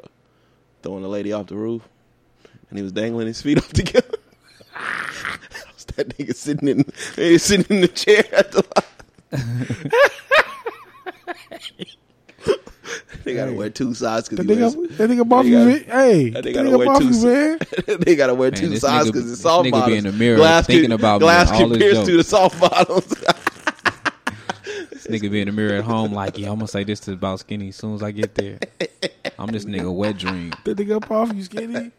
Speaker 1: throwing the lady off the roof, and he was dangling his feet off the counter. Was that nigga sitting in he was sitting in the chair at the. they gotta wear two sides
Speaker 3: That
Speaker 1: because
Speaker 3: nigga, that nigga bought
Speaker 1: They
Speaker 3: you,
Speaker 1: got-
Speaker 3: man. Hey,
Speaker 1: that
Speaker 3: that
Speaker 1: nigga
Speaker 3: nigga
Speaker 1: gotta wear
Speaker 3: bought
Speaker 1: two
Speaker 3: you, man.
Speaker 1: they gotta wear
Speaker 4: Man,
Speaker 1: two
Speaker 4: this
Speaker 1: sides
Speaker 4: nigga-
Speaker 1: because it's
Speaker 4: this
Speaker 1: soft
Speaker 4: nigga be
Speaker 1: bottoms.
Speaker 4: in the mirror
Speaker 1: can-
Speaker 4: thinking about me
Speaker 1: glass
Speaker 4: and
Speaker 1: can
Speaker 4: all his
Speaker 1: pierce
Speaker 4: jokes.
Speaker 1: through the soft bottoms.
Speaker 4: This nigga be in the mirror at home like, yeah, I'm gonna say this to about skinny as soon as I get there. I'm this nigga wet dream.
Speaker 3: That nigga up off you, skinny.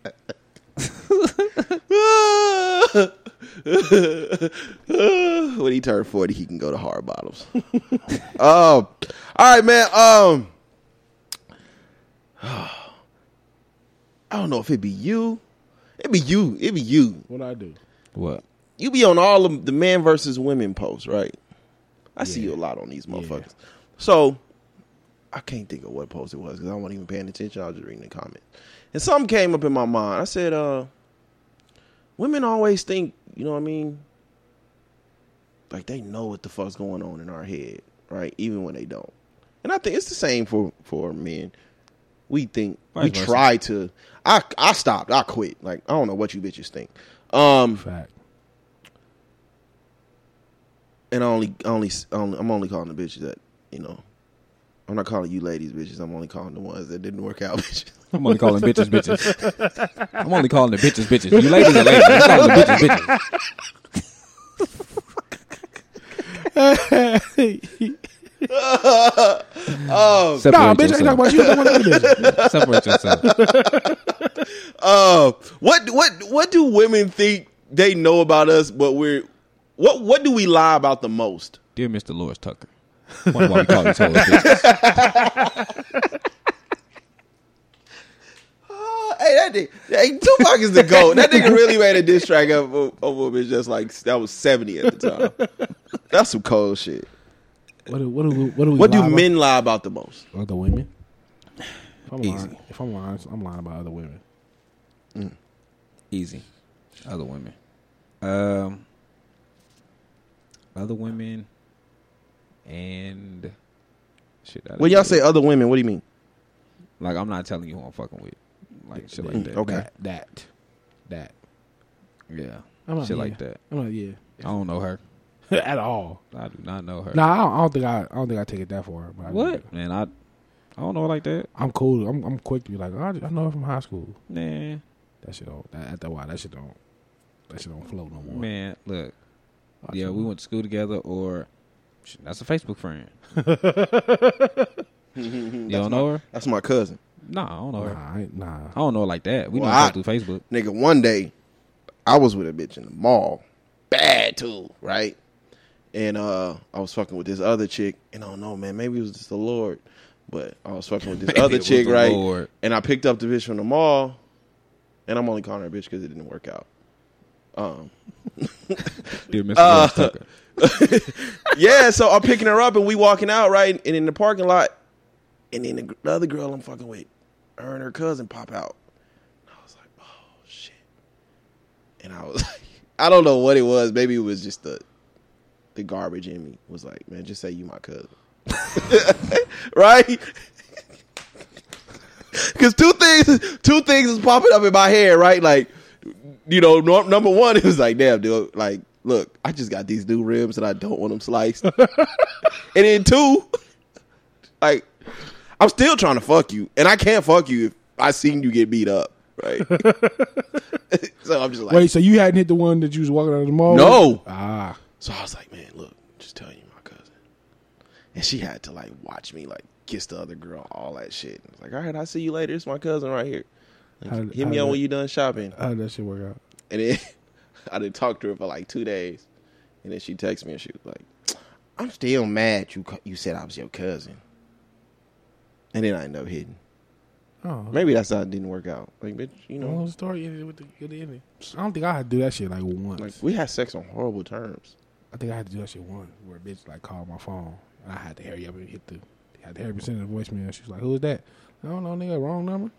Speaker 1: when he turned forty, he can go to hard bottoms. Oh, all right, man. Um, I don't know if it be you. It be you. It be you.
Speaker 3: What I do?
Speaker 4: What?
Speaker 1: You be on all of the man versus women posts, right? I see you a lot on these motherfuckers. So I can't think of what post it was because I wasn't even paying attention. I was just reading the comment. And something came up in my mind. I said, uh, women always think, you know what I mean? Like they know what the fuck's going on in our head, right? Even when they don't. And I think it's the same for for men. We think we
Speaker 4: Vice versa.
Speaker 1: try to I I stopped. I quit. Like I don't know what you bitches think. Um
Speaker 3: Fact.
Speaker 1: and I only, I only, I only, I'm only calling the bitches that you know. I'm not calling you ladies bitches. I'm only calling the ones that didn't work out bitches.
Speaker 4: I'm only calling bitches bitches. I'm only calling the bitches bitches. You ladies are ladies. I'm calling the bitches bitches. Separate
Speaker 3: Oh, Nah, bitch, I ain't talking
Speaker 4: yourself.
Speaker 3: about you. I'm talking about the bitch.
Speaker 4: Separate yourself.
Speaker 1: Uh, what, what, what do women think they know about us? But we're, what, what do we lie about the most?
Speaker 4: Dear Mr. Lawrence Tucker. Wonder why we call these hoes bitches.
Speaker 1: Uh, hey, that nigga, hey, Tupac is the goat. That nigga really made a diss track over, over a bitch just like that was seventy at the time. That's some cold shit.
Speaker 3: What do what do what do we
Speaker 1: What do
Speaker 3: lie about?
Speaker 1: men lie about the most?
Speaker 3: Other women. If I'm lying,
Speaker 4: Easy.
Speaker 3: if I'm lying, I'm lying about other women.
Speaker 4: Easy. Other women. Um other women and shit. that'd
Speaker 1: When
Speaker 4: be
Speaker 1: y'all
Speaker 4: it.
Speaker 1: say other women, what do you mean?
Speaker 4: like I'm not telling you who I'm fucking with. Like shit like
Speaker 1: Mm,
Speaker 4: that.
Speaker 1: okay.
Speaker 3: That that that.
Speaker 4: Yeah.
Speaker 3: I'm not,
Speaker 4: shit
Speaker 3: yeah.
Speaker 4: like that.
Speaker 3: I'm like, yeah,
Speaker 4: I don't know her.
Speaker 3: at all.
Speaker 4: I do not know her.
Speaker 3: Nah, I don't, I don't think I, I don't think I take it that far. But I do.
Speaker 4: Man, I I don't know like that.
Speaker 3: I'm cool. I'm, I'm quick to be like, "Oh, I, I know her from high school.
Speaker 4: Nah,
Speaker 3: That shit don't. That, after a while, that shit don't. That shit don't float no more.
Speaker 4: man, look.
Speaker 3: I
Speaker 4: Yeah,
Speaker 3: should-
Speaker 4: we went to school together, or shit, that's a Facebook friend. you don't know her?
Speaker 1: That's my cousin.
Speaker 4: Nah, I don't know her.
Speaker 3: Nah, I, ain't- nah.
Speaker 4: I don't know her like that. We
Speaker 1: Well,
Speaker 4: know her
Speaker 1: I-
Speaker 4: through Facebook.
Speaker 1: Nigga, one day I was with a bitch in the mall. Bad too, right? And uh I was fucking with this other chick, and I don't know, man, maybe it was just the Lord. But I was fucking with this
Speaker 4: Maybe
Speaker 1: other
Speaker 4: it was
Speaker 1: chick,
Speaker 4: the
Speaker 1: right?
Speaker 4: Lord.
Speaker 1: And I picked up the bitch from the mall, and I'm only calling her a bitch because it didn't work out. Um
Speaker 4: Dear Mr.
Speaker 1: Uh,
Speaker 4: Lawrence Tucker.
Speaker 1: yeah, so I'm picking her up and we walking out, right? And in the parking lot, and then the, gr- the other girl I'm fucking with, her and her cousin pop out. And I was like, oh shit. And I was like, I don't know what it was. Maybe it was just the the garbage in me was like, man, just say you my cousin. right? Cause two things two things is popping up in my head, right? Like you know, num- number one, it was like, damn, dude, like, look, I just got these new ribs and I don't want them sliced. and then two, like, I'm still trying to fuck you, and I can't fuck you if I seen you get beat up, right? so I'm just like,
Speaker 3: Wait, so you hadn't hit the one that you was walking out of the mall?
Speaker 1: No.
Speaker 3: with? Ah,
Speaker 1: so I was like, man, look, just telling you, my cousin. And she had to like watch me like kiss the other girl, all that shit. I was like, all right, I'll see you later. It's my cousin right here. Like,
Speaker 3: How-
Speaker 1: hit me
Speaker 3: how
Speaker 1: up
Speaker 3: that-
Speaker 1: when you done shopping.
Speaker 3: how did that shit work out?
Speaker 1: And then I didn't talk to her for like two days. And then she texted me and she was like, I'm still mad you cu- you said I was your cousin. And then I end up hitting.
Speaker 3: Oh,
Speaker 1: Maybe that's how it didn't work out. Like, bitch, you
Speaker 3: The whole
Speaker 1: know,
Speaker 3: story ended with the good ending. I don't think I had to do that shit like once.
Speaker 1: like we had sex on horrible terms.
Speaker 3: I think I had to do that shit once where a bitch like called my phone and I had to hurry up and hit the I had to hurry up and send her a voicemail. She was like, "Who is that?" I don't know, nigga. Wrong number.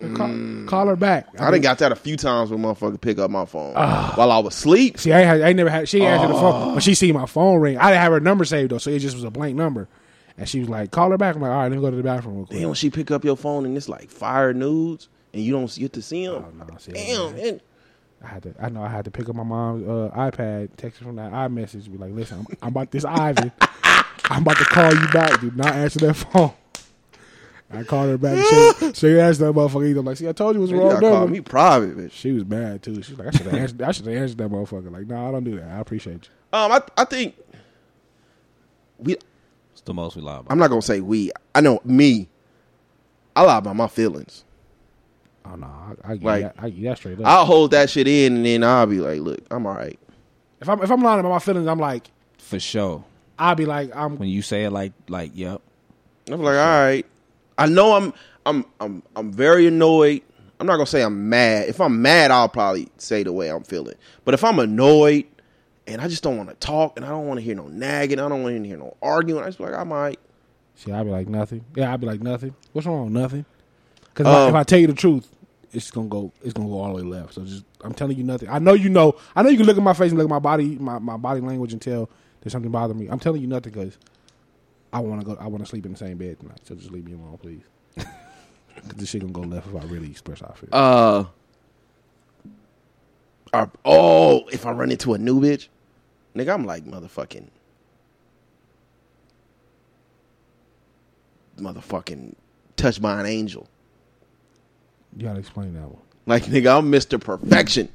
Speaker 3: Like, call, call her back.
Speaker 1: Mm. I done got that a few times when motherfucker pick up my phone
Speaker 3: Ah.
Speaker 1: while I was asleep.
Speaker 3: See, I ain't, had- I ain't never had. She ain't answered the phone,
Speaker 1: Oh.
Speaker 3: but she seen my phone ring. I didn't have her number saved though, so it just was a blank number. And she was like, "Call her back." I'm like, "All right, let me go to the bathroom real quick."
Speaker 1: Then when she pick up your phone and it's like fire nudes and you don't get to see them.
Speaker 3: Oh, no, see,
Speaker 1: Damn, man.
Speaker 3: I had to. I know I had to pick up my mom's uh, iPad, text her from that iMessage, be like, "Listen, I'm, I'm about this Ivan. I'm about to call you back. Do not answer that phone." I called her back. So, so you asked that motherfucker. either. I'm like, "See, I told you it was
Speaker 1: you
Speaker 3: wrong
Speaker 1: gotta call
Speaker 3: number."
Speaker 1: me private, bitch.
Speaker 3: She was mad too. She's like, "I should have answered. I should have answered that motherfucker." Like, no, I don't do that. I appreciate you.
Speaker 1: Um, I I think we
Speaker 4: It's the most we lie about.
Speaker 1: I'm not gonna say we. I know me. I lie about my feelings.
Speaker 3: Oh no, I, I,
Speaker 1: Like-
Speaker 3: like, I, I get that straight up.
Speaker 1: I'll hold that shit in, and then I'll be like, "Look, I'm all right."
Speaker 3: if I'm if I'm lying about my feelings, I'm like,
Speaker 4: For sure.
Speaker 3: I'll be like, I'm
Speaker 4: When you say it like, like, yep.
Speaker 1: I'm like, "All right." I know I'm I'm I'm I'm very annoyed. I'm not gonna say I'm mad. If I'm mad, I'll probably say the way I'm feeling. But if I'm annoyed and I just don't want to talk, and I don't want to hear no nagging, I don't want to hear no arguing, I just be like, "I'm all right."
Speaker 3: See, I'd be like nothing. Yeah, I'd be like nothing. What's wrong? Nothing. Because if, I-
Speaker 1: Um,
Speaker 3: if I tell you the truth, it's gonna go. It's gonna go all the way left. So just, I'm telling you nothing. I know you know. I know you can look at my face and look at my body, my, my body language, and tell there's something bothering me. I'm telling you nothing because I want to go. I want to sleep in the same bed tonight. So just leave me alone, please. 'Cause this shit gonna go left if I really express how I feel.
Speaker 1: Uh. Or, oh, if I run into a new bitch, nigga, I'm like motherfucking, motherfucking, touched by an angel.
Speaker 3: you gotta explain that one.
Speaker 1: Like nigga, I'm Mister Perfection.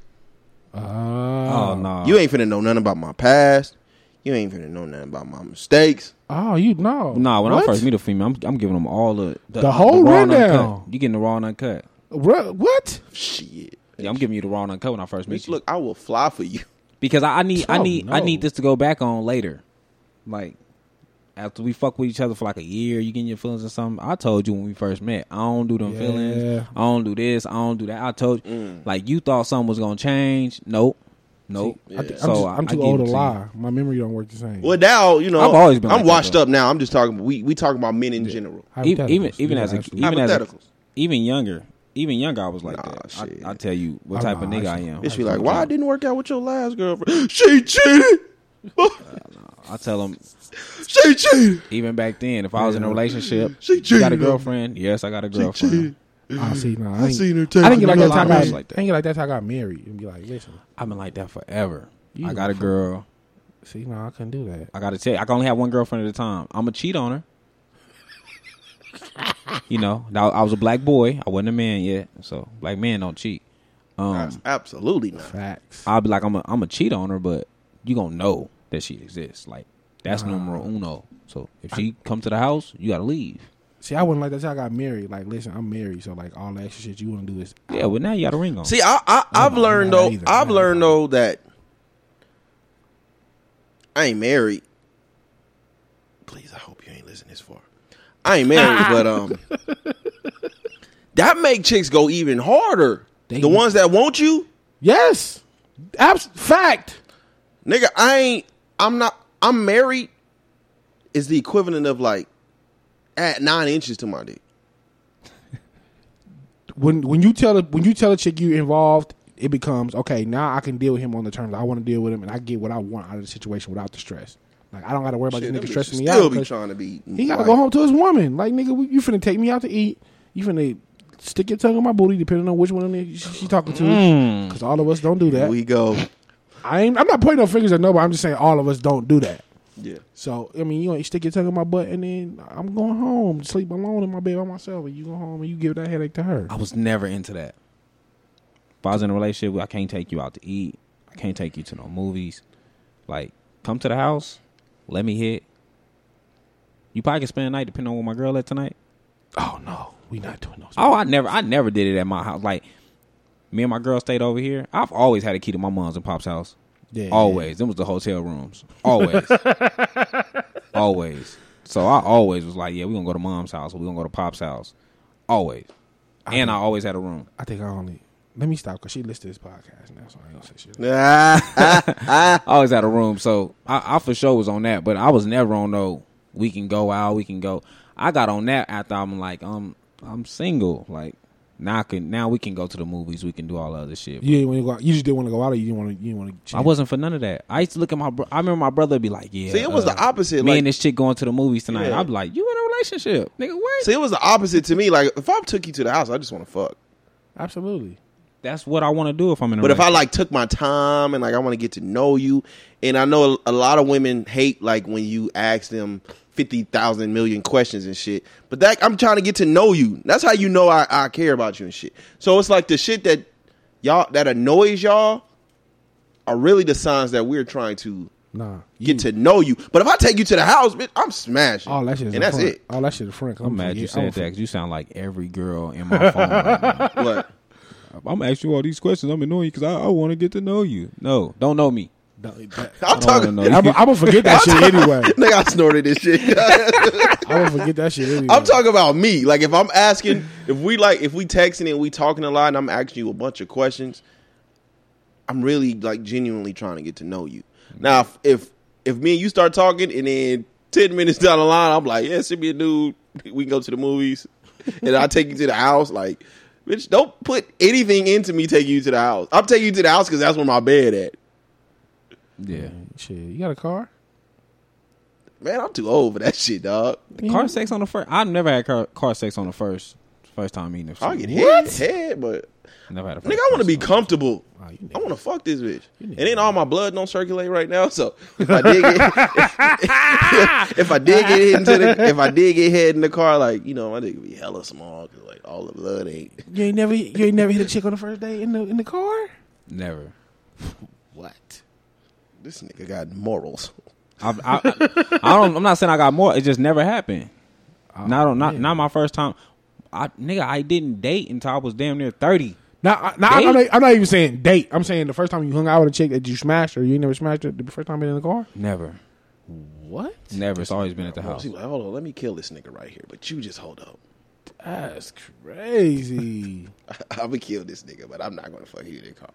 Speaker 3: Oh,
Speaker 4: Oh, no.
Speaker 1: you ain't finna know nothing about my past. You ain't finna know nothing about my mistakes.
Speaker 3: Oh, you know.
Speaker 4: Nah, when
Speaker 3: What?
Speaker 4: I first meet a female, I'm, I'm giving them all the
Speaker 3: The whole
Speaker 4: raw and
Speaker 3: rundown.
Speaker 4: uncut. You getting the raw and uncut?
Speaker 3: Ru- what?
Speaker 1: Shit,
Speaker 4: Yeah, I'm giving you the raw and uncut when I first meet
Speaker 1: bitch,
Speaker 4: you.
Speaker 1: look, I will fly for you.
Speaker 4: because I, I need, I
Speaker 3: Oh,
Speaker 4: need, I
Speaker 3: no.
Speaker 4: need this to go back on later. Like after we fuck with each other for like a year, you getting your feelings or something. I told you when we first met, I don't do them
Speaker 3: Yeah.
Speaker 4: feelings. I don't do this. I don't do that. I told you,
Speaker 1: Mm.
Speaker 4: like you thought something was gonna change. Nope, nope.
Speaker 3: I think- I'm,
Speaker 4: So
Speaker 3: just-
Speaker 4: I-
Speaker 3: I'm
Speaker 4: I
Speaker 3: too
Speaker 4: give
Speaker 3: old
Speaker 4: it
Speaker 3: to
Speaker 4: to you.
Speaker 3: lie. My memory don't work the same.
Speaker 1: Well, now you know
Speaker 4: I've always been
Speaker 1: I'm
Speaker 4: like that,
Speaker 1: washed
Speaker 4: though.
Speaker 1: up now. I'm just talking. We we talking about men in general.
Speaker 4: E- even even,
Speaker 3: Hypotheticals. Yeah,
Speaker 4: as a,
Speaker 3: absolutely.
Speaker 4: even as a,
Speaker 1: Hypotheticals.
Speaker 4: even younger, even younger, I was like
Speaker 1: Nah,
Speaker 4: that.
Speaker 1: shit.
Speaker 4: I, I tell you what
Speaker 3: Oh,
Speaker 4: type of
Speaker 3: nah,
Speaker 4: nigga I
Speaker 3: I-
Speaker 4: am.
Speaker 1: Bitch be like, why it didn't work out with your last girlfriend? She cheated.
Speaker 4: I tell them
Speaker 1: She cheated.
Speaker 4: even back then, if I was in a relationship,
Speaker 1: She
Speaker 4: you got a
Speaker 1: cheated on me.
Speaker 4: girlfriend? Yes, I got a girlfriend.
Speaker 1: cheated.
Speaker 3: I see. Nah, I,
Speaker 1: I
Speaker 3: ain't-
Speaker 1: seen her
Speaker 3: I didn't
Speaker 1: taking
Speaker 3: get like
Speaker 1: a
Speaker 3: that
Speaker 1: lot of
Speaker 3: time. I,
Speaker 1: bitches
Speaker 4: like that.
Speaker 3: I didn't get like that time. I got married and be like, listen,
Speaker 4: I've been like that forever.
Speaker 3: You
Speaker 4: I got a
Speaker 3: fuck-
Speaker 4: girl.
Speaker 3: see, nah, I couldn't do that.
Speaker 4: I gotta tell you, I can only have one girlfriend at a time. I'm gonna cheat on her. you know, I, I was a black boy. I wasn't a man yet, so black men don't cheat. Um,
Speaker 1: Absolutely not.
Speaker 3: Facts.
Speaker 4: I'll be like, I'm a, I'm a cheat on her, but you gonna know that she exists. Like that's numero uno. So if she come to the house, you gotta leave.
Speaker 3: See, I wouldn't like that. till I got married. Like, listen, I'm married, so like all that extra shit you want to do is
Speaker 4: Yeah, well now you got a ring on.
Speaker 1: See, I, I I've
Speaker 3: no,
Speaker 1: learned
Speaker 3: not
Speaker 1: though.
Speaker 3: either.
Speaker 1: I've
Speaker 3: Not
Speaker 1: learned
Speaker 3: either.
Speaker 1: though that I ain't married. Please, I hope you ain't listening this far. I ain't married, but um, that make chicks go even harder.
Speaker 3: They-
Speaker 1: the ones that want you,
Speaker 3: yes, abs fact.
Speaker 1: nigga. I ain't. I'm not. I'm married. Is the equivalent of like add nine inches to my dick.
Speaker 3: When when you tell a, when you tell a chick you involved, it becomes okay. Now I can deal with him on the terms I want to deal with him, and I get what I want out of the situation without the stress. Like I don't got to worry about
Speaker 1: Shit,
Speaker 3: Oh, this
Speaker 1: them
Speaker 3: nigga
Speaker 1: bitches
Speaker 3: stressing me
Speaker 1: still
Speaker 3: out.
Speaker 1: be
Speaker 3: 'cause
Speaker 1: trying to be.
Speaker 3: He got to
Speaker 1: like,
Speaker 3: go home to his woman. Like nigga, we- you finna take me out to eat. You finna stick your tongue in my booty, depending on which one of them she, she talking to. Because all of us don't do that.
Speaker 1: We go.
Speaker 3: I ain't, I'm not pointing no fingers at nobody. I'm just saying all of us don't do that.
Speaker 1: Yeah.
Speaker 3: So I mean, you gonna stick your tongue in my butt, and then I'm going home, sleep alone in my bed by myself, and you go home and you give that headache to her.
Speaker 4: I was never into that. If I was in a relationship, I can't take you out to eat. I can't take you to no movies. Like, come to the house, let me hit. You probably can spend the night depending on where my girl at tonight.
Speaker 3: Oh no, we not doing those.
Speaker 4: Oh, I never, I never did it at my house. Like, me and my girl stayed over here. I've always had a key to my mom's and pop's house.
Speaker 3: Yeah.
Speaker 4: Always. Them was the hotel rooms. Always. always. So I always was like, yeah, we're going to go to mom's house or we're going to go to pop's house. Always. And I always had a room.
Speaker 3: I think I only let me stop because she listed this podcast now, so I ain't gonna say shit.
Speaker 4: I always had a room, so I, I for sure was on that. But I was never on no. We can go out. We can go. I got on that after I'm like, um, I'm single. Like now, I can now we can go to the movies. We can do all the other shit.
Speaker 3: You didn't want to go out. You just didn't want to go out, or you didn't want to. You didn't want to.
Speaker 4: I wasn't for none of that. I used to look at my. Bro- I remember my brother would be like, "Yeah."
Speaker 1: See, it was
Speaker 4: uh,
Speaker 1: the opposite.
Speaker 4: Me
Speaker 1: like,
Speaker 4: and this chick going to the movies tonight.
Speaker 1: Yeah.
Speaker 4: I'd be like, "You in a relationship, nigga? What?"
Speaker 1: See, it was the opposite to me. Like, if I took you to the house, I just want to fuck.
Speaker 3: absolutely.
Speaker 4: That's what I want to do if I'm in a.
Speaker 1: But if I
Speaker 4: relationship.
Speaker 1: like took my time and like I want to get to know you, and I know a, a lot of women hate like when you ask them fifty thousand million questions and shit. But that I'm trying to get to know you. That's how you know I, I care about you and shit. So it's like the shit that y'all that annoys y'all are really the signs that we're trying to
Speaker 3: Nah,
Speaker 1: get to know you. But if I take you to the house, bitch, I'm smashing.
Speaker 3: all Oh, that shit. Is
Speaker 1: and
Speaker 3: a
Speaker 1: that's
Speaker 3: front.
Speaker 1: it.
Speaker 3: All that shit is front.
Speaker 4: I'm mad you
Speaker 3: forget-
Speaker 4: said
Speaker 3: I'm
Speaker 4: that
Speaker 3: forget-
Speaker 4: 'cause you sound like every girl in my phone. right now.
Speaker 1: What?
Speaker 4: I'm asking you all these questions. I'm annoying because I, I want to get to know you. No, don't know me.
Speaker 1: I'm
Speaker 4: I don't wanna
Speaker 1: talking.
Speaker 4: know
Speaker 3: I'm
Speaker 4: you.
Speaker 3: gonna forget that shit anyway.
Speaker 1: Nigga, I snorted this shit.
Speaker 3: I'm gonna forget that shit anyway.
Speaker 1: I'm talking about me. Like if I'm asking, if we like, if we texting and we talking a lot, and I'm asking you a bunch of questions, I'm really like genuinely trying to get to know you. Now, if if, if me and you start talking, and then ten minutes down the line, I'm like, yeah, send me a dude. We can go to the movies, and I take you to the house. Like, bitch, don't put anything into me taking you to the house. I'm taking you to the house because that's where my bed at.
Speaker 4: Yeah.
Speaker 1: Mm-hmm.
Speaker 3: Shit, you got a car?
Speaker 1: Man, I'm too old for that shit, dog.
Speaker 4: Car sex on the first. I've never had car, car sex on the first first time meeting.
Speaker 1: I get
Speaker 4: hit.
Speaker 1: head, head, but
Speaker 4: Never had a first
Speaker 1: Nigga, I want to
Speaker 4: person.
Speaker 1: be comfortable.
Speaker 3: Wow, you
Speaker 1: I want to fuck this bitch. And
Speaker 3: niggas-
Speaker 1: then all my blood don't circulate right now, so if I did get, if I did get hit into the, if I did get hit in the car, like you know, my dick be hella small because like all the blood ain't.
Speaker 3: You ain't never you ain't never hit a chick on the first day in the in the car?
Speaker 4: Never.
Speaker 1: What? This nigga got morals.
Speaker 4: I, I, I, I don't. I'm not saying I got more. It just never happened.
Speaker 1: Oh,
Speaker 4: not on, not not my first time. I nigga, I didn't date until I was damn near thirty.
Speaker 3: Now, I- now I'm,
Speaker 4: Date?
Speaker 3: not, I'm not even saying date. I'm saying the first time you hung out with a chick that you smashed or you ain't never smashed her the first time been in the car.
Speaker 4: Never,
Speaker 3: What?
Speaker 4: never. It's always been at the house.
Speaker 1: She like, hold on, let me kill this nigga right here, but you just hold up.
Speaker 3: That's crazy.
Speaker 1: I, I'm gonna kill this nigga, but I'm not gonna fuck you in the car.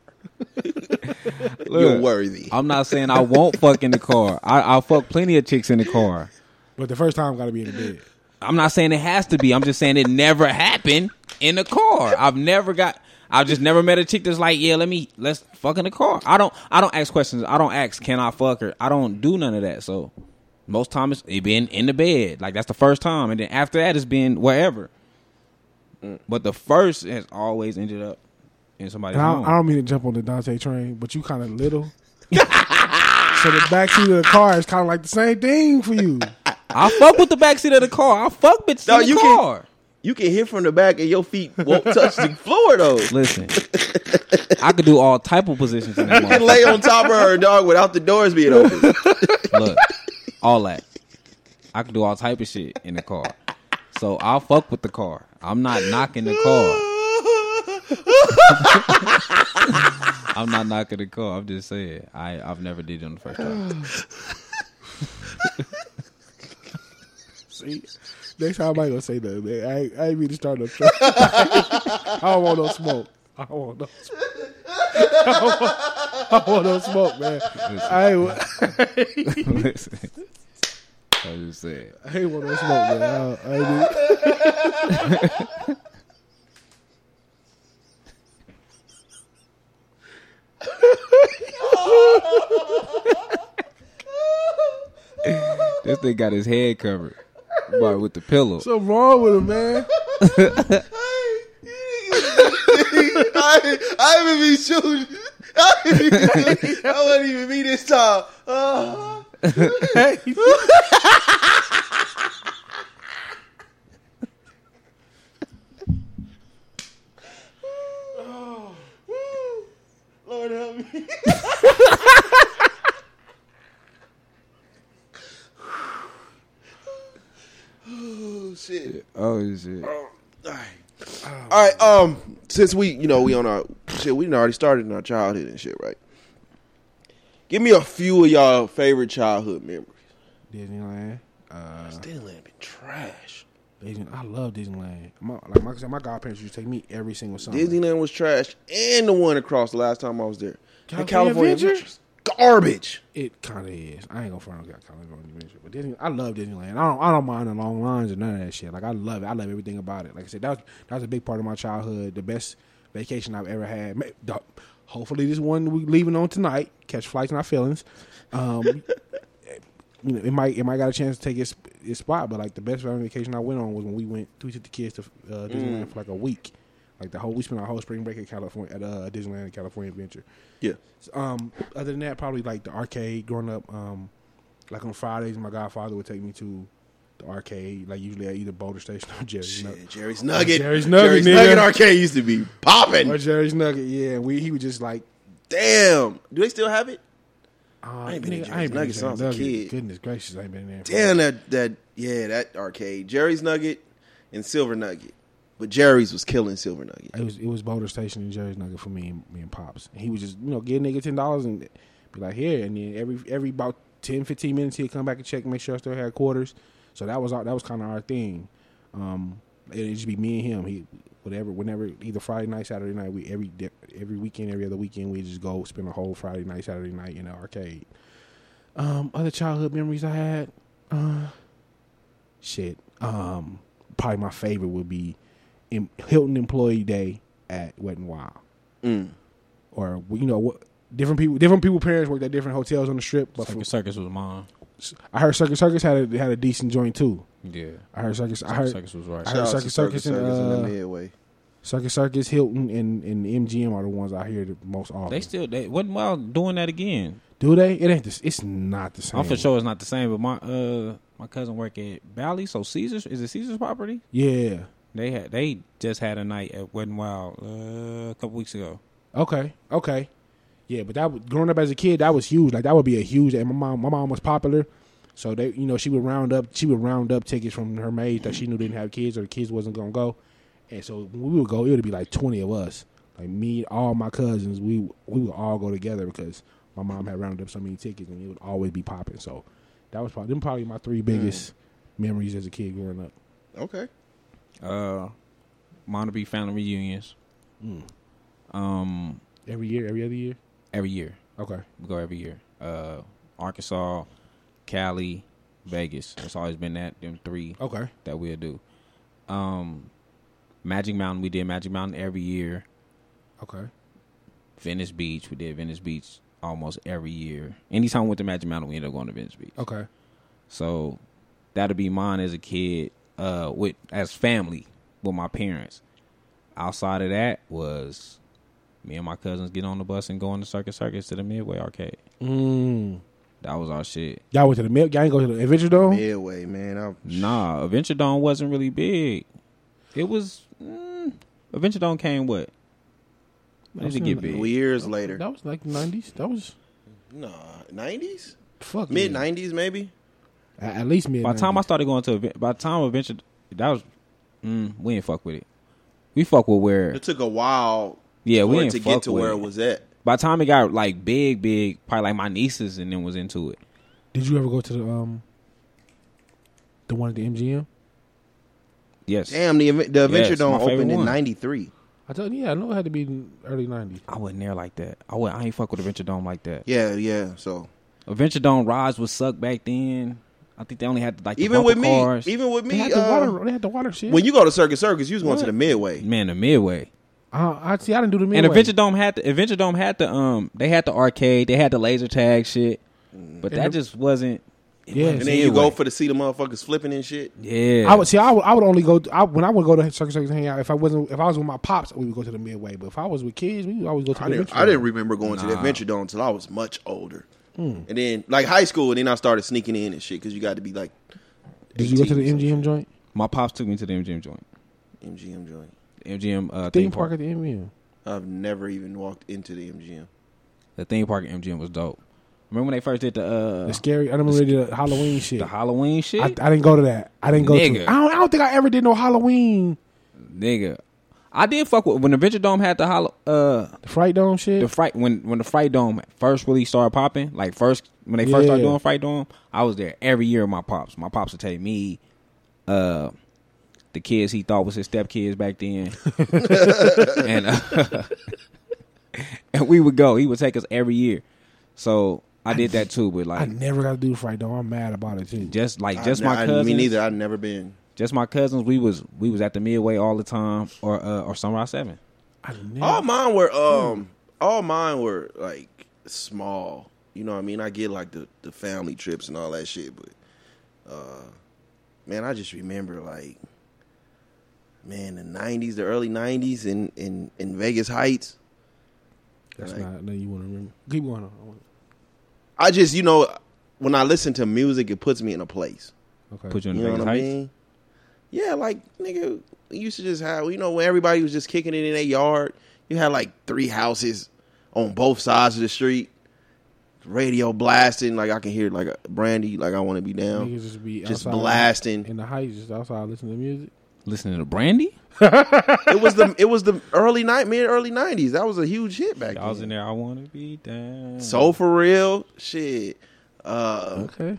Speaker 1: You're
Speaker 4: Look,
Speaker 1: worthy.
Speaker 4: I'm not saying I won't fuck in the car. I I fuck plenty of chicks in the car.
Speaker 3: but the first time got to be in the bed.
Speaker 4: I'm not saying it has to be. I'm just saying it never happened in the car. I've never got. I've just never met a chick that's like, yeah, let me let's fuck in the car. I don't. I don't ask questions. I don't ask, can I fuck her? I don't do none of that. So most times it been in the bed. Like that's the first time, and then after that it's been wherever. But the first has always ended up in somebody's
Speaker 3: And I, don't- I
Speaker 4: home.
Speaker 3: don't mean to jump on the Dante train, but you kind of little. so the backseat of the car is kind of like the same thing for you.
Speaker 4: I, fuck with the backseat of the car. I fuck bitches
Speaker 1: No,
Speaker 4: in the
Speaker 1: you can-
Speaker 4: car.
Speaker 1: You can hit from the back and your feet won't touch the floor though.
Speaker 4: Listen, I could do all type of positions in that
Speaker 1: You can
Speaker 4: motherfucker.
Speaker 1: lay on top of her dog without the doors being open.
Speaker 4: Look, all that. I could do all type of shit in the car. So I'll fuck with the car. I'm not knocking the car. I'm not knocking the car. I'm just saying I I've never did it on the first time.
Speaker 3: See, next time I might gonna say nothing, man. I, ain't- I ain't mean to start no trouble. I don't want no smoke. I don't want no smoke. I don't want, I don't want no smoke, man. I ain't, wa-
Speaker 4: Listen, I just saying.
Speaker 3: I ain't want no smoke, man. I, I ain't mean-
Speaker 4: This thing got his head covered, but with the pillow.
Speaker 3: Something wrong with him, man.
Speaker 1: I, I haven't been shooting. I haven't been shooting. That wasn't even me this time. Uh, Lord help me. oh shit.
Speaker 4: oh shit!
Speaker 1: All right. All right. Um, since we, you know, we on our shit, we done already started in our childhood and shit, right? Give me a few of y'all favorite childhood memories.
Speaker 3: Disneyland. Uh,
Speaker 1: Disneyland been trash.
Speaker 3: Disney, I love Disneyland. My, like Michael said, my godparents used to take me every single summer.
Speaker 1: Disneyland was trash, and the one across the last time I was there,
Speaker 3: California
Speaker 1: and California
Speaker 3: Adventure?
Speaker 1: Adventures, garbage.
Speaker 3: It kind of is. I ain't gonna front on California Adventure, but Disney. I love Disneyland. I don't. I don't mind the long lines or none of that shit. Like I love it. I love everything about it. Like I said, that was, that was a big part of my childhood. The best vacation I've ever had. Ma- the- Hopefully, this one we leaving on tonight. Catch flights, not feelings. Um, you know, it might it might got a chance to take its its spot, but like the best family vacation I went on was when we went we took the kids to uh, Disneyland for like a week. Like the whole we spent our whole spring break at California at uh, Disneyland and California Adventure.
Speaker 1: Yeah,
Speaker 3: Um, other than that, probably like the arcade growing up. Um, like on Fridays, my godfather would take me to the arcade, like usually at either Boulder Station or Jerry's
Speaker 1: shit,
Speaker 3: Nugget.
Speaker 1: Jerry's Nugget,
Speaker 3: Jerry's Nugget,
Speaker 1: Jerry's
Speaker 3: nigga.
Speaker 1: Nugget arcade used to be
Speaker 3: Or
Speaker 1: popping.
Speaker 3: Jerry's Nugget, yeah. We he would just like,
Speaker 1: Damn, do they still have it?
Speaker 3: uh,
Speaker 1: ain't been in
Speaker 3: nigga,
Speaker 1: Jerry's Nugget since I was a kid.
Speaker 3: Goodness gracious, I ain't been there.
Speaker 1: Damn that that yeah that arcade Jerry's Nugget and Silver Nugget, but Jerry's was killing Silver Nugget.
Speaker 3: It was it was Boulder Station and Jerry's Nugget for me and me and pops. And he was just you know give nigga ten dollars and be like here, and then every every about 10, 15 minutes he'd come back and check make sure I still had quarters. So that was our, that was kind of our thing. Um, it'd just be me and him. He whatever whenever either Friday night Saturday night we every di- every weekend every other weekend we just go spend a whole Friday night Saturday night in the arcade. Um, other childhood memories I had, uh, shit. Um, probably my favorite would be em- Hilton Employee Day at Wet and Wild,
Speaker 1: Mm.
Speaker 3: or you know what? Different people, different people, parents worked at different hotels on the strip. But from,
Speaker 4: Circus, circus was mine.
Speaker 3: I heard Circus Circus had a, had a decent joint too.
Speaker 4: Yeah,
Speaker 3: I heard Circus, I heard
Speaker 4: circus, circus was right.
Speaker 3: I heard
Speaker 1: Shout out to
Speaker 3: Circus Circus and,
Speaker 1: in
Speaker 3: uh,
Speaker 1: the Midway.
Speaker 3: Circus Circus, Hilton, and, and MGM are the ones I hear the most often.
Speaker 4: They still they wasn't well doing that again.
Speaker 3: Do they? It ain't. This, it's not the same.
Speaker 4: I'm for sure it's not the same, but my uh my cousin work at Bally, so Caesars is it Caesars property?
Speaker 3: Yeah.
Speaker 4: They had they just had a night at Wet n Wild uh, a couple weeks ago.
Speaker 3: Okay. Okay. Yeah, but that was, growing up as a kid, that was huge. Like that would be a huge. And my mom, my mom was popular, so they, you know, she would round up, she would round up tickets from her maids that she knew didn't have kids or the kids wasn't gonna go, and so when we would go, it would be like twenty of us, like me, all my cousins. We we would all go together because my mom had rounded up so many tickets, and it would always be popping. So that was probably them probably my three biggest memories as a kid growing up.
Speaker 1: Okay.
Speaker 4: Uh, Monterey family reunions. Um,
Speaker 3: Every year, every other year.
Speaker 4: every year
Speaker 3: Okay.
Speaker 4: we go every year. Uh, Arkansas, Cali, Vegas. It's always been that them three
Speaker 3: Okay.
Speaker 4: that we'll do. Um, Magic Mountain. We did Magic Mountain every year.
Speaker 3: Okay.
Speaker 4: Venice Beach. We did Venice Beach almost every year. Anytime we went to Magic Mountain, we ended up going to Venice Beach.
Speaker 3: Okay.
Speaker 4: So that'll be mine as a kid, uh, with as family with my parents. Outside of that was me and my cousins getting on the bus and going to Circus Circus to the Midway Arcade.
Speaker 3: Mm.
Speaker 4: That was our shit.
Speaker 3: Y'all went to the Oh. milk. Y'all ain't go to the Adventure Dome.
Speaker 1: Midway, man. I,
Speaker 4: Nah, Adventure Dawn wasn't really big. It was. Mm, Adventure Zone came what? When did it get big?
Speaker 1: Years later.
Speaker 3: That was like nineties. That was
Speaker 1: Nah, nineties,
Speaker 3: fuck
Speaker 1: mid
Speaker 3: yeah.
Speaker 1: nineties maybe.
Speaker 3: At, at least mid.
Speaker 4: By the time I started going to event, by the time Adventure, that was mm, we didn't fuck with it. We fuck with where
Speaker 1: It took a while.
Speaker 4: yeah we
Speaker 1: for it
Speaker 4: didn't
Speaker 1: to
Speaker 4: fuck
Speaker 1: get to
Speaker 4: with
Speaker 1: where it was at.
Speaker 4: By the time it got like big, big, probably like my nieces and then was into it.
Speaker 3: did you ever go to the um the one at the MGM?
Speaker 4: Yes,
Speaker 1: Damn, the event- the Adventure
Speaker 4: Yes, my
Speaker 1: Dome
Speaker 4: favorite
Speaker 1: opened in
Speaker 4: one.
Speaker 1: '93.
Speaker 3: I told you, yeah, I know it had to be in early nineties.
Speaker 4: I wasn't there like that. I was, I ain't fuck with Adventure Dome like that.
Speaker 1: Yeah, yeah. So
Speaker 4: Adventure Dome rides was suck back then. I think they only had like the
Speaker 1: even with
Speaker 4: bumper
Speaker 1: me,
Speaker 4: cars.
Speaker 1: even with
Speaker 3: They
Speaker 1: me,
Speaker 3: had the
Speaker 1: uh,
Speaker 3: water. They had the water shit.
Speaker 1: when you go to Circus Circus, you was going to the Midway.
Speaker 4: man the Midway.
Speaker 3: uh, I see. I didn't do the
Speaker 4: And
Speaker 3: midway.
Speaker 4: Adventure Dome had the Adventure Dome had the um they had the arcade, they had the laser tag shit. But that
Speaker 3: the-
Speaker 4: just wasn't it
Speaker 3: Yeah.
Speaker 4: wasn't
Speaker 1: And then you go
Speaker 4: Midway.
Speaker 1: for the see the motherfuckers flipping and shit.
Speaker 4: Yeah.
Speaker 3: I would see. I would. I would only go I, when I would go to Circus Circus hang out. If I wasn't, if I was with my pops, we would go to the midway. But if I was with kids, we would always go to
Speaker 1: I
Speaker 3: the
Speaker 1: didn't,
Speaker 3: Adventure
Speaker 1: I didn't
Speaker 3: Dome.
Speaker 1: remember going to the Adventure Dome until I was much older.
Speaker 3: Hmm.
Speaker 1: And then, like high school, and then I started sneaking in and shit because you got to be like.
Speaker 3: Did you go to the
Speaker 1: 18 or
Speaker 3: MGM joint?
Speaker 4: My pops took me to the MGM joint.
Speaker 1: some shit. MGM joint?
Speaker 4: The MGM uh,
Speaker 3: Theme park at the MGM.
Speaker 1: I've never even walked into the MGM.
Speaker 4: The theme park at MGM was dope. Remember when they first did the uh
Speaker 3: The scary. I remember they did the Halloween shit.
Speaker 4: the Halloween shit?
Speaker 3: I, I didn't go to that. I didn't go.
Speaker 4: Nigga.
Speaker 3: To, I, don't, I don't think I ever did no Halloween
Speaker 4: Nigga. I did fuck with when Adventure Dome had the hollow uh
Speaker 3: the Fright Dome shit.
Speaker 4: the fright when when the fright dome first really started popping, like first when they first started
Speaker 3: Yeah.
Speaker 4: doing fright dome, I was there every year. with My pops, my pops would take me, uh, the kids he thought was his stepkids back then, and uh, and we would go. He would take us every year, so I did that too. But
Speaker 3: I
Speaker 4: like
Speaker 3: never got to do Fright Dome. I'm mad about it too.
Speaker 4: just like
Speaker 1: I
Speaker 4: just
Speaker 1: ne-
Speaker 4: my
Speaker 1: I,
Speaker 4: cousins,
Speaker 1: Me neither. I've never been.
Speaker 4: just my cousins. We was we was at the midway all the time, or uh, or sunrise seven.
Speaker 3: I never.
Speaker 1: All mine were
Speaker 3: Hmm.
Speaker 1: um all mine were like small. You know what I mean? I get like the, the family trips and all that shit, but uh man, I just remember like man, the nineties, the early nineties in, in, in Vegas Heights.
Speaker 3: That's
Speaker 1: Like-
Speaker 3: not. No, you want to remember. Keep going on. I wanna-
Speaker 1: I just, you know, when I listen to music it puts me in a place.
Speaker 3: Okay.
Speaker 4: Put you in
Speaker 1: You
Speaker 4: the
Speaker 1: know
Speaker 4: Vegas
Speaker 1: what I
Speaker 4: Heights.
Speaker 1: mean? Yeah, like nigga, we used to just have you know when everybody was just kicking it in their yard. You had like three houses on both sides of the street, radio blasting. Like I can hear like a Brandy, like I want to be down,
Speaker 3: Niggas just be
Speaker 1: just
Speaker 3: outside
Speaker 1: blasting.
Speaker 3: in the heights, just outside listening to music.
Speaker 4: Listening to Brandy,
Speaker 1: it was the it was the early night, mid early nineties. That was a huge hit back
Speaker 4: I was in
Speaker 1: then.
Speaker 4: there. I want to be down.
Speaker 1: So for real, shit. Uh,
Speaker 3: Okay,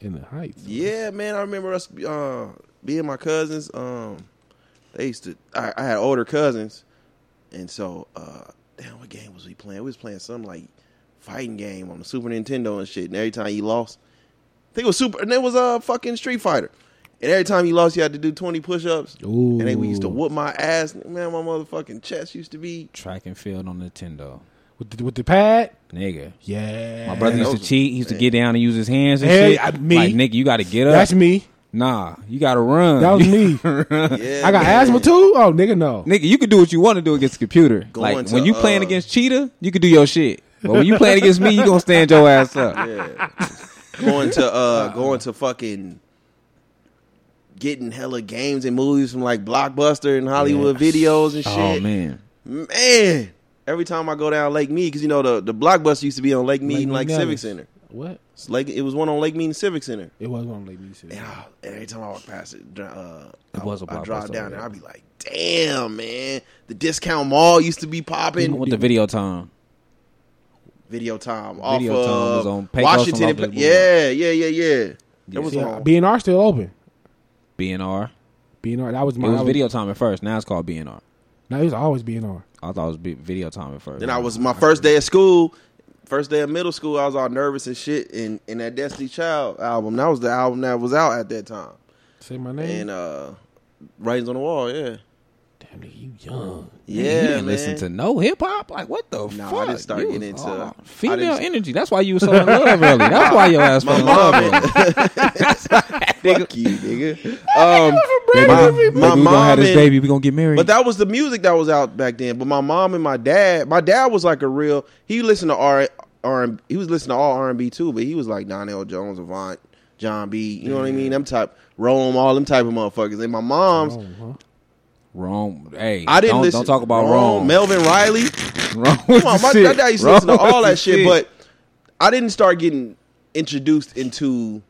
Speaker 3: in the heights.
Speaker 1: Yeah, man, I remember us uh, being my cousins. Um, they used to. I, I had older cousins, and so uh, damn, what game was we playing? We was playing some like fighting game on the Super Nintendo and shit. And every time you lost, I think it was Super, and it was a uh, fucking Street Fighter. And every time you lost, you had to do twenty push-ups.
Speaker 3: Ooh.
Speaker 1: And they we used to whoop my ass. Man, my motherfucking chest used to be.
Speaker 4: track and field on Nintendo.
Speaker 3: with the, with the pad.
Speaker 4: Nigga.
Speaker 3: Yeah,
Speaker 4: My brother used to
Speaker 1: those-
Speaker 4: cheat. He used to get down and use his hands and
Speaker 3: Hey,
Speaker 4: shit.
Speaker 3: I- me.
Speaker 4: Like, nigga, you got to get up.
Speaker 3: That's me.
Speaker 4: Nah, you got to run.
Speaker 3: That was me.
Speaker 1: Yeah,
Speaker 3: I got
Speaker 1: man.
Speaker 3: asthma too. Oh, nigga, no.
Speaker 4: nigga, you can do what you want to do against the computer.
Speaker 1: Going
Speaker 4: like,
Speaker 1: to,
Speaker 4: when you playing
Speaker 1: uh,
Speaker 4: against Cheetah, you can do your shit. But when you playing against me, you going to stand your ass up.
Speaker 1: going to uh going to fucking getting hella games and movies from like Blockbuster and Hollywood videos and shit.
Speaker 4: Oh, man.
Speaker 1: Man, every time I go down Lake Mead, because you know the the Blockbuster used to be on Lake Mead
Speaker 3: Lake
Speaker 1: and like
Speaker 3: Mead
Speaker 1: Civic
Speaker 3: Dallas.
Speaker 1: Center.
Speaker 3: What?
Speaker 1: It's like it was one on Lake Mead and Civic Center.
Speaker 3: It was one of the late music.
Speaker 1: And, I, and every time I walk past it, dr- uh,
Speaker 4: It
Speaker 1: I,
Speaker 4: was a
Speaker 1: I drive
Speaker 4: Blockbuster,
Speaker 1: down there.
Speaker 4: yeah.
Speaker 1: I'd be like, damn, man, the discount mall used to be
Speaker 4: Even
Speaker 1: popping.
Speaker 4: with the video time.
Speaker 1: Video time off
Speaker 4: Video
Speaker 1: of
Speaker 4: Time was on Pecos
Speaker 1: Washington.
Speaker 4: and
Speaker 1: and Pla-
Speaker 4: Loftus
Speaker 1: yeah, yeah, yeah, yeah. There was
Speaker 3: Yeah,
Speaker 1: a
Speaker 3: BNR still open.
Speaker 4: BNR.
Speaker 3: BNR. That was
Speaker 4: It
Speaker 3: my.
Speaker 4: was
Speaker 3: that
Speaker 4: video time at first. Now it's called BNR.
Speaker 3: No, it was always BNR.
Speaker 4: I thought it was B- video time at first.
Speaker 1: Then I was my first day of school, first day of middle school. I was all nervous and shit. And and that Destiny Child album, that was the album that was out at that time.
Speaker 3: Say my name.
Speaker 1: And uh, writings on the wall, yeah,
Speaker 3: Damn, nigga, you young.
Speaker 1: yeah.
Speaker 4: You didn't
Speaker 1: man.
Speaker 4: listen to no hip hop. Like what the
Speaker 1: Nah, I
Speaker 4: fuck?
Speaker 1: didn't start
Speaker 4: You
Speaker 1: getting
Speaker 4: was
Speaker 1: into-
Speaker 4: all
Speaker 1: I
Speaker 4: female
Speaker 1: didn't-
Speaker 4: energy. That's why you was so in love early. That's why your ass was
Speaker 1: my
Speaker 4: in love.
Speaker 1: mom.
Speaker 4: early.
Speaker 1: and- Fuck you, nigga. Um,
Speaker 4: Baby,
Speaker 1: my, my
Speaker 4: we gonna
Speaker 1: mom
Speaker 4: have this
Speaker 1: and-
Speaker 4: baby. We gonna get married.
Speaker 1: But that was the music that was out back then. But my mom and my dad, my dad was like a real. He listened to R, R and he was listening to all R and B too. But he was like Donnell Jones, Avant, John B. You know what I mean? Them type Rome, all them type of motherfuckers. And my mom's,
Speaker 3: Oh, huh?
Speaker 4: Wrong. Hey,
Speaker 1: I didn't
Speaker 4: don't,
Speaker 1: listen.
Speaker 4: Don't talk about
Speaker 1: Wrong,
Speaker 4: wrong.
Speaker 1: Melvin Riley.
Speaker 4: Wrong.
Speaker 1: Come on, my, my dad used to listen to all that shit, but I didn't start getting introduced into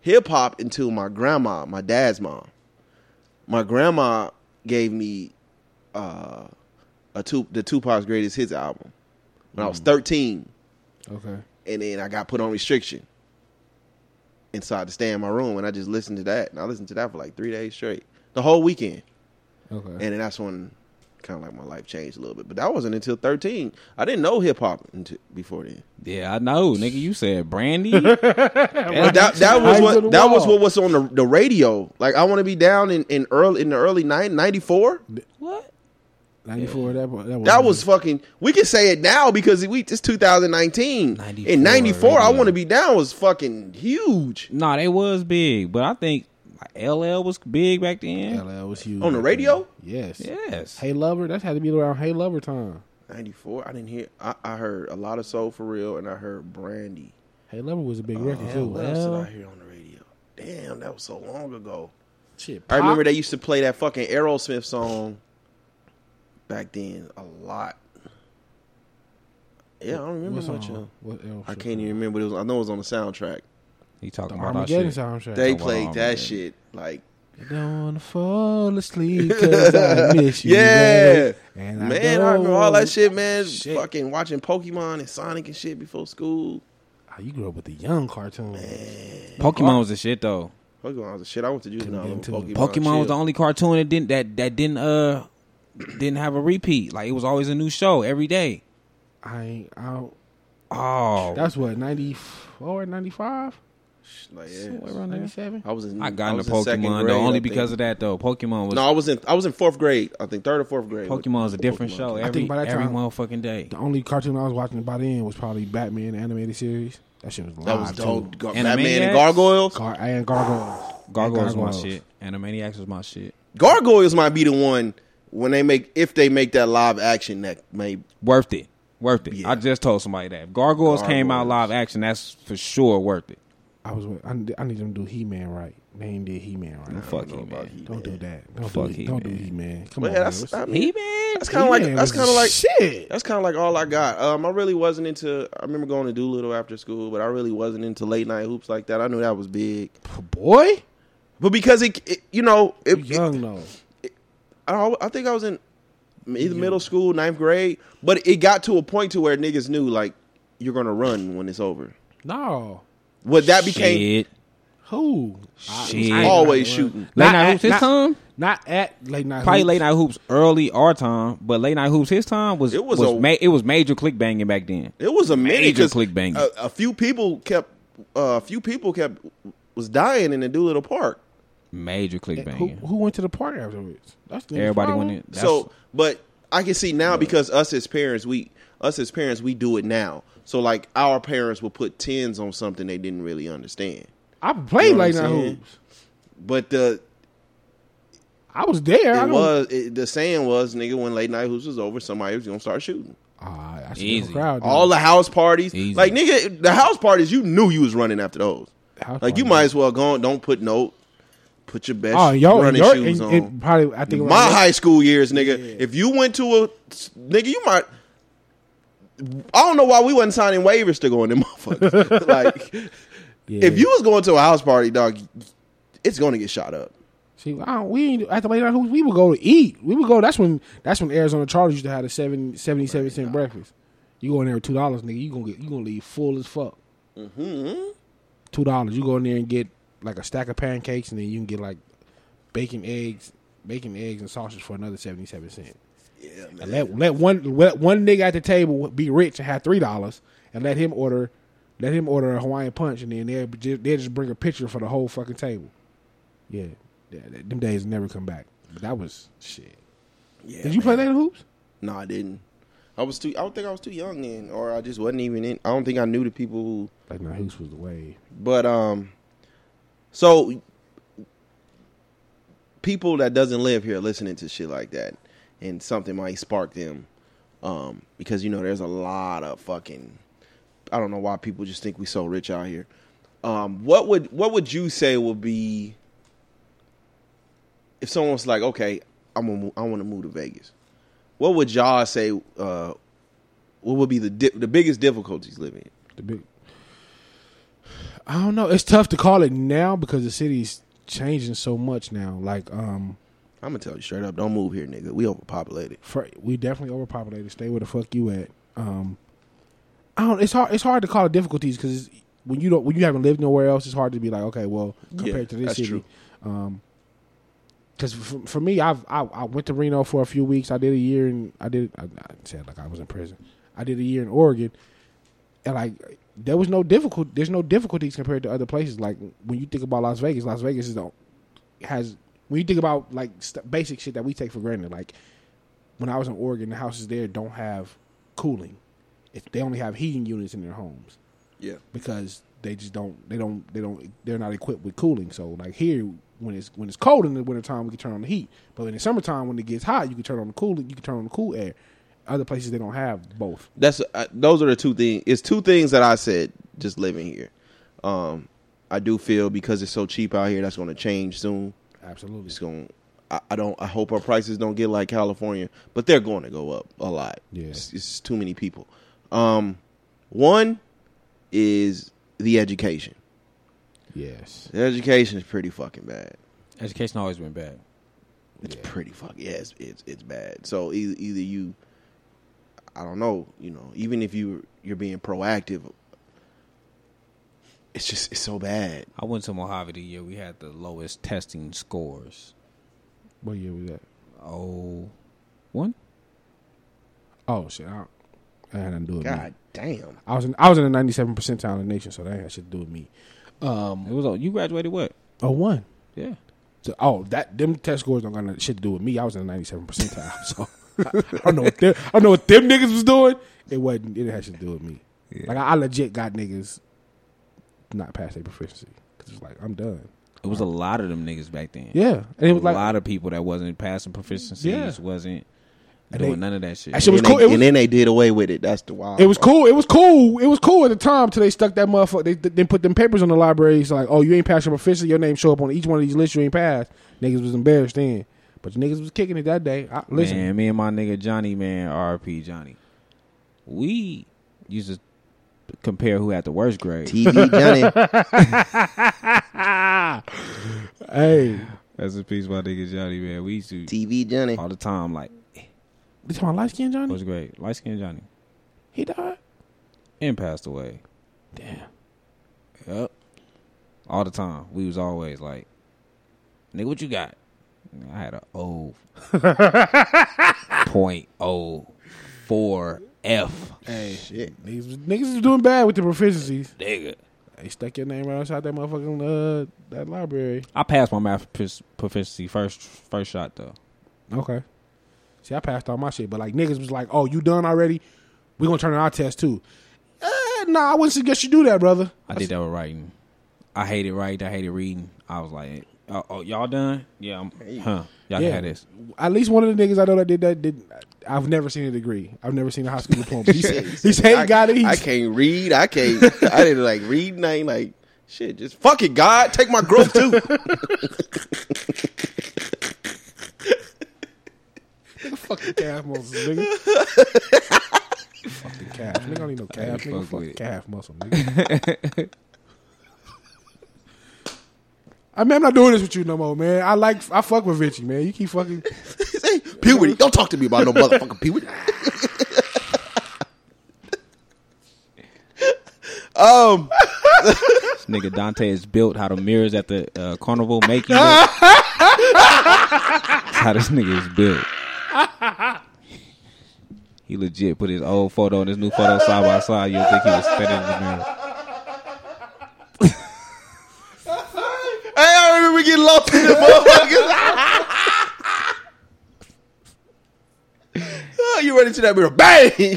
Speaker 1: hip hop until my grandma, my dad's mom. My grandma gave me uh, a two, the Tupac's Greatest Hits album when I
Speaker 4: Mm.
Speaker 1: was thirteen,
Speaker 3: Okay.
Speaker 1: and then I got put on restriction. And so I had to stay in my room, and I just listened to that, and I listened to that for like three days straight, the whole weekend.
Speaker 3: Okay.
Speaker 1: And then that's when kind of like my life changed a little bit. But that wasn't until 13. I didn't know hip hop until before then.
Speaker 4: yeah, I know, nigga. You said Brandy. That's-
Speaker 1: But that that was
Speaker 3: Eyes on the
Speaker 1: what that was
Speaker 3: wall.
Speaker 1: what was on the, the radio. Like I want to be down in, in early in the early 9 94.
Speaker 4: what?
Speaker 3: 94, that, that was.
Speaker 1: That was fucking we can say it now because we it's 2019.
Speaker 4: 94,
Speaker 1: in 94 I
Speaker 4: yeah.
Speaker 1: want to be down was fucking huge.
Speaker 4: Nah, they was big, but I think like, LL was big back then.
Speaker 3: LL was huge.
Speaker 1: On the radio?
Speaker 3: Yes.
Speaker 4: Yes.
Speaker 3: Hey Lover, that had to be around Hey Lover time.
Speaker 1: 94 I didn't hear I, I heard a lot of soul for real and I heard Brandy.
Speaker 3: Hey Lover was a big record
Speaker 1: Damn,
Speaker 3: too.
Speaker 1: Oh, what else did I hear on the radio? Damn, that was so long ago.
Speaker 3: Shit,
Speaker 1: I
Speaker 3: Pop-
Speaker 1: remember they used to play that fucking Aerosmith song back then a lot. Yeah, I don't remember
Speaker 3: What
Speaker 1: much of.
Speaker 3: song? What else?
Speaker 1: I can't even remember. What it was I know it was on the soundtrack.
Speaker 4: He talking
Speaker 3: The
Speaker 4: about our
Speaker 3: Armageddon
Speaker 4: shit.
Speaker 3: soundtrack.
Speaker 1: They
Speaker 4: wow,
Speaker 1: played
Speaker 4: man.
Speaker 1: that shit like
Speaker 3: I don't wanna fall asleep 'cause I miss you.
Speaker 1: yeah,
Speaker 3: baby. and
Speaker 1: man.
Speaker 3: don't
Speaker 1: I remember all that shit, man.
Speaker 3: Shit.
Speaker 1: Fucking watching Pokemon and Sonic and shit before school.
Speaker 3: Ah, you grew up with the young cartoons.
Speaker 4: Pokemon was the shit though.
Speaker 1: Pokemon was the shit. I went to juvenile.
Speaker 3: get
Speaker 1: over
Speaker 3: into
Speaker 1: Pokemon,
Speaker 3: it.
Speaker 4: Pokemon was the
Speaker 1: chill.
Speaker 4: only cartoon that didn't that that didn't uh didn't have a repeat. Like it was always a new show every day.
Speaker 3: I ain't out.
Speaker 4: Oh,
Speaker 3: That's what 94, 95,
Speaker 1: Like,
Speaker 3: somewhere
Speaker 1: yeah.
Speaker 3: around 97.
Speaker 1: I was in.
Speaker 4: I got
Speaker 1: was
Speaker 4: into
Speaker 1: in second
Speaker 4: Pokemon
Speaker 1: grade,
Speaker 4: though only
Speaker 1: I think.
Speaker 4: because of that though. Pokemon was
Speaker 1: No, I was in. I was in fourth grade. I think third or fourth grade.
Speaker 4: Pokemon was a different
Speaker 1: Pokemon.
Speaker 4: show
Speaker 3: I
Speaker 4: every
Speaker 3: think by that
Speaker 4: every
Speaker 3: time-
Speaker 4: motherfucking day.
Speaker 3: The only cartoon I was watching by then was probably Batman the animated series. That shit was live.
Speaker 1: That
Speaker 4: Ah,
Speaker 1: was
Speaker 3: too.
Speaker 1: dope. Gar-
Speaker 4: Animaniacs?
Speaker 1: Batman and Gargoyles.
Speaker 3: Gar- and Gargoyles.
Speaker 4: Gargoyles was my
Speaker 3: Gargoyles.
Speaker 4: shit. Animaniacs was my shit.
Speaker 1: Gargoyles might be the one when they make if they make that live action that may
Speaker 4: Worth it. Worth it.
Speaker 1: Yeah.
Speaker 4: I just told somebody that. If Gargoyles, came out
Speaker 1: Gargoyles.
Speaker 4: live action, that's for sure worth it.
Speaker 3: I was. with- I, need- I need them to do He Man right. They ain't did He Man right.
Speaker 4: Fuck
Speaker 1: know
Speaker 4: you,
Speaker 1: about
Speaker 4: man.
Speaker 1: He-Man.
Speaker 3: Don't do that. Don't
Speaker 4: Fuck
Speaker 3: do.
Speaker 4: He-Man.
Speaker 3: Don't do He Man. Come
Speaker 1: Well,
Speaker 3: on.
Speaker 1: yeah,
Speaker 3: man.
Speaker 1: that's I
Speaker 3: What's-
Speaker 1: mean,
Speaker 4: He man.
Speaker 1: that's kind of like
Speaker 3: He-Man
Speaker 1: that's
Speaker 3: was
Speaker 1: kind of like
Speaker 3: shit.
Speaker 1: That's kind of like all I got. Um, I really wasn't into. I remember going to Doolittle after school, but I really wasn't into late night hoops like that. I knew that was big,
Speaker 3: Boy,
Speaker 1: but because it, it- you know, it,
Speaker 3: you
Speaker 1: it-
Speaker 3: young though.
Speaker 1: I, al- I think I was in either middle school, ninth grade, but it got to a point to where niggas knew like you're gonna run when it's over.
Speaker 3: No,
Speaker 1: Well, that became
Speaker 4: shit.
Speaker 3: who?
Speaker 4: Shit.
Speaker 3: I- oh, I-
Speaker 1: always
Speaker 3: I-
Speaker 1: shooting.
Speaker 4: Late
Speaker 3: Not
Speaker 4: night
Speaker 3: at-
Speaker 4: hoops his
Speaker 3: not-
Speaker 4: time.
Speaker 3: Not at late night.
Speaker 4: Probably
Speaker 3: hoops.
Speaker 4: late night hoops early our time, but late night hoops his time was
Speaker 1: It
Speaker 4: it
Speaker 1: was
Speaker 4: was
Speaker 1: a-
Speaker 4: ma- it was major click banging back then.
Speaker 1: It was a minute
Speaker 4: Major
Speaker 1: because
Speaker 4: clickbait.
Speaker 1: A, a few people kept, uh, a few people kept was dying in the Doolittle Park.
Speaker 4: Major click
Speaker 3: Who,
Speaker 4: banging.
Speaker 3: who went to the party afterwards? That's the
Speaker 4: Everybody
Speaker 3: problem.
Speaker 4: went in. That's,
Speaker 1: so, but I can see now because us as parents, we us as parents, we do it now. So like our parents will put tens on something they didn't really understand.
Speaker 3: I played
Speaker 1: You know what
Speaker 3: late
Speaker 1: I'm
Speaker 3: night
Speaker 1: saying?
Speaker 3: hoops.
Speaker 1: But the
Speaker 3: I was there. I
Speaker 1: it
Speaker 3: don't-
Speaker 1: was it, the saying was nigga when late night hoops was over, somebody was gonna start shooting.
Speaker 3: Ah, I should
Speaker 4: Easy.
Speaker 3: have a crowd.
Speaker 1: All the house parties,
Speaker 4: Easy.
Speaker 1: like nigga, the house parties, you knew you was running after those.
Speaker 3: the house
Speaker 1: Like you
Speaker 3: party.
Speaker 1: might as well go. on- Don't put no, put your best
Speaker 3: Oh, y'all
Speaker 1: running
Speaker 3: y'all-
Speaker 1: shoes
Speaker 3: and-
Speaker 1: on.
Speaker 3: and probably, I think
Speaker 1: my
Speaker 3: around-
Speaker 1: high school years, nigga. If you went to a nigga, you might. I don't know why we wasn't signing waivers to go in them motherfuckers. like,
Speaker 3: Yeah.
Speaker 1: if you was going to a house party, dog, it's going to get shot up.
Speaker 3: See, I don't, we ain't at the late night hoops. We would go to eat. We would go. That's when that's when Arizona Chargers used to have the seven, 77 cent breakfast. You go in there with two dollars, nigga. You gonna get you gonna leave full as fuck.
Speaker 1: Mm-hmm.
Speaker 3: Two dollars. You go in there and get like a stack of pancakes, and then you can get like bacon eggs, bacon eggs and sausage for another seventy seven cent.
Speaker 1: Yeah, man.
Speaker 3: And let let one let one nigga at the table be rich and have three dollars, and let him order let him order a Hawaiian punch, and then they just, they just bring a picture for the whole fucking table. Yeah, yeah th- them days never come back. But that was shit.
Speaker 1: Yeah,
Speaker 3: Did you play
Speaker 1: man.
Speaker 3: that hoops?
Speaker 1: No, I didn't. I was too. I don't think I was too young then, or I just wasn't even in. I don't think I knew the people who.
Speaker 3: Like no, hoops was the way.
Speaker 1: But um, so people that doesn't live here listening to shit like that, and something might spark them, um, because you know there's a lot of fucking. I don't know why people just think we so rich out here. Um, what would what would you say would be if someone's like, okay, I'm gonna move, I want to move to Vegas. What would y'all say? Uh, what would be the di- the biggest difficulties living in?
Speaker 3: The big. I don't know. It's tough to call it now because the city's changing so much now. Like, um,
Speaker 1: I'm gonna tell you straight up, don't move here, nigga. We overpopulated.
Speaker 3: for, we definitely overpopulated. Stay where the fuck you at. Um, I don't. It's hard. It's hard to call it difficulties because when you don't, when you haven't lived nowhere else, it's hard to be like, okay, well, compared
Speaker 1: Yeah,
Speaker 3: to this
Speaker 1: that's
Speaker 3: city.
Speaker 1: true.
Speaker 3: Um, because for, for me, I've I, I went to Reno for a few weeks. I did a year, and I did. I, I said like I was in prison. I did a year in Oregon, and like there was no difficult. There's no difficulties compared to other places. Like when you think about Las Vegas, Las Vegas is the, has when you think about like st- basic shit that we take for granted. Like when I was in Oregon, the houses there don't have cooling. If they only have heating units in their homes
Speaker 1: Yeah,
Speaker 3: because they just don't they don't they don't they're not equipped with cooling. So like here when it's when it's cold in the wintertime we can turn on the heat. But in the summertime when it gets hot you can turn on the cool you can turn on the cool air. Other places they don't have both.
Speaker 1: that's uh, those are the two things. It's two things that I said just living here. Um, I do feel because it's so cheap out here, that's gonna change soon.
Speaker 3: Absolutely.
Speaker 1: It's gonna. I, I don't. I hope our prices don't get like California, but they're going to go up a lot.
Speaker 3: Yeah.
Speaker 1: it's, it's too many people. Um, one is the education.
Speaker 3: Yes.
Speaker 1: The education is pretty fucking bad.
Speaker 4: Education always been bad.
Speaker 1: It's pretty fucking yeah. It's, it's it's bad. So either either you, I don't know. You know, even if you you're being proactive, it's just it's so bad.
Speaker 4: I went to Mojave the year we had the lowest testing scores.
Speaker 3: What year was that?
Speaker 4: Oh, one.
Speaker 3: Oh shit. I, don't- I had nothing to do with me.
Speaker 1: God damn.
Speaker 3: I was in I was in the ninety seven percentile of the nation, so that ain't got shit to do with me. Um,
Speaker 4: It was. oh, You graduated what?
Speaker 3: Oh one.
Speaker 4: Yeah.
Speaker 3: So, oh, that them test scores don't got nothing shit to do with me. I was in the ninety seven percentile, so I, don't know what them, I don't know what them niggas was doing. It wasn't. It had shit to do with me. Like I, I legit got niggas not past their proficiency because it's like I'm done.
Speaker 4: It was a lot of them niggas back then.
Speaker 3: Yeah, and it was
Speaker 4: a
Speaker 3: like
Speaker 4: lot of people that wasn't passing proficiencies,
Speaker 3: Yeah.
Speaker 4: wasn't
Speaker 3: And
Speaker 4: doing
Speaker 3: they-
Speaker 4: none of that shit.
Speaker 3: that shit was
Speaker 1: and,
Speaker 3: cool.
Speaker 1: they,
Speaker 3: It was,
Speaker 1: and then they did away with it. That's the wild.
Speaker 3: it was
Speaker 1: part.
Speaker 3: cool. It was cool. It was cool at the time till they stuck that motherfucker. They then put them papers on the library. It's like, oh, you ain't passed your proficiency. Your name show up on each one of these lists. You ain't passed. Niggas was embarrassed then, but the niggas was kicking it that day. I, listen,
Speaker 4: Man, me and my nigga Johnny, man, RP Johnny, we used to compare who had the worst grade.
Speaker 1: TV Johnny.
Speaker 3: hey,
Speaker 4: That's a piece my nigga Johnny, man. We used to
Speaker 1: TV Johnny.
Speaker 4: all the time, like,
Speaker 3: this is my light skin Johnny.
Speaker 4: what's great? Light skinned Johnny.
Speaker 3: He died.
Speaker 4: And passed away.
Speaker 3: Damn.
Speaker 4: Yep. All the time. We was always like, nigga, what you got? I had a O point oh four F.
Speaker 1: Shit.
Speaker 3: Niggas, was- niggas is doing bad with the proficiencies.
Speaker 4: Nigga.
Speaker 3: They stuck your name right outside that motherfucking uh, that library.
Speaker 4: I passed my math profic- proficiency first first shot though.
Speaker 3: Okay. See, I passed all my shit, but like niggas was like, "Oh, you done already? We gonna turn in our test too." Uh, nah, I wouldn't suggest you do that, brother.
Speaker 4: I did that with writing. I hated writing. I hated reading. I was like, oh, oh y'all done? Yeah, I'm, huh? Y'all can
Speaker 3: Yeah.
Speaker 4: have this.
Speaker 3: At least one of the niggas I know that did that did. I've never seen a degree. I've never seen a high school diploma. He said, he said
Speaker 1: I,
Speaker 3: he got it. He
Speaker 1: I can't read. I can't. I didn't like read. and I ain't like shit. Just fuck it, God. Take my growth too.
Speaker 3: fucking calf muscles, nigga. fucking calf. Nigga don't need no calf. Nigga
Speaker 4: fuck with
Speaker 3: fucking
Speaker 4: it.
Speaker 3: calf muscle, nigga. I mean, I'm not doing this with you no more, man. I like, I fuck with Richie, man. You keep fucking.
Speaker 1: Say, puberty. Don't talk to me about no motherfucking puberty. um.
Speaker 4: This nigga Dante is built how the mirrors at the uh, carnival make you. Look. That's how this nigga is built. He legit put his old photo and his new photo side by side. You'll think he was standing in the mirror.
Speaker 1: Hey, I remember getting lost in the motherfuckers. oh, you run into that mirror, bang!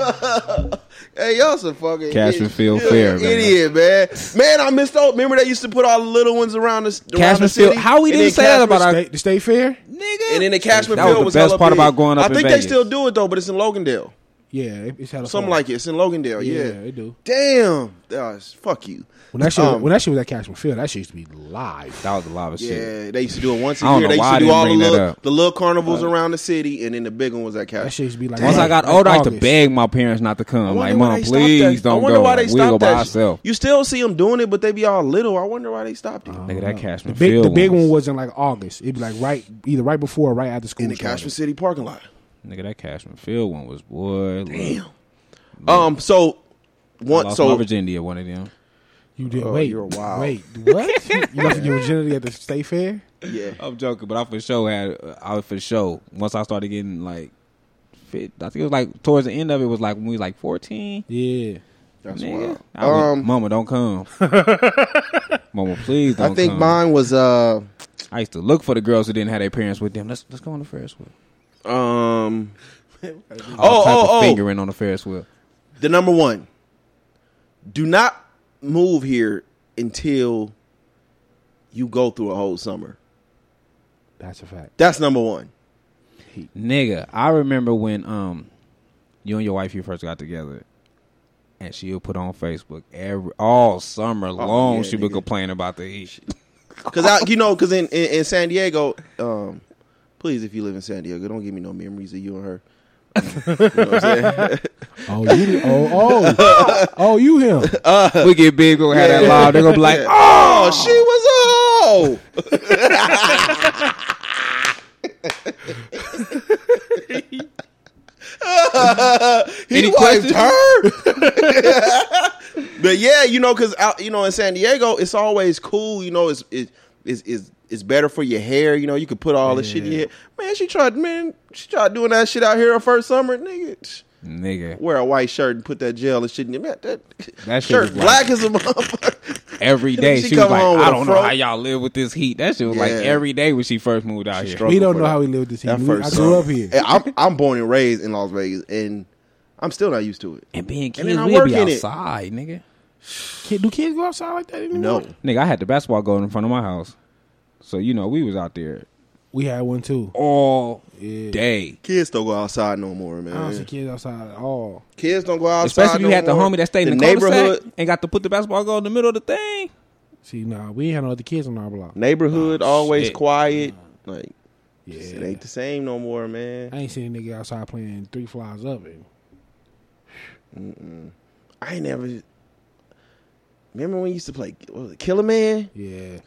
Speaker 1: hey, y'all some fucking
Speaker 4: Cash
Speaker 1: idiot-
Speaker 4: and feel fair, man.
Speaker 1: idiot, man. Man, I missed out. Remember they used to put all the little ones around the around
Speaker 4: Cashman
Speaker 1: the
Speaker 4: Field-
Speaker 1: city?
Speaker 4: how we
Speaker 1: And
Speaker 4: didn't
Speaker 1: then
Speaker 4: say that
Speaker 1: Cashman-
Speaker 4: about our-
Speaker 3: State, state fair?
Speaker 4: Nigga,
Speaker 1: And then the Cashman
Speaker 4: That was
Speaker 1: Field
Speaker 4: the
Speaker 1: was
Speaker 4: best
Speaker 1: hella
Speaker 4: part
Speaker 1: big.
Speaker 4: about growing up
Speaker 1: I
Speaker 4: in
Speaker 1: think they
Speaker 4: Vegas.
Speaker 1: still do it though, but it's in Logan Dale.
Speaker 3: Yeah, it- it's had a
Speaker 1: Something
Speaker 3: fall.
Speaker 1: like it. It's in Logandale.
Speaker 3: yeah,
Speaker 1: Yeah.
Speaker 3: it do.
Speaker 1: Damn. That's, fuck you.
Speaker 3: When that shit,
Speaker 1: Um,
Speaker 3: when that shit was at Cashman Field, that shit used to be live.
Speaker 4: That was a lot of
Speaker 1: Yeah,
Speaker 4: shit.
Speaker 1: they used to do it once a
Speaker 4: I don't
Speaker 1: year.
Speaker 4: know
Speaker 1: They used
Speaker 4: why I
Speaker 1: to do
Speaker 4: didn't
Speaker 1: all the
Speaker 4: bring that
Speaker 1: little,
Speaker 4: up.
Speaker 1: the little carnivals around the city, and then the big one was at Cash.
Speaker 3: That shit used to be like
Speaker 4: Once I got
Speaker 3: like
Speaker 4: older, I used to
Speaker 3: August.
Speaker 4: beg my parents not to come.
Speaker 1: wonder
Speaker 4: Like,
Speaker 1: why
Speaker 4: mom,
Speaker 1: they stopped
Speaker 4: please
Speaker 1: that. I
Speaker 4: don't
Speaker 1: wonder
Speaker 4: go.
Speaker 1: why they
Speaker 4: Like, we go
Speaker 1: stopped
Speaker 4: by
Speaker 1: that.
Speaker 4: ourselves. Oh,
Speaker 1: You still see them doing it, but they be all little. I wonder why they stopped it.
Speaker 4: Nigga, that Cashman
Speaker 3: The big,
Speaker 4: Field
Speaker 3: the big
Speaker 4: one
Speaker 3: one
Speaker 4: was-
Speaker 3: was in like August. It'd be like right, either right before or right after school.
Speaker 1: in the Cashman City parking lot.
Speaker 4: Nigga, that Cashman Field one was boy.
Speaker 1: Damn. Um. So
Speaker 4: Look, I
Speaker 1: one.
Speaker 4: lost my
Speaker 1: So
Speaker 4: virginity at one of them.
Speaker 3: You did.
Speaker 1: Oh,
Speaker 3: wait,
Speaker 1: you're wild.
Speaker 3: Wait, what? you left your virginity at the state fair?
Speaker 1: yeah.
Speaker 4: I'm joking, but I for sure had. uh, I was for sure once I started getting like fit. I think it was like towards the end of it was like when we was like 14.
Speaker 3: Yeah.
Speaker 1: That's
Speaker 4: Nigga,
Speaker 1: wild.
Speaker 4: I was,
Speaker 1: Um,
Speaker 4: Mama, don't come. Mama, please don't.
Speaker 1: I think
Speaker 4: come.
Speaker 1: mine was uh
Speaker 4: I used to look for the girls who didn't have their parents with them. Let's let's go on the Ferris wheel.
Speaker 1: um Oh,
Speaker 4: All type
Speaker 1: oh,
Speaker 4: of
Speaker 1: oh.
Speaker 4: fingering on the Ferris wheel.
Speaker 1: the number one. Do not move here until you go through a whole summer.
Speaker 3: That's a fact.
Speaker 1: That's number one.
Speaker 4: Nigga, I remember when um you and your wife you first got together, and she would put on Facebook every all summer long.
Speaker 1: Oh, yeah,
Speaker 4: she would
Speaker 1: nigga.
Speaker 4: complain about the heat.
Speaker 1: Cause I, you know, cause in, in, in San Diego, um, please, if you live in San Diego, don't give me no memories of you and her. Um, you know what I'm saying?
Speaker 3: Oh, you. did- Oh, oh, oh, you him.
Speaker 4: we get big, we gonna have that live. They're gonna be like,
Speaker 1: Yeah.
Speaker 4: oh,
Speaker 1: oh, she was old. he
Speaker 4: Any
Speaker 1: wiped
Speaker 4: questions?
Speaker 1: her. but yeah, you know, because you know, in San Diego, it's always cool. You know, it's it is is it's better for your hair. You know, you can put all the shit in your hair. Man, she tried. Man, she tried doing that shit out here her first summer, nigga.
Speaker 4: nigga,
Speaker 1: Wear a white shirt and put that gel and shit in your man. That,
Speaker 4: That shit
Speaker 1: shirt
Speaker 4: was like-
Speaker 1: black as a motherfucker.
Speaker 4: every day
Speaker 1: She
Speaker 4: she,
Speaker 1: come
Speaker 4: was like,
Speaker 1: home with
Speaker 4: I
Speaker 1: a
Speaker 4: don't know
Speaker 1: fro-
Speaker 4: how y'all live with this heat. That shit was like
Speaker 1: Yeah.
Speaker 4: every day when she first moved out here.
Speaker 1: struggled.
Speaker 3: We don't
Speaker 1: for
Speaker 3: know
Speaker 1: that.
Speaker 3: how we live this here.
Speaker 1: That
Speaker 3: We-
Speaker 1: first
Speaker 3: I grew
Speaker 1: summer.
Speaker 3: up here.
Speaker 1: Yeah, I'm I'm born and raised in Las Vegas, and I'm still not used to it.
Speaker 4: And being
Speaker 1: And
Speaker 4: kids,
Speaker 1: then I
Speaker 4: we'd be
Speaker 1: work in it.
Speaker 4: outside, nigga.
Speaker 3: Kid, do kids go outside like that
Speaker 1: No,
Speaker 3: anymore?
Speaker 4: Nigga, I had the basketball goal in front of my house, so you know we was out there
Speaker 3: We had one too.
Speaker 4: all
Speaker 3: Yeah.
Speaker 4: day.
Speaker 1: kids don't go outside no more,
Speaker 3: I don't see
Speaker 1: man.
Speaker 3: kids outside at all.
Speaker 1: Kids don't go outside.
Speaker 4: Especially if you
Speaker 1: no
Speaker 4: had the
Speaker 1: more.
Speaker 4: homie that stayed in the, neighborhood and got to put the basketball goal in the middle of the thing.
Speaker 3: See, nah, we ain't had no other kids on our block.
Speaker 1: Neighborhood always
Speaker 4: Oh, shit.
Speaker 1: quiet. Like it
Speaker 3: Yeah,
Speaker 1: ain't the same no more, man.
Speaker 3: I ain't seen a nigga outside playing three flies up. And
Speaker 1: I ain't never. Remember when you used to play what was it, Killer Man?
Speaker 3: yeah,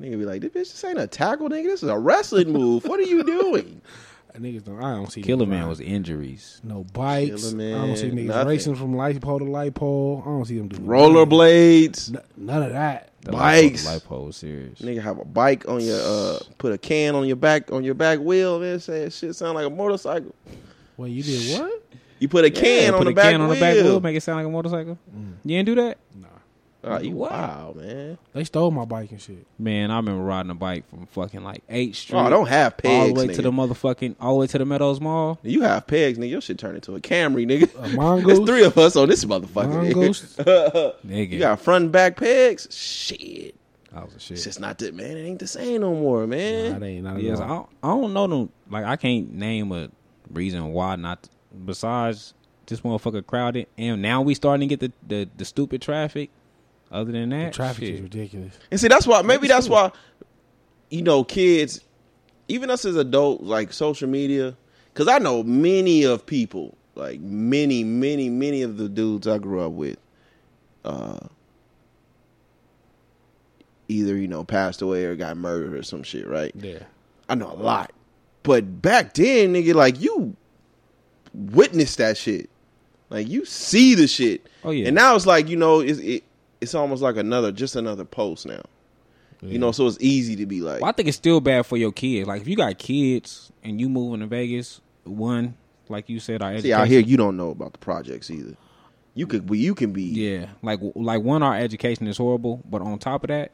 Speaker 1: Nigga be like, this bitch this ain't a tackle, nigga. This is a wrestling move. What are you doing?
Speaker 3: niggas don't. I don't see
Speaker 4: Killer
Speaker 3: niggas
Speaker 4: man
Speaker 3: riding.
Speaker 4: was injuries.
Speaker 3: no bikes.
Speaker 1: Killer Man,
Speaker 3: I don't see niggas
Speaker 1: nothing.
Speaker 3: racing from light pole to light pole. I don't see them doing
Speaker 1: Rollerblades.
Speaker 3: none- None of that.
Speaker 4: The
Speaker 1: Bikes.
Speaker 4: light pole was serious.
Speaker 1: Nigga have a bike on your uh put a can on your back on your back wheel, man. Saying shit sound like a motorcycle.
Speaker 3: Wait, you did what?
Speaker 1: You put a can,
Speaker 4: Yeah,
Speaker 1: on,
Speaker 4: put
Speaker 1: the
Speaker 4: a
Speaker 1: back
Speaker 4: can on
Speaker 1: wheel. Mm.
Speaker 4: the back wheel, make it sound like a motorcycle. You didn't do that,
Speaker 1: Oh, you
Speaker 4: Wow.
Speaker 1: wow, man.
Speaker 3: They stole my bike and shit.
Speaker 4: man. I remember riding a bike from fucking like Eighth Street
Speaker 1: Oh, don't have pegs.
Speaker 4: all the way
Speaker 1: nigga.
Speaker 4: to the motherfucking all the way to the Meadows Mall.
Speaker 1: You have pegs, nigga. Your shit turn into a Camry, nigga.
Speaker 4: Uh,
Speaker 3: A mongoose?
Speaker 1: There's three of us on this motherfucker.
Speaker 3: Mongoose?
Speaker 1: nigga.
Speaker 4: Nigga,
Speaker 1: you got front and back pegs. Shit,
Speaker 4: I was a shit.
Speaker 1: it's just not that man. It ain't the same no more,
Speaker 3: Nah,
Speaker 1: man.
Speaker 3: they ain't. Not at
Speaker 4: Yes, I
Speaker 3: all.
Speaker 4: don't, I don't know them. Like I can't name a reason why not. Besides, this motherfucker crowded, and now we starting to get the the, the stupid traffic. Other than that,
Speaker 3: Traffic
Speaker 4: shit.
Speaker 3: is ridiculous.
Speaker 1: and see, that's why. Maybe that's why. You know, kids, even us as adults, like social media, because I know many of people, like many, many, many of the dudes I grew up with, uh, either you know passed away or got murdered or some shit, right?
Speaker 3: Yeah.
Speaker 1: I know a lot. But back then, nigga, like you witnessed that shit. Like you see the shit.
Speaker 4: Oh, yeah.
Speaker 1: And now it's like, you know, it's it, it's almost like another just another post now. You know, so it's easy to be like
Speaker 4: Well, I think it's still bad for your kids. Like if you got kids and you moving to Vegas, one like you said, our
Speaker 1: See
Speaker 4: education.
Speaker 1: out here you don't know about the projects either. You could well, you can be
Speaker 4: Yeah, like like one, our education is horrible. But on top of that,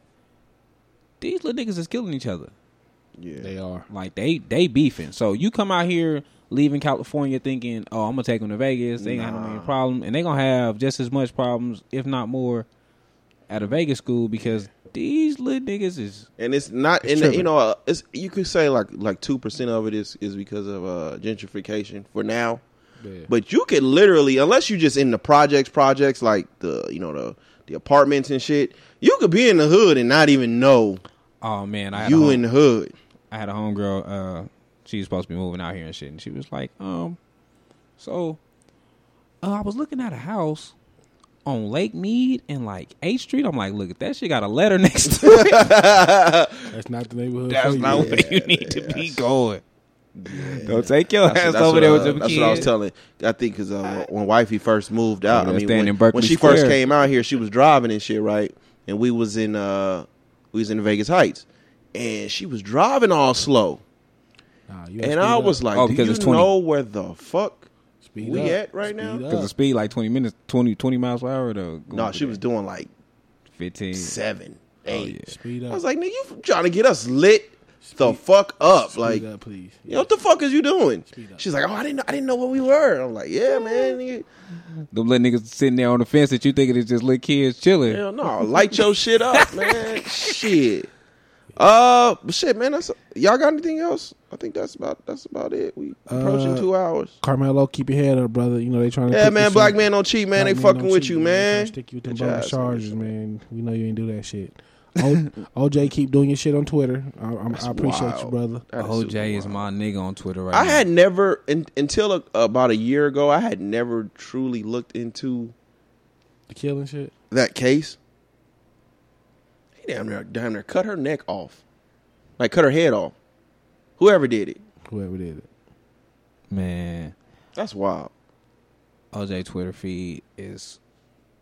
Speaker 4: these little niggas is killing each other.
Speaker 1: yeah.
Speaker 3: They are.
Speaker 4: Like they they beefing. So you come out here leaving California thinking, oh, I'm gonna take them to Vegas. They ain't gonna have no problem, and they gonna have just as much problems, if not more, at a Vegas school because these little niggas is
Speaker 1: And it's not
Speaker 4: It's
Speaker 1: in the, you
Speaker 4: tripping.
Speaker 1: know, uh, it's you could say like like 2% of it is is because of uh gentrification for now.
Speaker 3: Yeah.
Speaker 1: But you could literally, unless you just in the projects, projects like the you know the the apartments and shit, you could be in the hood and not even know
Speaker 4: Oh man, I had a
Speaker 1: you
Speaker 4: home-
Speaker 1: in the hood.
Speaker 4: I had a homegirl. Uh, she was supposed to be moving out here and shit, and she was like, um, so uh, I was looking at a house on Lake Mead and like 8th Street. I'm like, look, if that shit got a letter next to it,
Speaker 3: That's not the neighborhood.
Speaker 4: that's
Speaker 3: for
Speaker 4: not
Speaker 3: you.
Speaker 4: where you need to be going. Don't take your
Speaker 1: That's,
Speaker 4: ass
Speaker 1: that's
Speaker 4: over
Speaker 1: what,
Speaker 4: there
Speaker 1: uh,
Speaker 4: with them
Speaker 1: that's
Speaker 4: kids.
Speaker 1: what I was telling. I think because uh, when wifey first moved out,
Speaker 4: Yeah,
Speaker 1: I mean
Speaker 4: staying
Speaker 1: when,
Speaker 4: in Berkeley
Speaker 1: when she
Speaker 4: Square.
Speaker 1: first came out here, she was driving and shit, right? And we was in uh we was in Vegas Heights, and she was driving all slow,
Speaker 3: Nah, you
Speaker 1: and
Speaker 3: gotta speed
Speaker 1: I
Speaker 3: up.
Speaker 1: was like,
Speaker 4: Oh,
Speaker 1: "Do
Speaker 4: because
Speaker 1: you
Speaker 4: it's 20.
Speaker 1: know where the fuck
Speaker 3: Speed
Speaker 1: we
Speaker 3: up.
Speaker 1: at right now?"
Speaker 3: Speed
Speaker 4: Because the
Speaker 3: up.
Speaker 4: speed like 20 minutes, 20, 20 miles per hour though.
Speaker 1: No, she was doing like
Speaker 4: 15.
Speaker 1: seven,
Speaker 4: Oh,
Speaker 1: eight.
Speaker 3: Speed up.
Speaker 1: I was like, "Nigga, you trying to get us lit the fuck up?"
Speaker 3: Speed
Speaker 1: like,
Speaker 3: up, please.
Speaker 1: you know what the fuck is you doing?
Speaker 3: up.
Speaker 1: She's like, "Oh, I didn't, know, I didn't know what we were." I'm like, "Yeah, man." nigga."
Speaker 4: Them little niggas sitting there on the fence that you thinking is just little kids chilling.
Speaker 1: Hell no, light your shit up, man. shit. Uh, but shit, man. That's y'all got anything else? I think that's about that's about it. We approaching
Speaker 3: Uh,
Speaker 1: two hours.
Speaker 3: Carmelo, keep your head up, brother. You know they trying to.
Speaker 1: Yeah,
Speaker 3: pick
Speaker 1: man.
Speaker 3: you
Speaker 1: Black
Speaker 3: some-
Speaker 1: man don't cheat, man. they
Speaker 3: Black men
Speaker 1: fucking
Speaker 3: don't
Speaker 1: with
Speaker 3: cheat,
Speaker 1: you,
Speaker 3: They trying
Speaker 1: man.
Speaker 3: to Stick you with them
Speaker 1: Get
Speaker 3: bogus
Speaker 1: your ass on
Speaker 3: charges, man. We know you ain't do that shit. O- OJ, keep doing your shit on Twitter. I, I'm, I appreciate you,
Speaker 1: wild.
Speaker 3: brother.
Speaker 1: That is super
Speaker 4: OJ is
Speaker 1: wild.
Speaker 4: my nigga on Twitter right
Speaker 1: I
Speaker 4: now.
Speaker 1: had never un until a, about a year ago. I had never truly looked into
Speaker 3: The killing shit.
Speaker 1: that case. He damn near damn near cut her neck off, like cut her head off. Whoever did it,
Speaker 3: Whoever did it.
Speaker 4: Man,
Speaker 1: that's wild.
Speaker 4: OJ Twitter feed is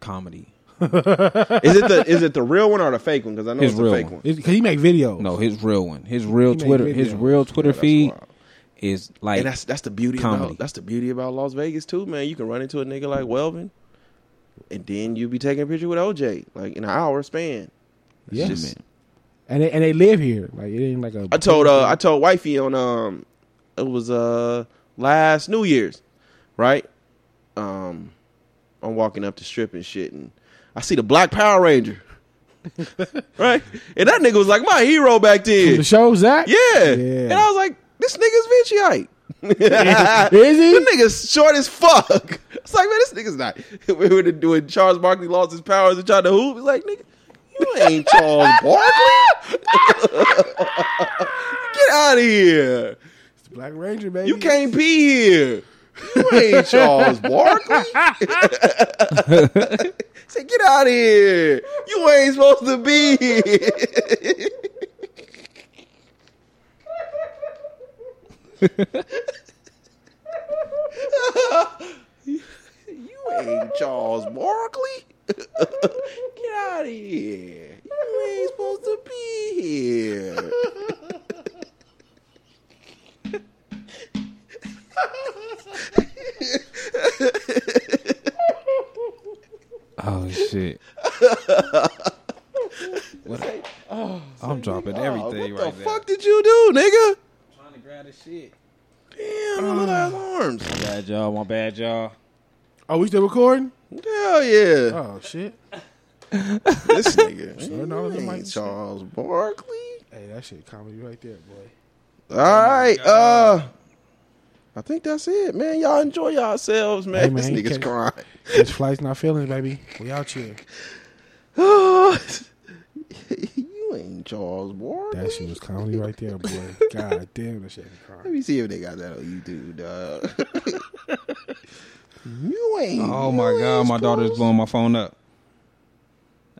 Speaker 4: comedy.
Speaker 1: Is it the is it the real one or the fake one? Because I know
Speaker 4: His
Speaker 1: it's, the
Speaker 4: real
Speaker 1: fake
Speaker 4: one.
Speaker 1: one.
Speaker 3: It's- Cause he make videos.
Speaker 4: No, his real one. His real
Speaker 3: He made
Speaker 4: Twitter. His
Speaker 3: videos.
Speaker 4: real Twitter
Speaker 1: That's
Speaker 4: feed
Speaker 1: wild.
Speaker 4: is like
Speaker 1: and that's that's the beauty
Speaker 4: comedy.
Speaker 1: about that's the beauty about Las Vegas too, man. You can run into a nigga like Welvin, and then you be taking a picture with OJ like in an hour span. It's
Speaker 3: Yeah.
Speaker 1: just-
Speaker 3: and they, and they live here. Like it ain't like a.
Speaker 1: I told uh I told wifey on um it was uh last New Year's, right? Um, I'm walking up the strip and shit, and I see the Black Power Ranger, right? And that nigga was like my hero back
Speaker 3: From
Speaker 1: then.
Speaker 3: Oh, the show, Zach.
Speaker 1: Yeah. And I
Speaker 3: yeah.
Speaker 1: was like, this nigga's Vinci height.
Speaker 3: Is he?
Speaker 1: This nigga's short as fuck. It's like, man, this nigga's not. We were doing Charles Barkley lost his powers and tried to hoop. He's like, nigga, you ain't Charles Barkley. Get out of here.
Speaker 3: Black Ranger, baby.
Speaker 1: You can't be here. You ain't Charles Barkley. Say, get out of here. You ain't supposed to be here. you ain't Charles Barkley. get out of here. You ain't supposed to be here.
Speaker 4: oh shit. What- I'm dropping
Speaker 1: Oh,
Speaker 4: everything
Speaker 1: what
Speaker 4: right
Speaker 1: the
Speaker 4: now.
Speaker 1: fuck did you do, nigga?
Speaker 4: Trying to grab this shit.
Speaker 1: Damn, your little
Speaker 4: Uh.
Speaker 1: ass arms.
Speaker 4: Bad y'all, my bad y'all.
Speaker 3: Are Oh, we still recording?
Speaker 1: Hell yeah.
Speaker 3: Oh shit.
Speaker 1: This nigga.
Speaker 3: Starting all of them
Speaker 1: You
Speaker 3: like
Speaker 1: ain't
Speaker 3: this.
Speaker 1: Charles Barkley.
Speaker 3: Hey, that shit comedy right there, boy.
Speaker 4: Oh
Speaker 1: All right. Uh, I think that's it, man. Y'all enjoy yourselves, man.
Speaker 3: Hey, man,
Speaker 1: this
Speaker 3: you
Speaker 1: nigga's
Speaker 3: can't-
Speaker 1: crying.
Speaker 3: Catch flights, not feelings, baby. We out here.
Speaker 1: you ain't Charles Barkley.
Speaker 3: That shit was comedy right there, boy. God damn, that shit. was
Speaker 1: Let
Speaker 3: comedy.
Speaker 1: me see if they got that on YouTube, dog. you ain't.
Speaker 4: Oh my
Speaker 1: you
Speaker 4: god,
Speaker 1: ain't
Speaker 4: my daughter's
Speaker 1: supposed-
Speaker 4: blowing my phone up.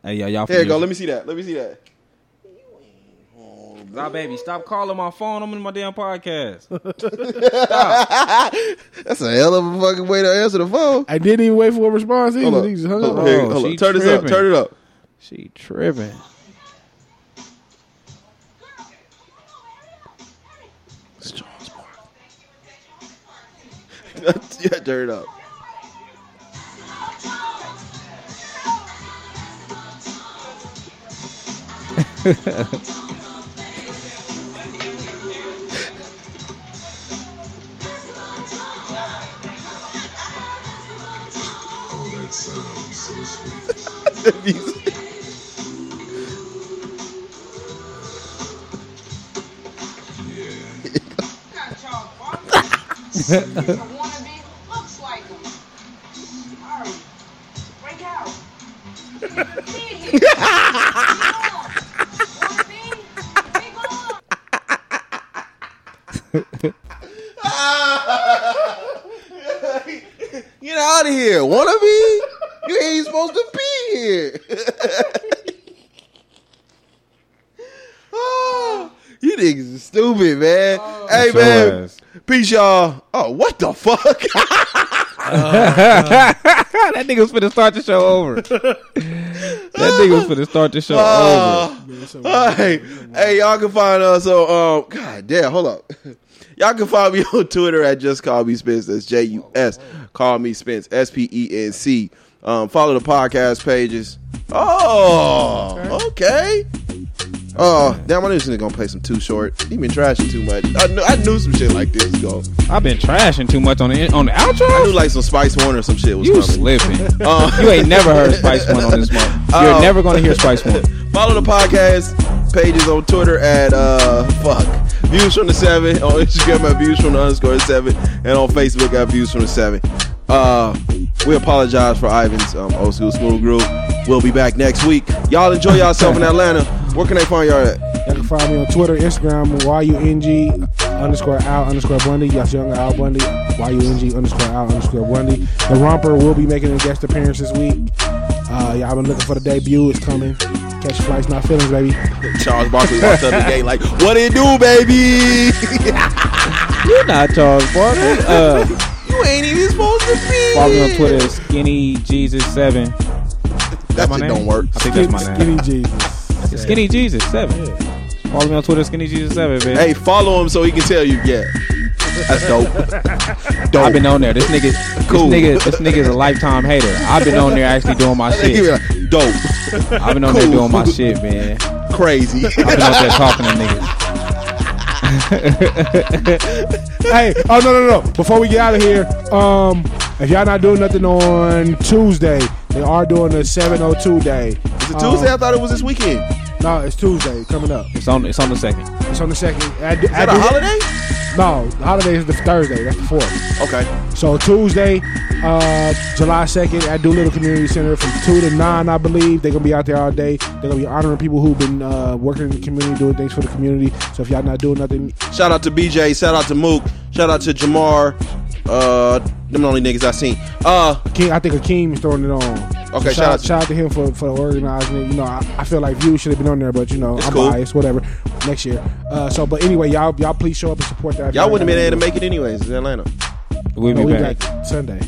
Speaker 4: Hey y'all, y'all.
Speaker 1: There you go. Let me see that. Let me see that.
Speaker 4: Nah, baby, stop calling my phone. I'm in my damn podcast.
Speaker 1: That's a hell of a fucking way to answer the phone.
Speaker 3: I didn't even wait for a response either.
Speaker 1: Hold up.
Speaker 3: He just hung
Speaker 1: Hold
Speaker 3: up.
Speaker 1: up. Here,
Speaker 4: Oh,
Speaker 1: hold
Speaker 4: she
Speaker 1: up. Turn this up.
Speaker 4: tripping.
Speaker 1: Turn it up.
Speaker 4: she tripping.
Speaker 1: It's Charles Barkley. yeah, turn it up.
Speaker 8: Charles Barkley. He's a wannabe love
Speaker 1: Get out of here, wanna be? You ain't supposed to be here. oh, you niggas is stupid, man. hey,
Speaker 4: Oh. Get your
Speaker 1: man.
Speaker 4: ass.
Speaker 1: Peace, y'all. Oh, what the fuck?
Speaker 4: that nigga was finna start the show over. that nigga was finna start the show over.
Speaker 1: Uh, hey, hey, y'all can find us on. Um, God damn, hold up. Y'all can find me on Twitter at Just Call Me Spence. That's J U S. Call Me Spence. S P E N C. Um, follow the podcast pages. Oh, okay. Oh, damn, I knew this nigga gonna play some too short. He been trashing too much. I knew, I knew some shit like this was going.
Speaker 4: I've been trashing too much on the on the
Speaker 1: I knew
Speaker 4: outro.
Speaker 1: like some Spice One or some shit was
Speaker 4: You
Speaker 1: coming.
Speaker 4: slipping. you ain't never heard Spice One on this one. You're
Speaker 1: Oh.
Speaker 4: never gonna hear Spice One.
Speaker 1: Follow the podcast pages on Twitter at uh fuck views from the seven on Instagram at views from the underscore seven and on Facebook at views from the seven. Uh, we apologize for Ivan's um, old school smooth groove. We'll be back next week. Y'all enjoy yourself in Atlanta. Where can they find y'all at?
Speaker 3: Y'all can find me on Twitter, Instagram, Y-U-N-G underscore Al underscore Bundy. Yes, young Al Bundy. Y-U-N-G underscore Al underscore Bundy. The Romper will be making a guest appearance this week. Uh, y'all been looking for the debut. It's coming. Catch flights, not feelings, baby.
Speaker 1: Charles Barkley walked up the gate like, "What it do, baby?
Speaker 4: You're not Charles Barkley. Uh,
Speaker 1: you ain't even supposed to be."
Speaker 4: follow me on Twitter, Skinny Jesus Seven.
Speaker 1: That
Speaker 4: My
Speaker 1: shit
Speaker 4: name?
Speaker 1: don't work.
Speaker 4: I think that's my name.
Speaker 3: Skinny Jesus.
Speaker 4: Skinny Jesus Seven. Follow me on Twitter, Skinny Jesus Seven, baby.
Speaker 1: Hey, follow him so he can tell you. Yeah, that's dope.
Speaker 4: I've been on there. This nigga,
Speaker 1: Cool.
Speaker 4: this nigga, this nigga is a lifetime hater. I've been on there actually doing my
Speaker 1: He be
Speaker 4: shit.
Speaker 1: like, dope.
Speaker 4: I've been on there
Speaker 1: Cool.
Speaker 4: doing my shit, man.
Speaker 1: crazy.
Speaker 4: I've been out there talking to niggas.
Speaker 3: hey, oh no no no! Before we get out of here, um, if y'all not doing nothing on Tuesday, they are doing the 702 day. Um,
Speaker 1: Is it Uh, Tuesday? I thought it was this weekend. Is
Speaker 3: No, it's Tuesday coming up.
Speaker 4: It's on, it's on the second.
Speaker 3: It's on the second. Is
Speaker 1: that a holiday?
Speaker 3: No, the holiday is the Thursday. That's the fourth.
Speaker 1: Okay.
Speaker 3: So Tuesday, uh, July 2nd at Doolittle Community Center from 2 to 9, I believe. They're going to be out there all day. They're going to be honoring people who've been uh, working in the community, doing things for the community. So if y'all not doing nothing,
Speaker 1: Shout out to BJ. Shout out to Mook. Shout out to Jamar. Uh, them the only niggas I seen. Uh,
Speaker 3: King, I think Akeem is throwing it on.
Speaker 1: Okay,
Speaker 3: So
Speaker 1: shout out to-
Speaker 3: shout out to him for, for organizing it. You know, I, I feel like View should have been on there, but, you know,
Speaker 1: It's
Speaker 3: I'm
Speaker 1: cool.
Speaker 3: biased, whatever, next year. Uh, so, but anyway, y'all y'all please show up and support that.
Speaker 1: y'all wouldn't have been able to make it anyways. It's Atlanta.
Speaker 4: We'll be
Speaker 3: no, we
Speaker 4: back.
Speaker 3: back Sunday.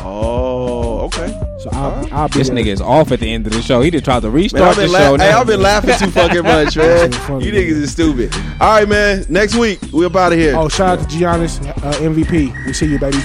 Speaker 1: Oh, okay.
Speaker 3: So I'll, I'll be
Speaker 4: This
Speaker 3: there.
Speaker 4: nigga is off at the end of the show. He just tried to
Speaker 1: Man, I've
Speaker 4: restart the
Speaker 1: been,
Speaker 4: show.
Speaker 1: la- hey,
Speaker 4: now.
Speaker 1: I've been laughing too fucking much, man. You niggas is stupid. All right, man. Next week we up out of here.
Speaker 3: Oh, shout out to Giannis, uh, MVP. We see you, baby.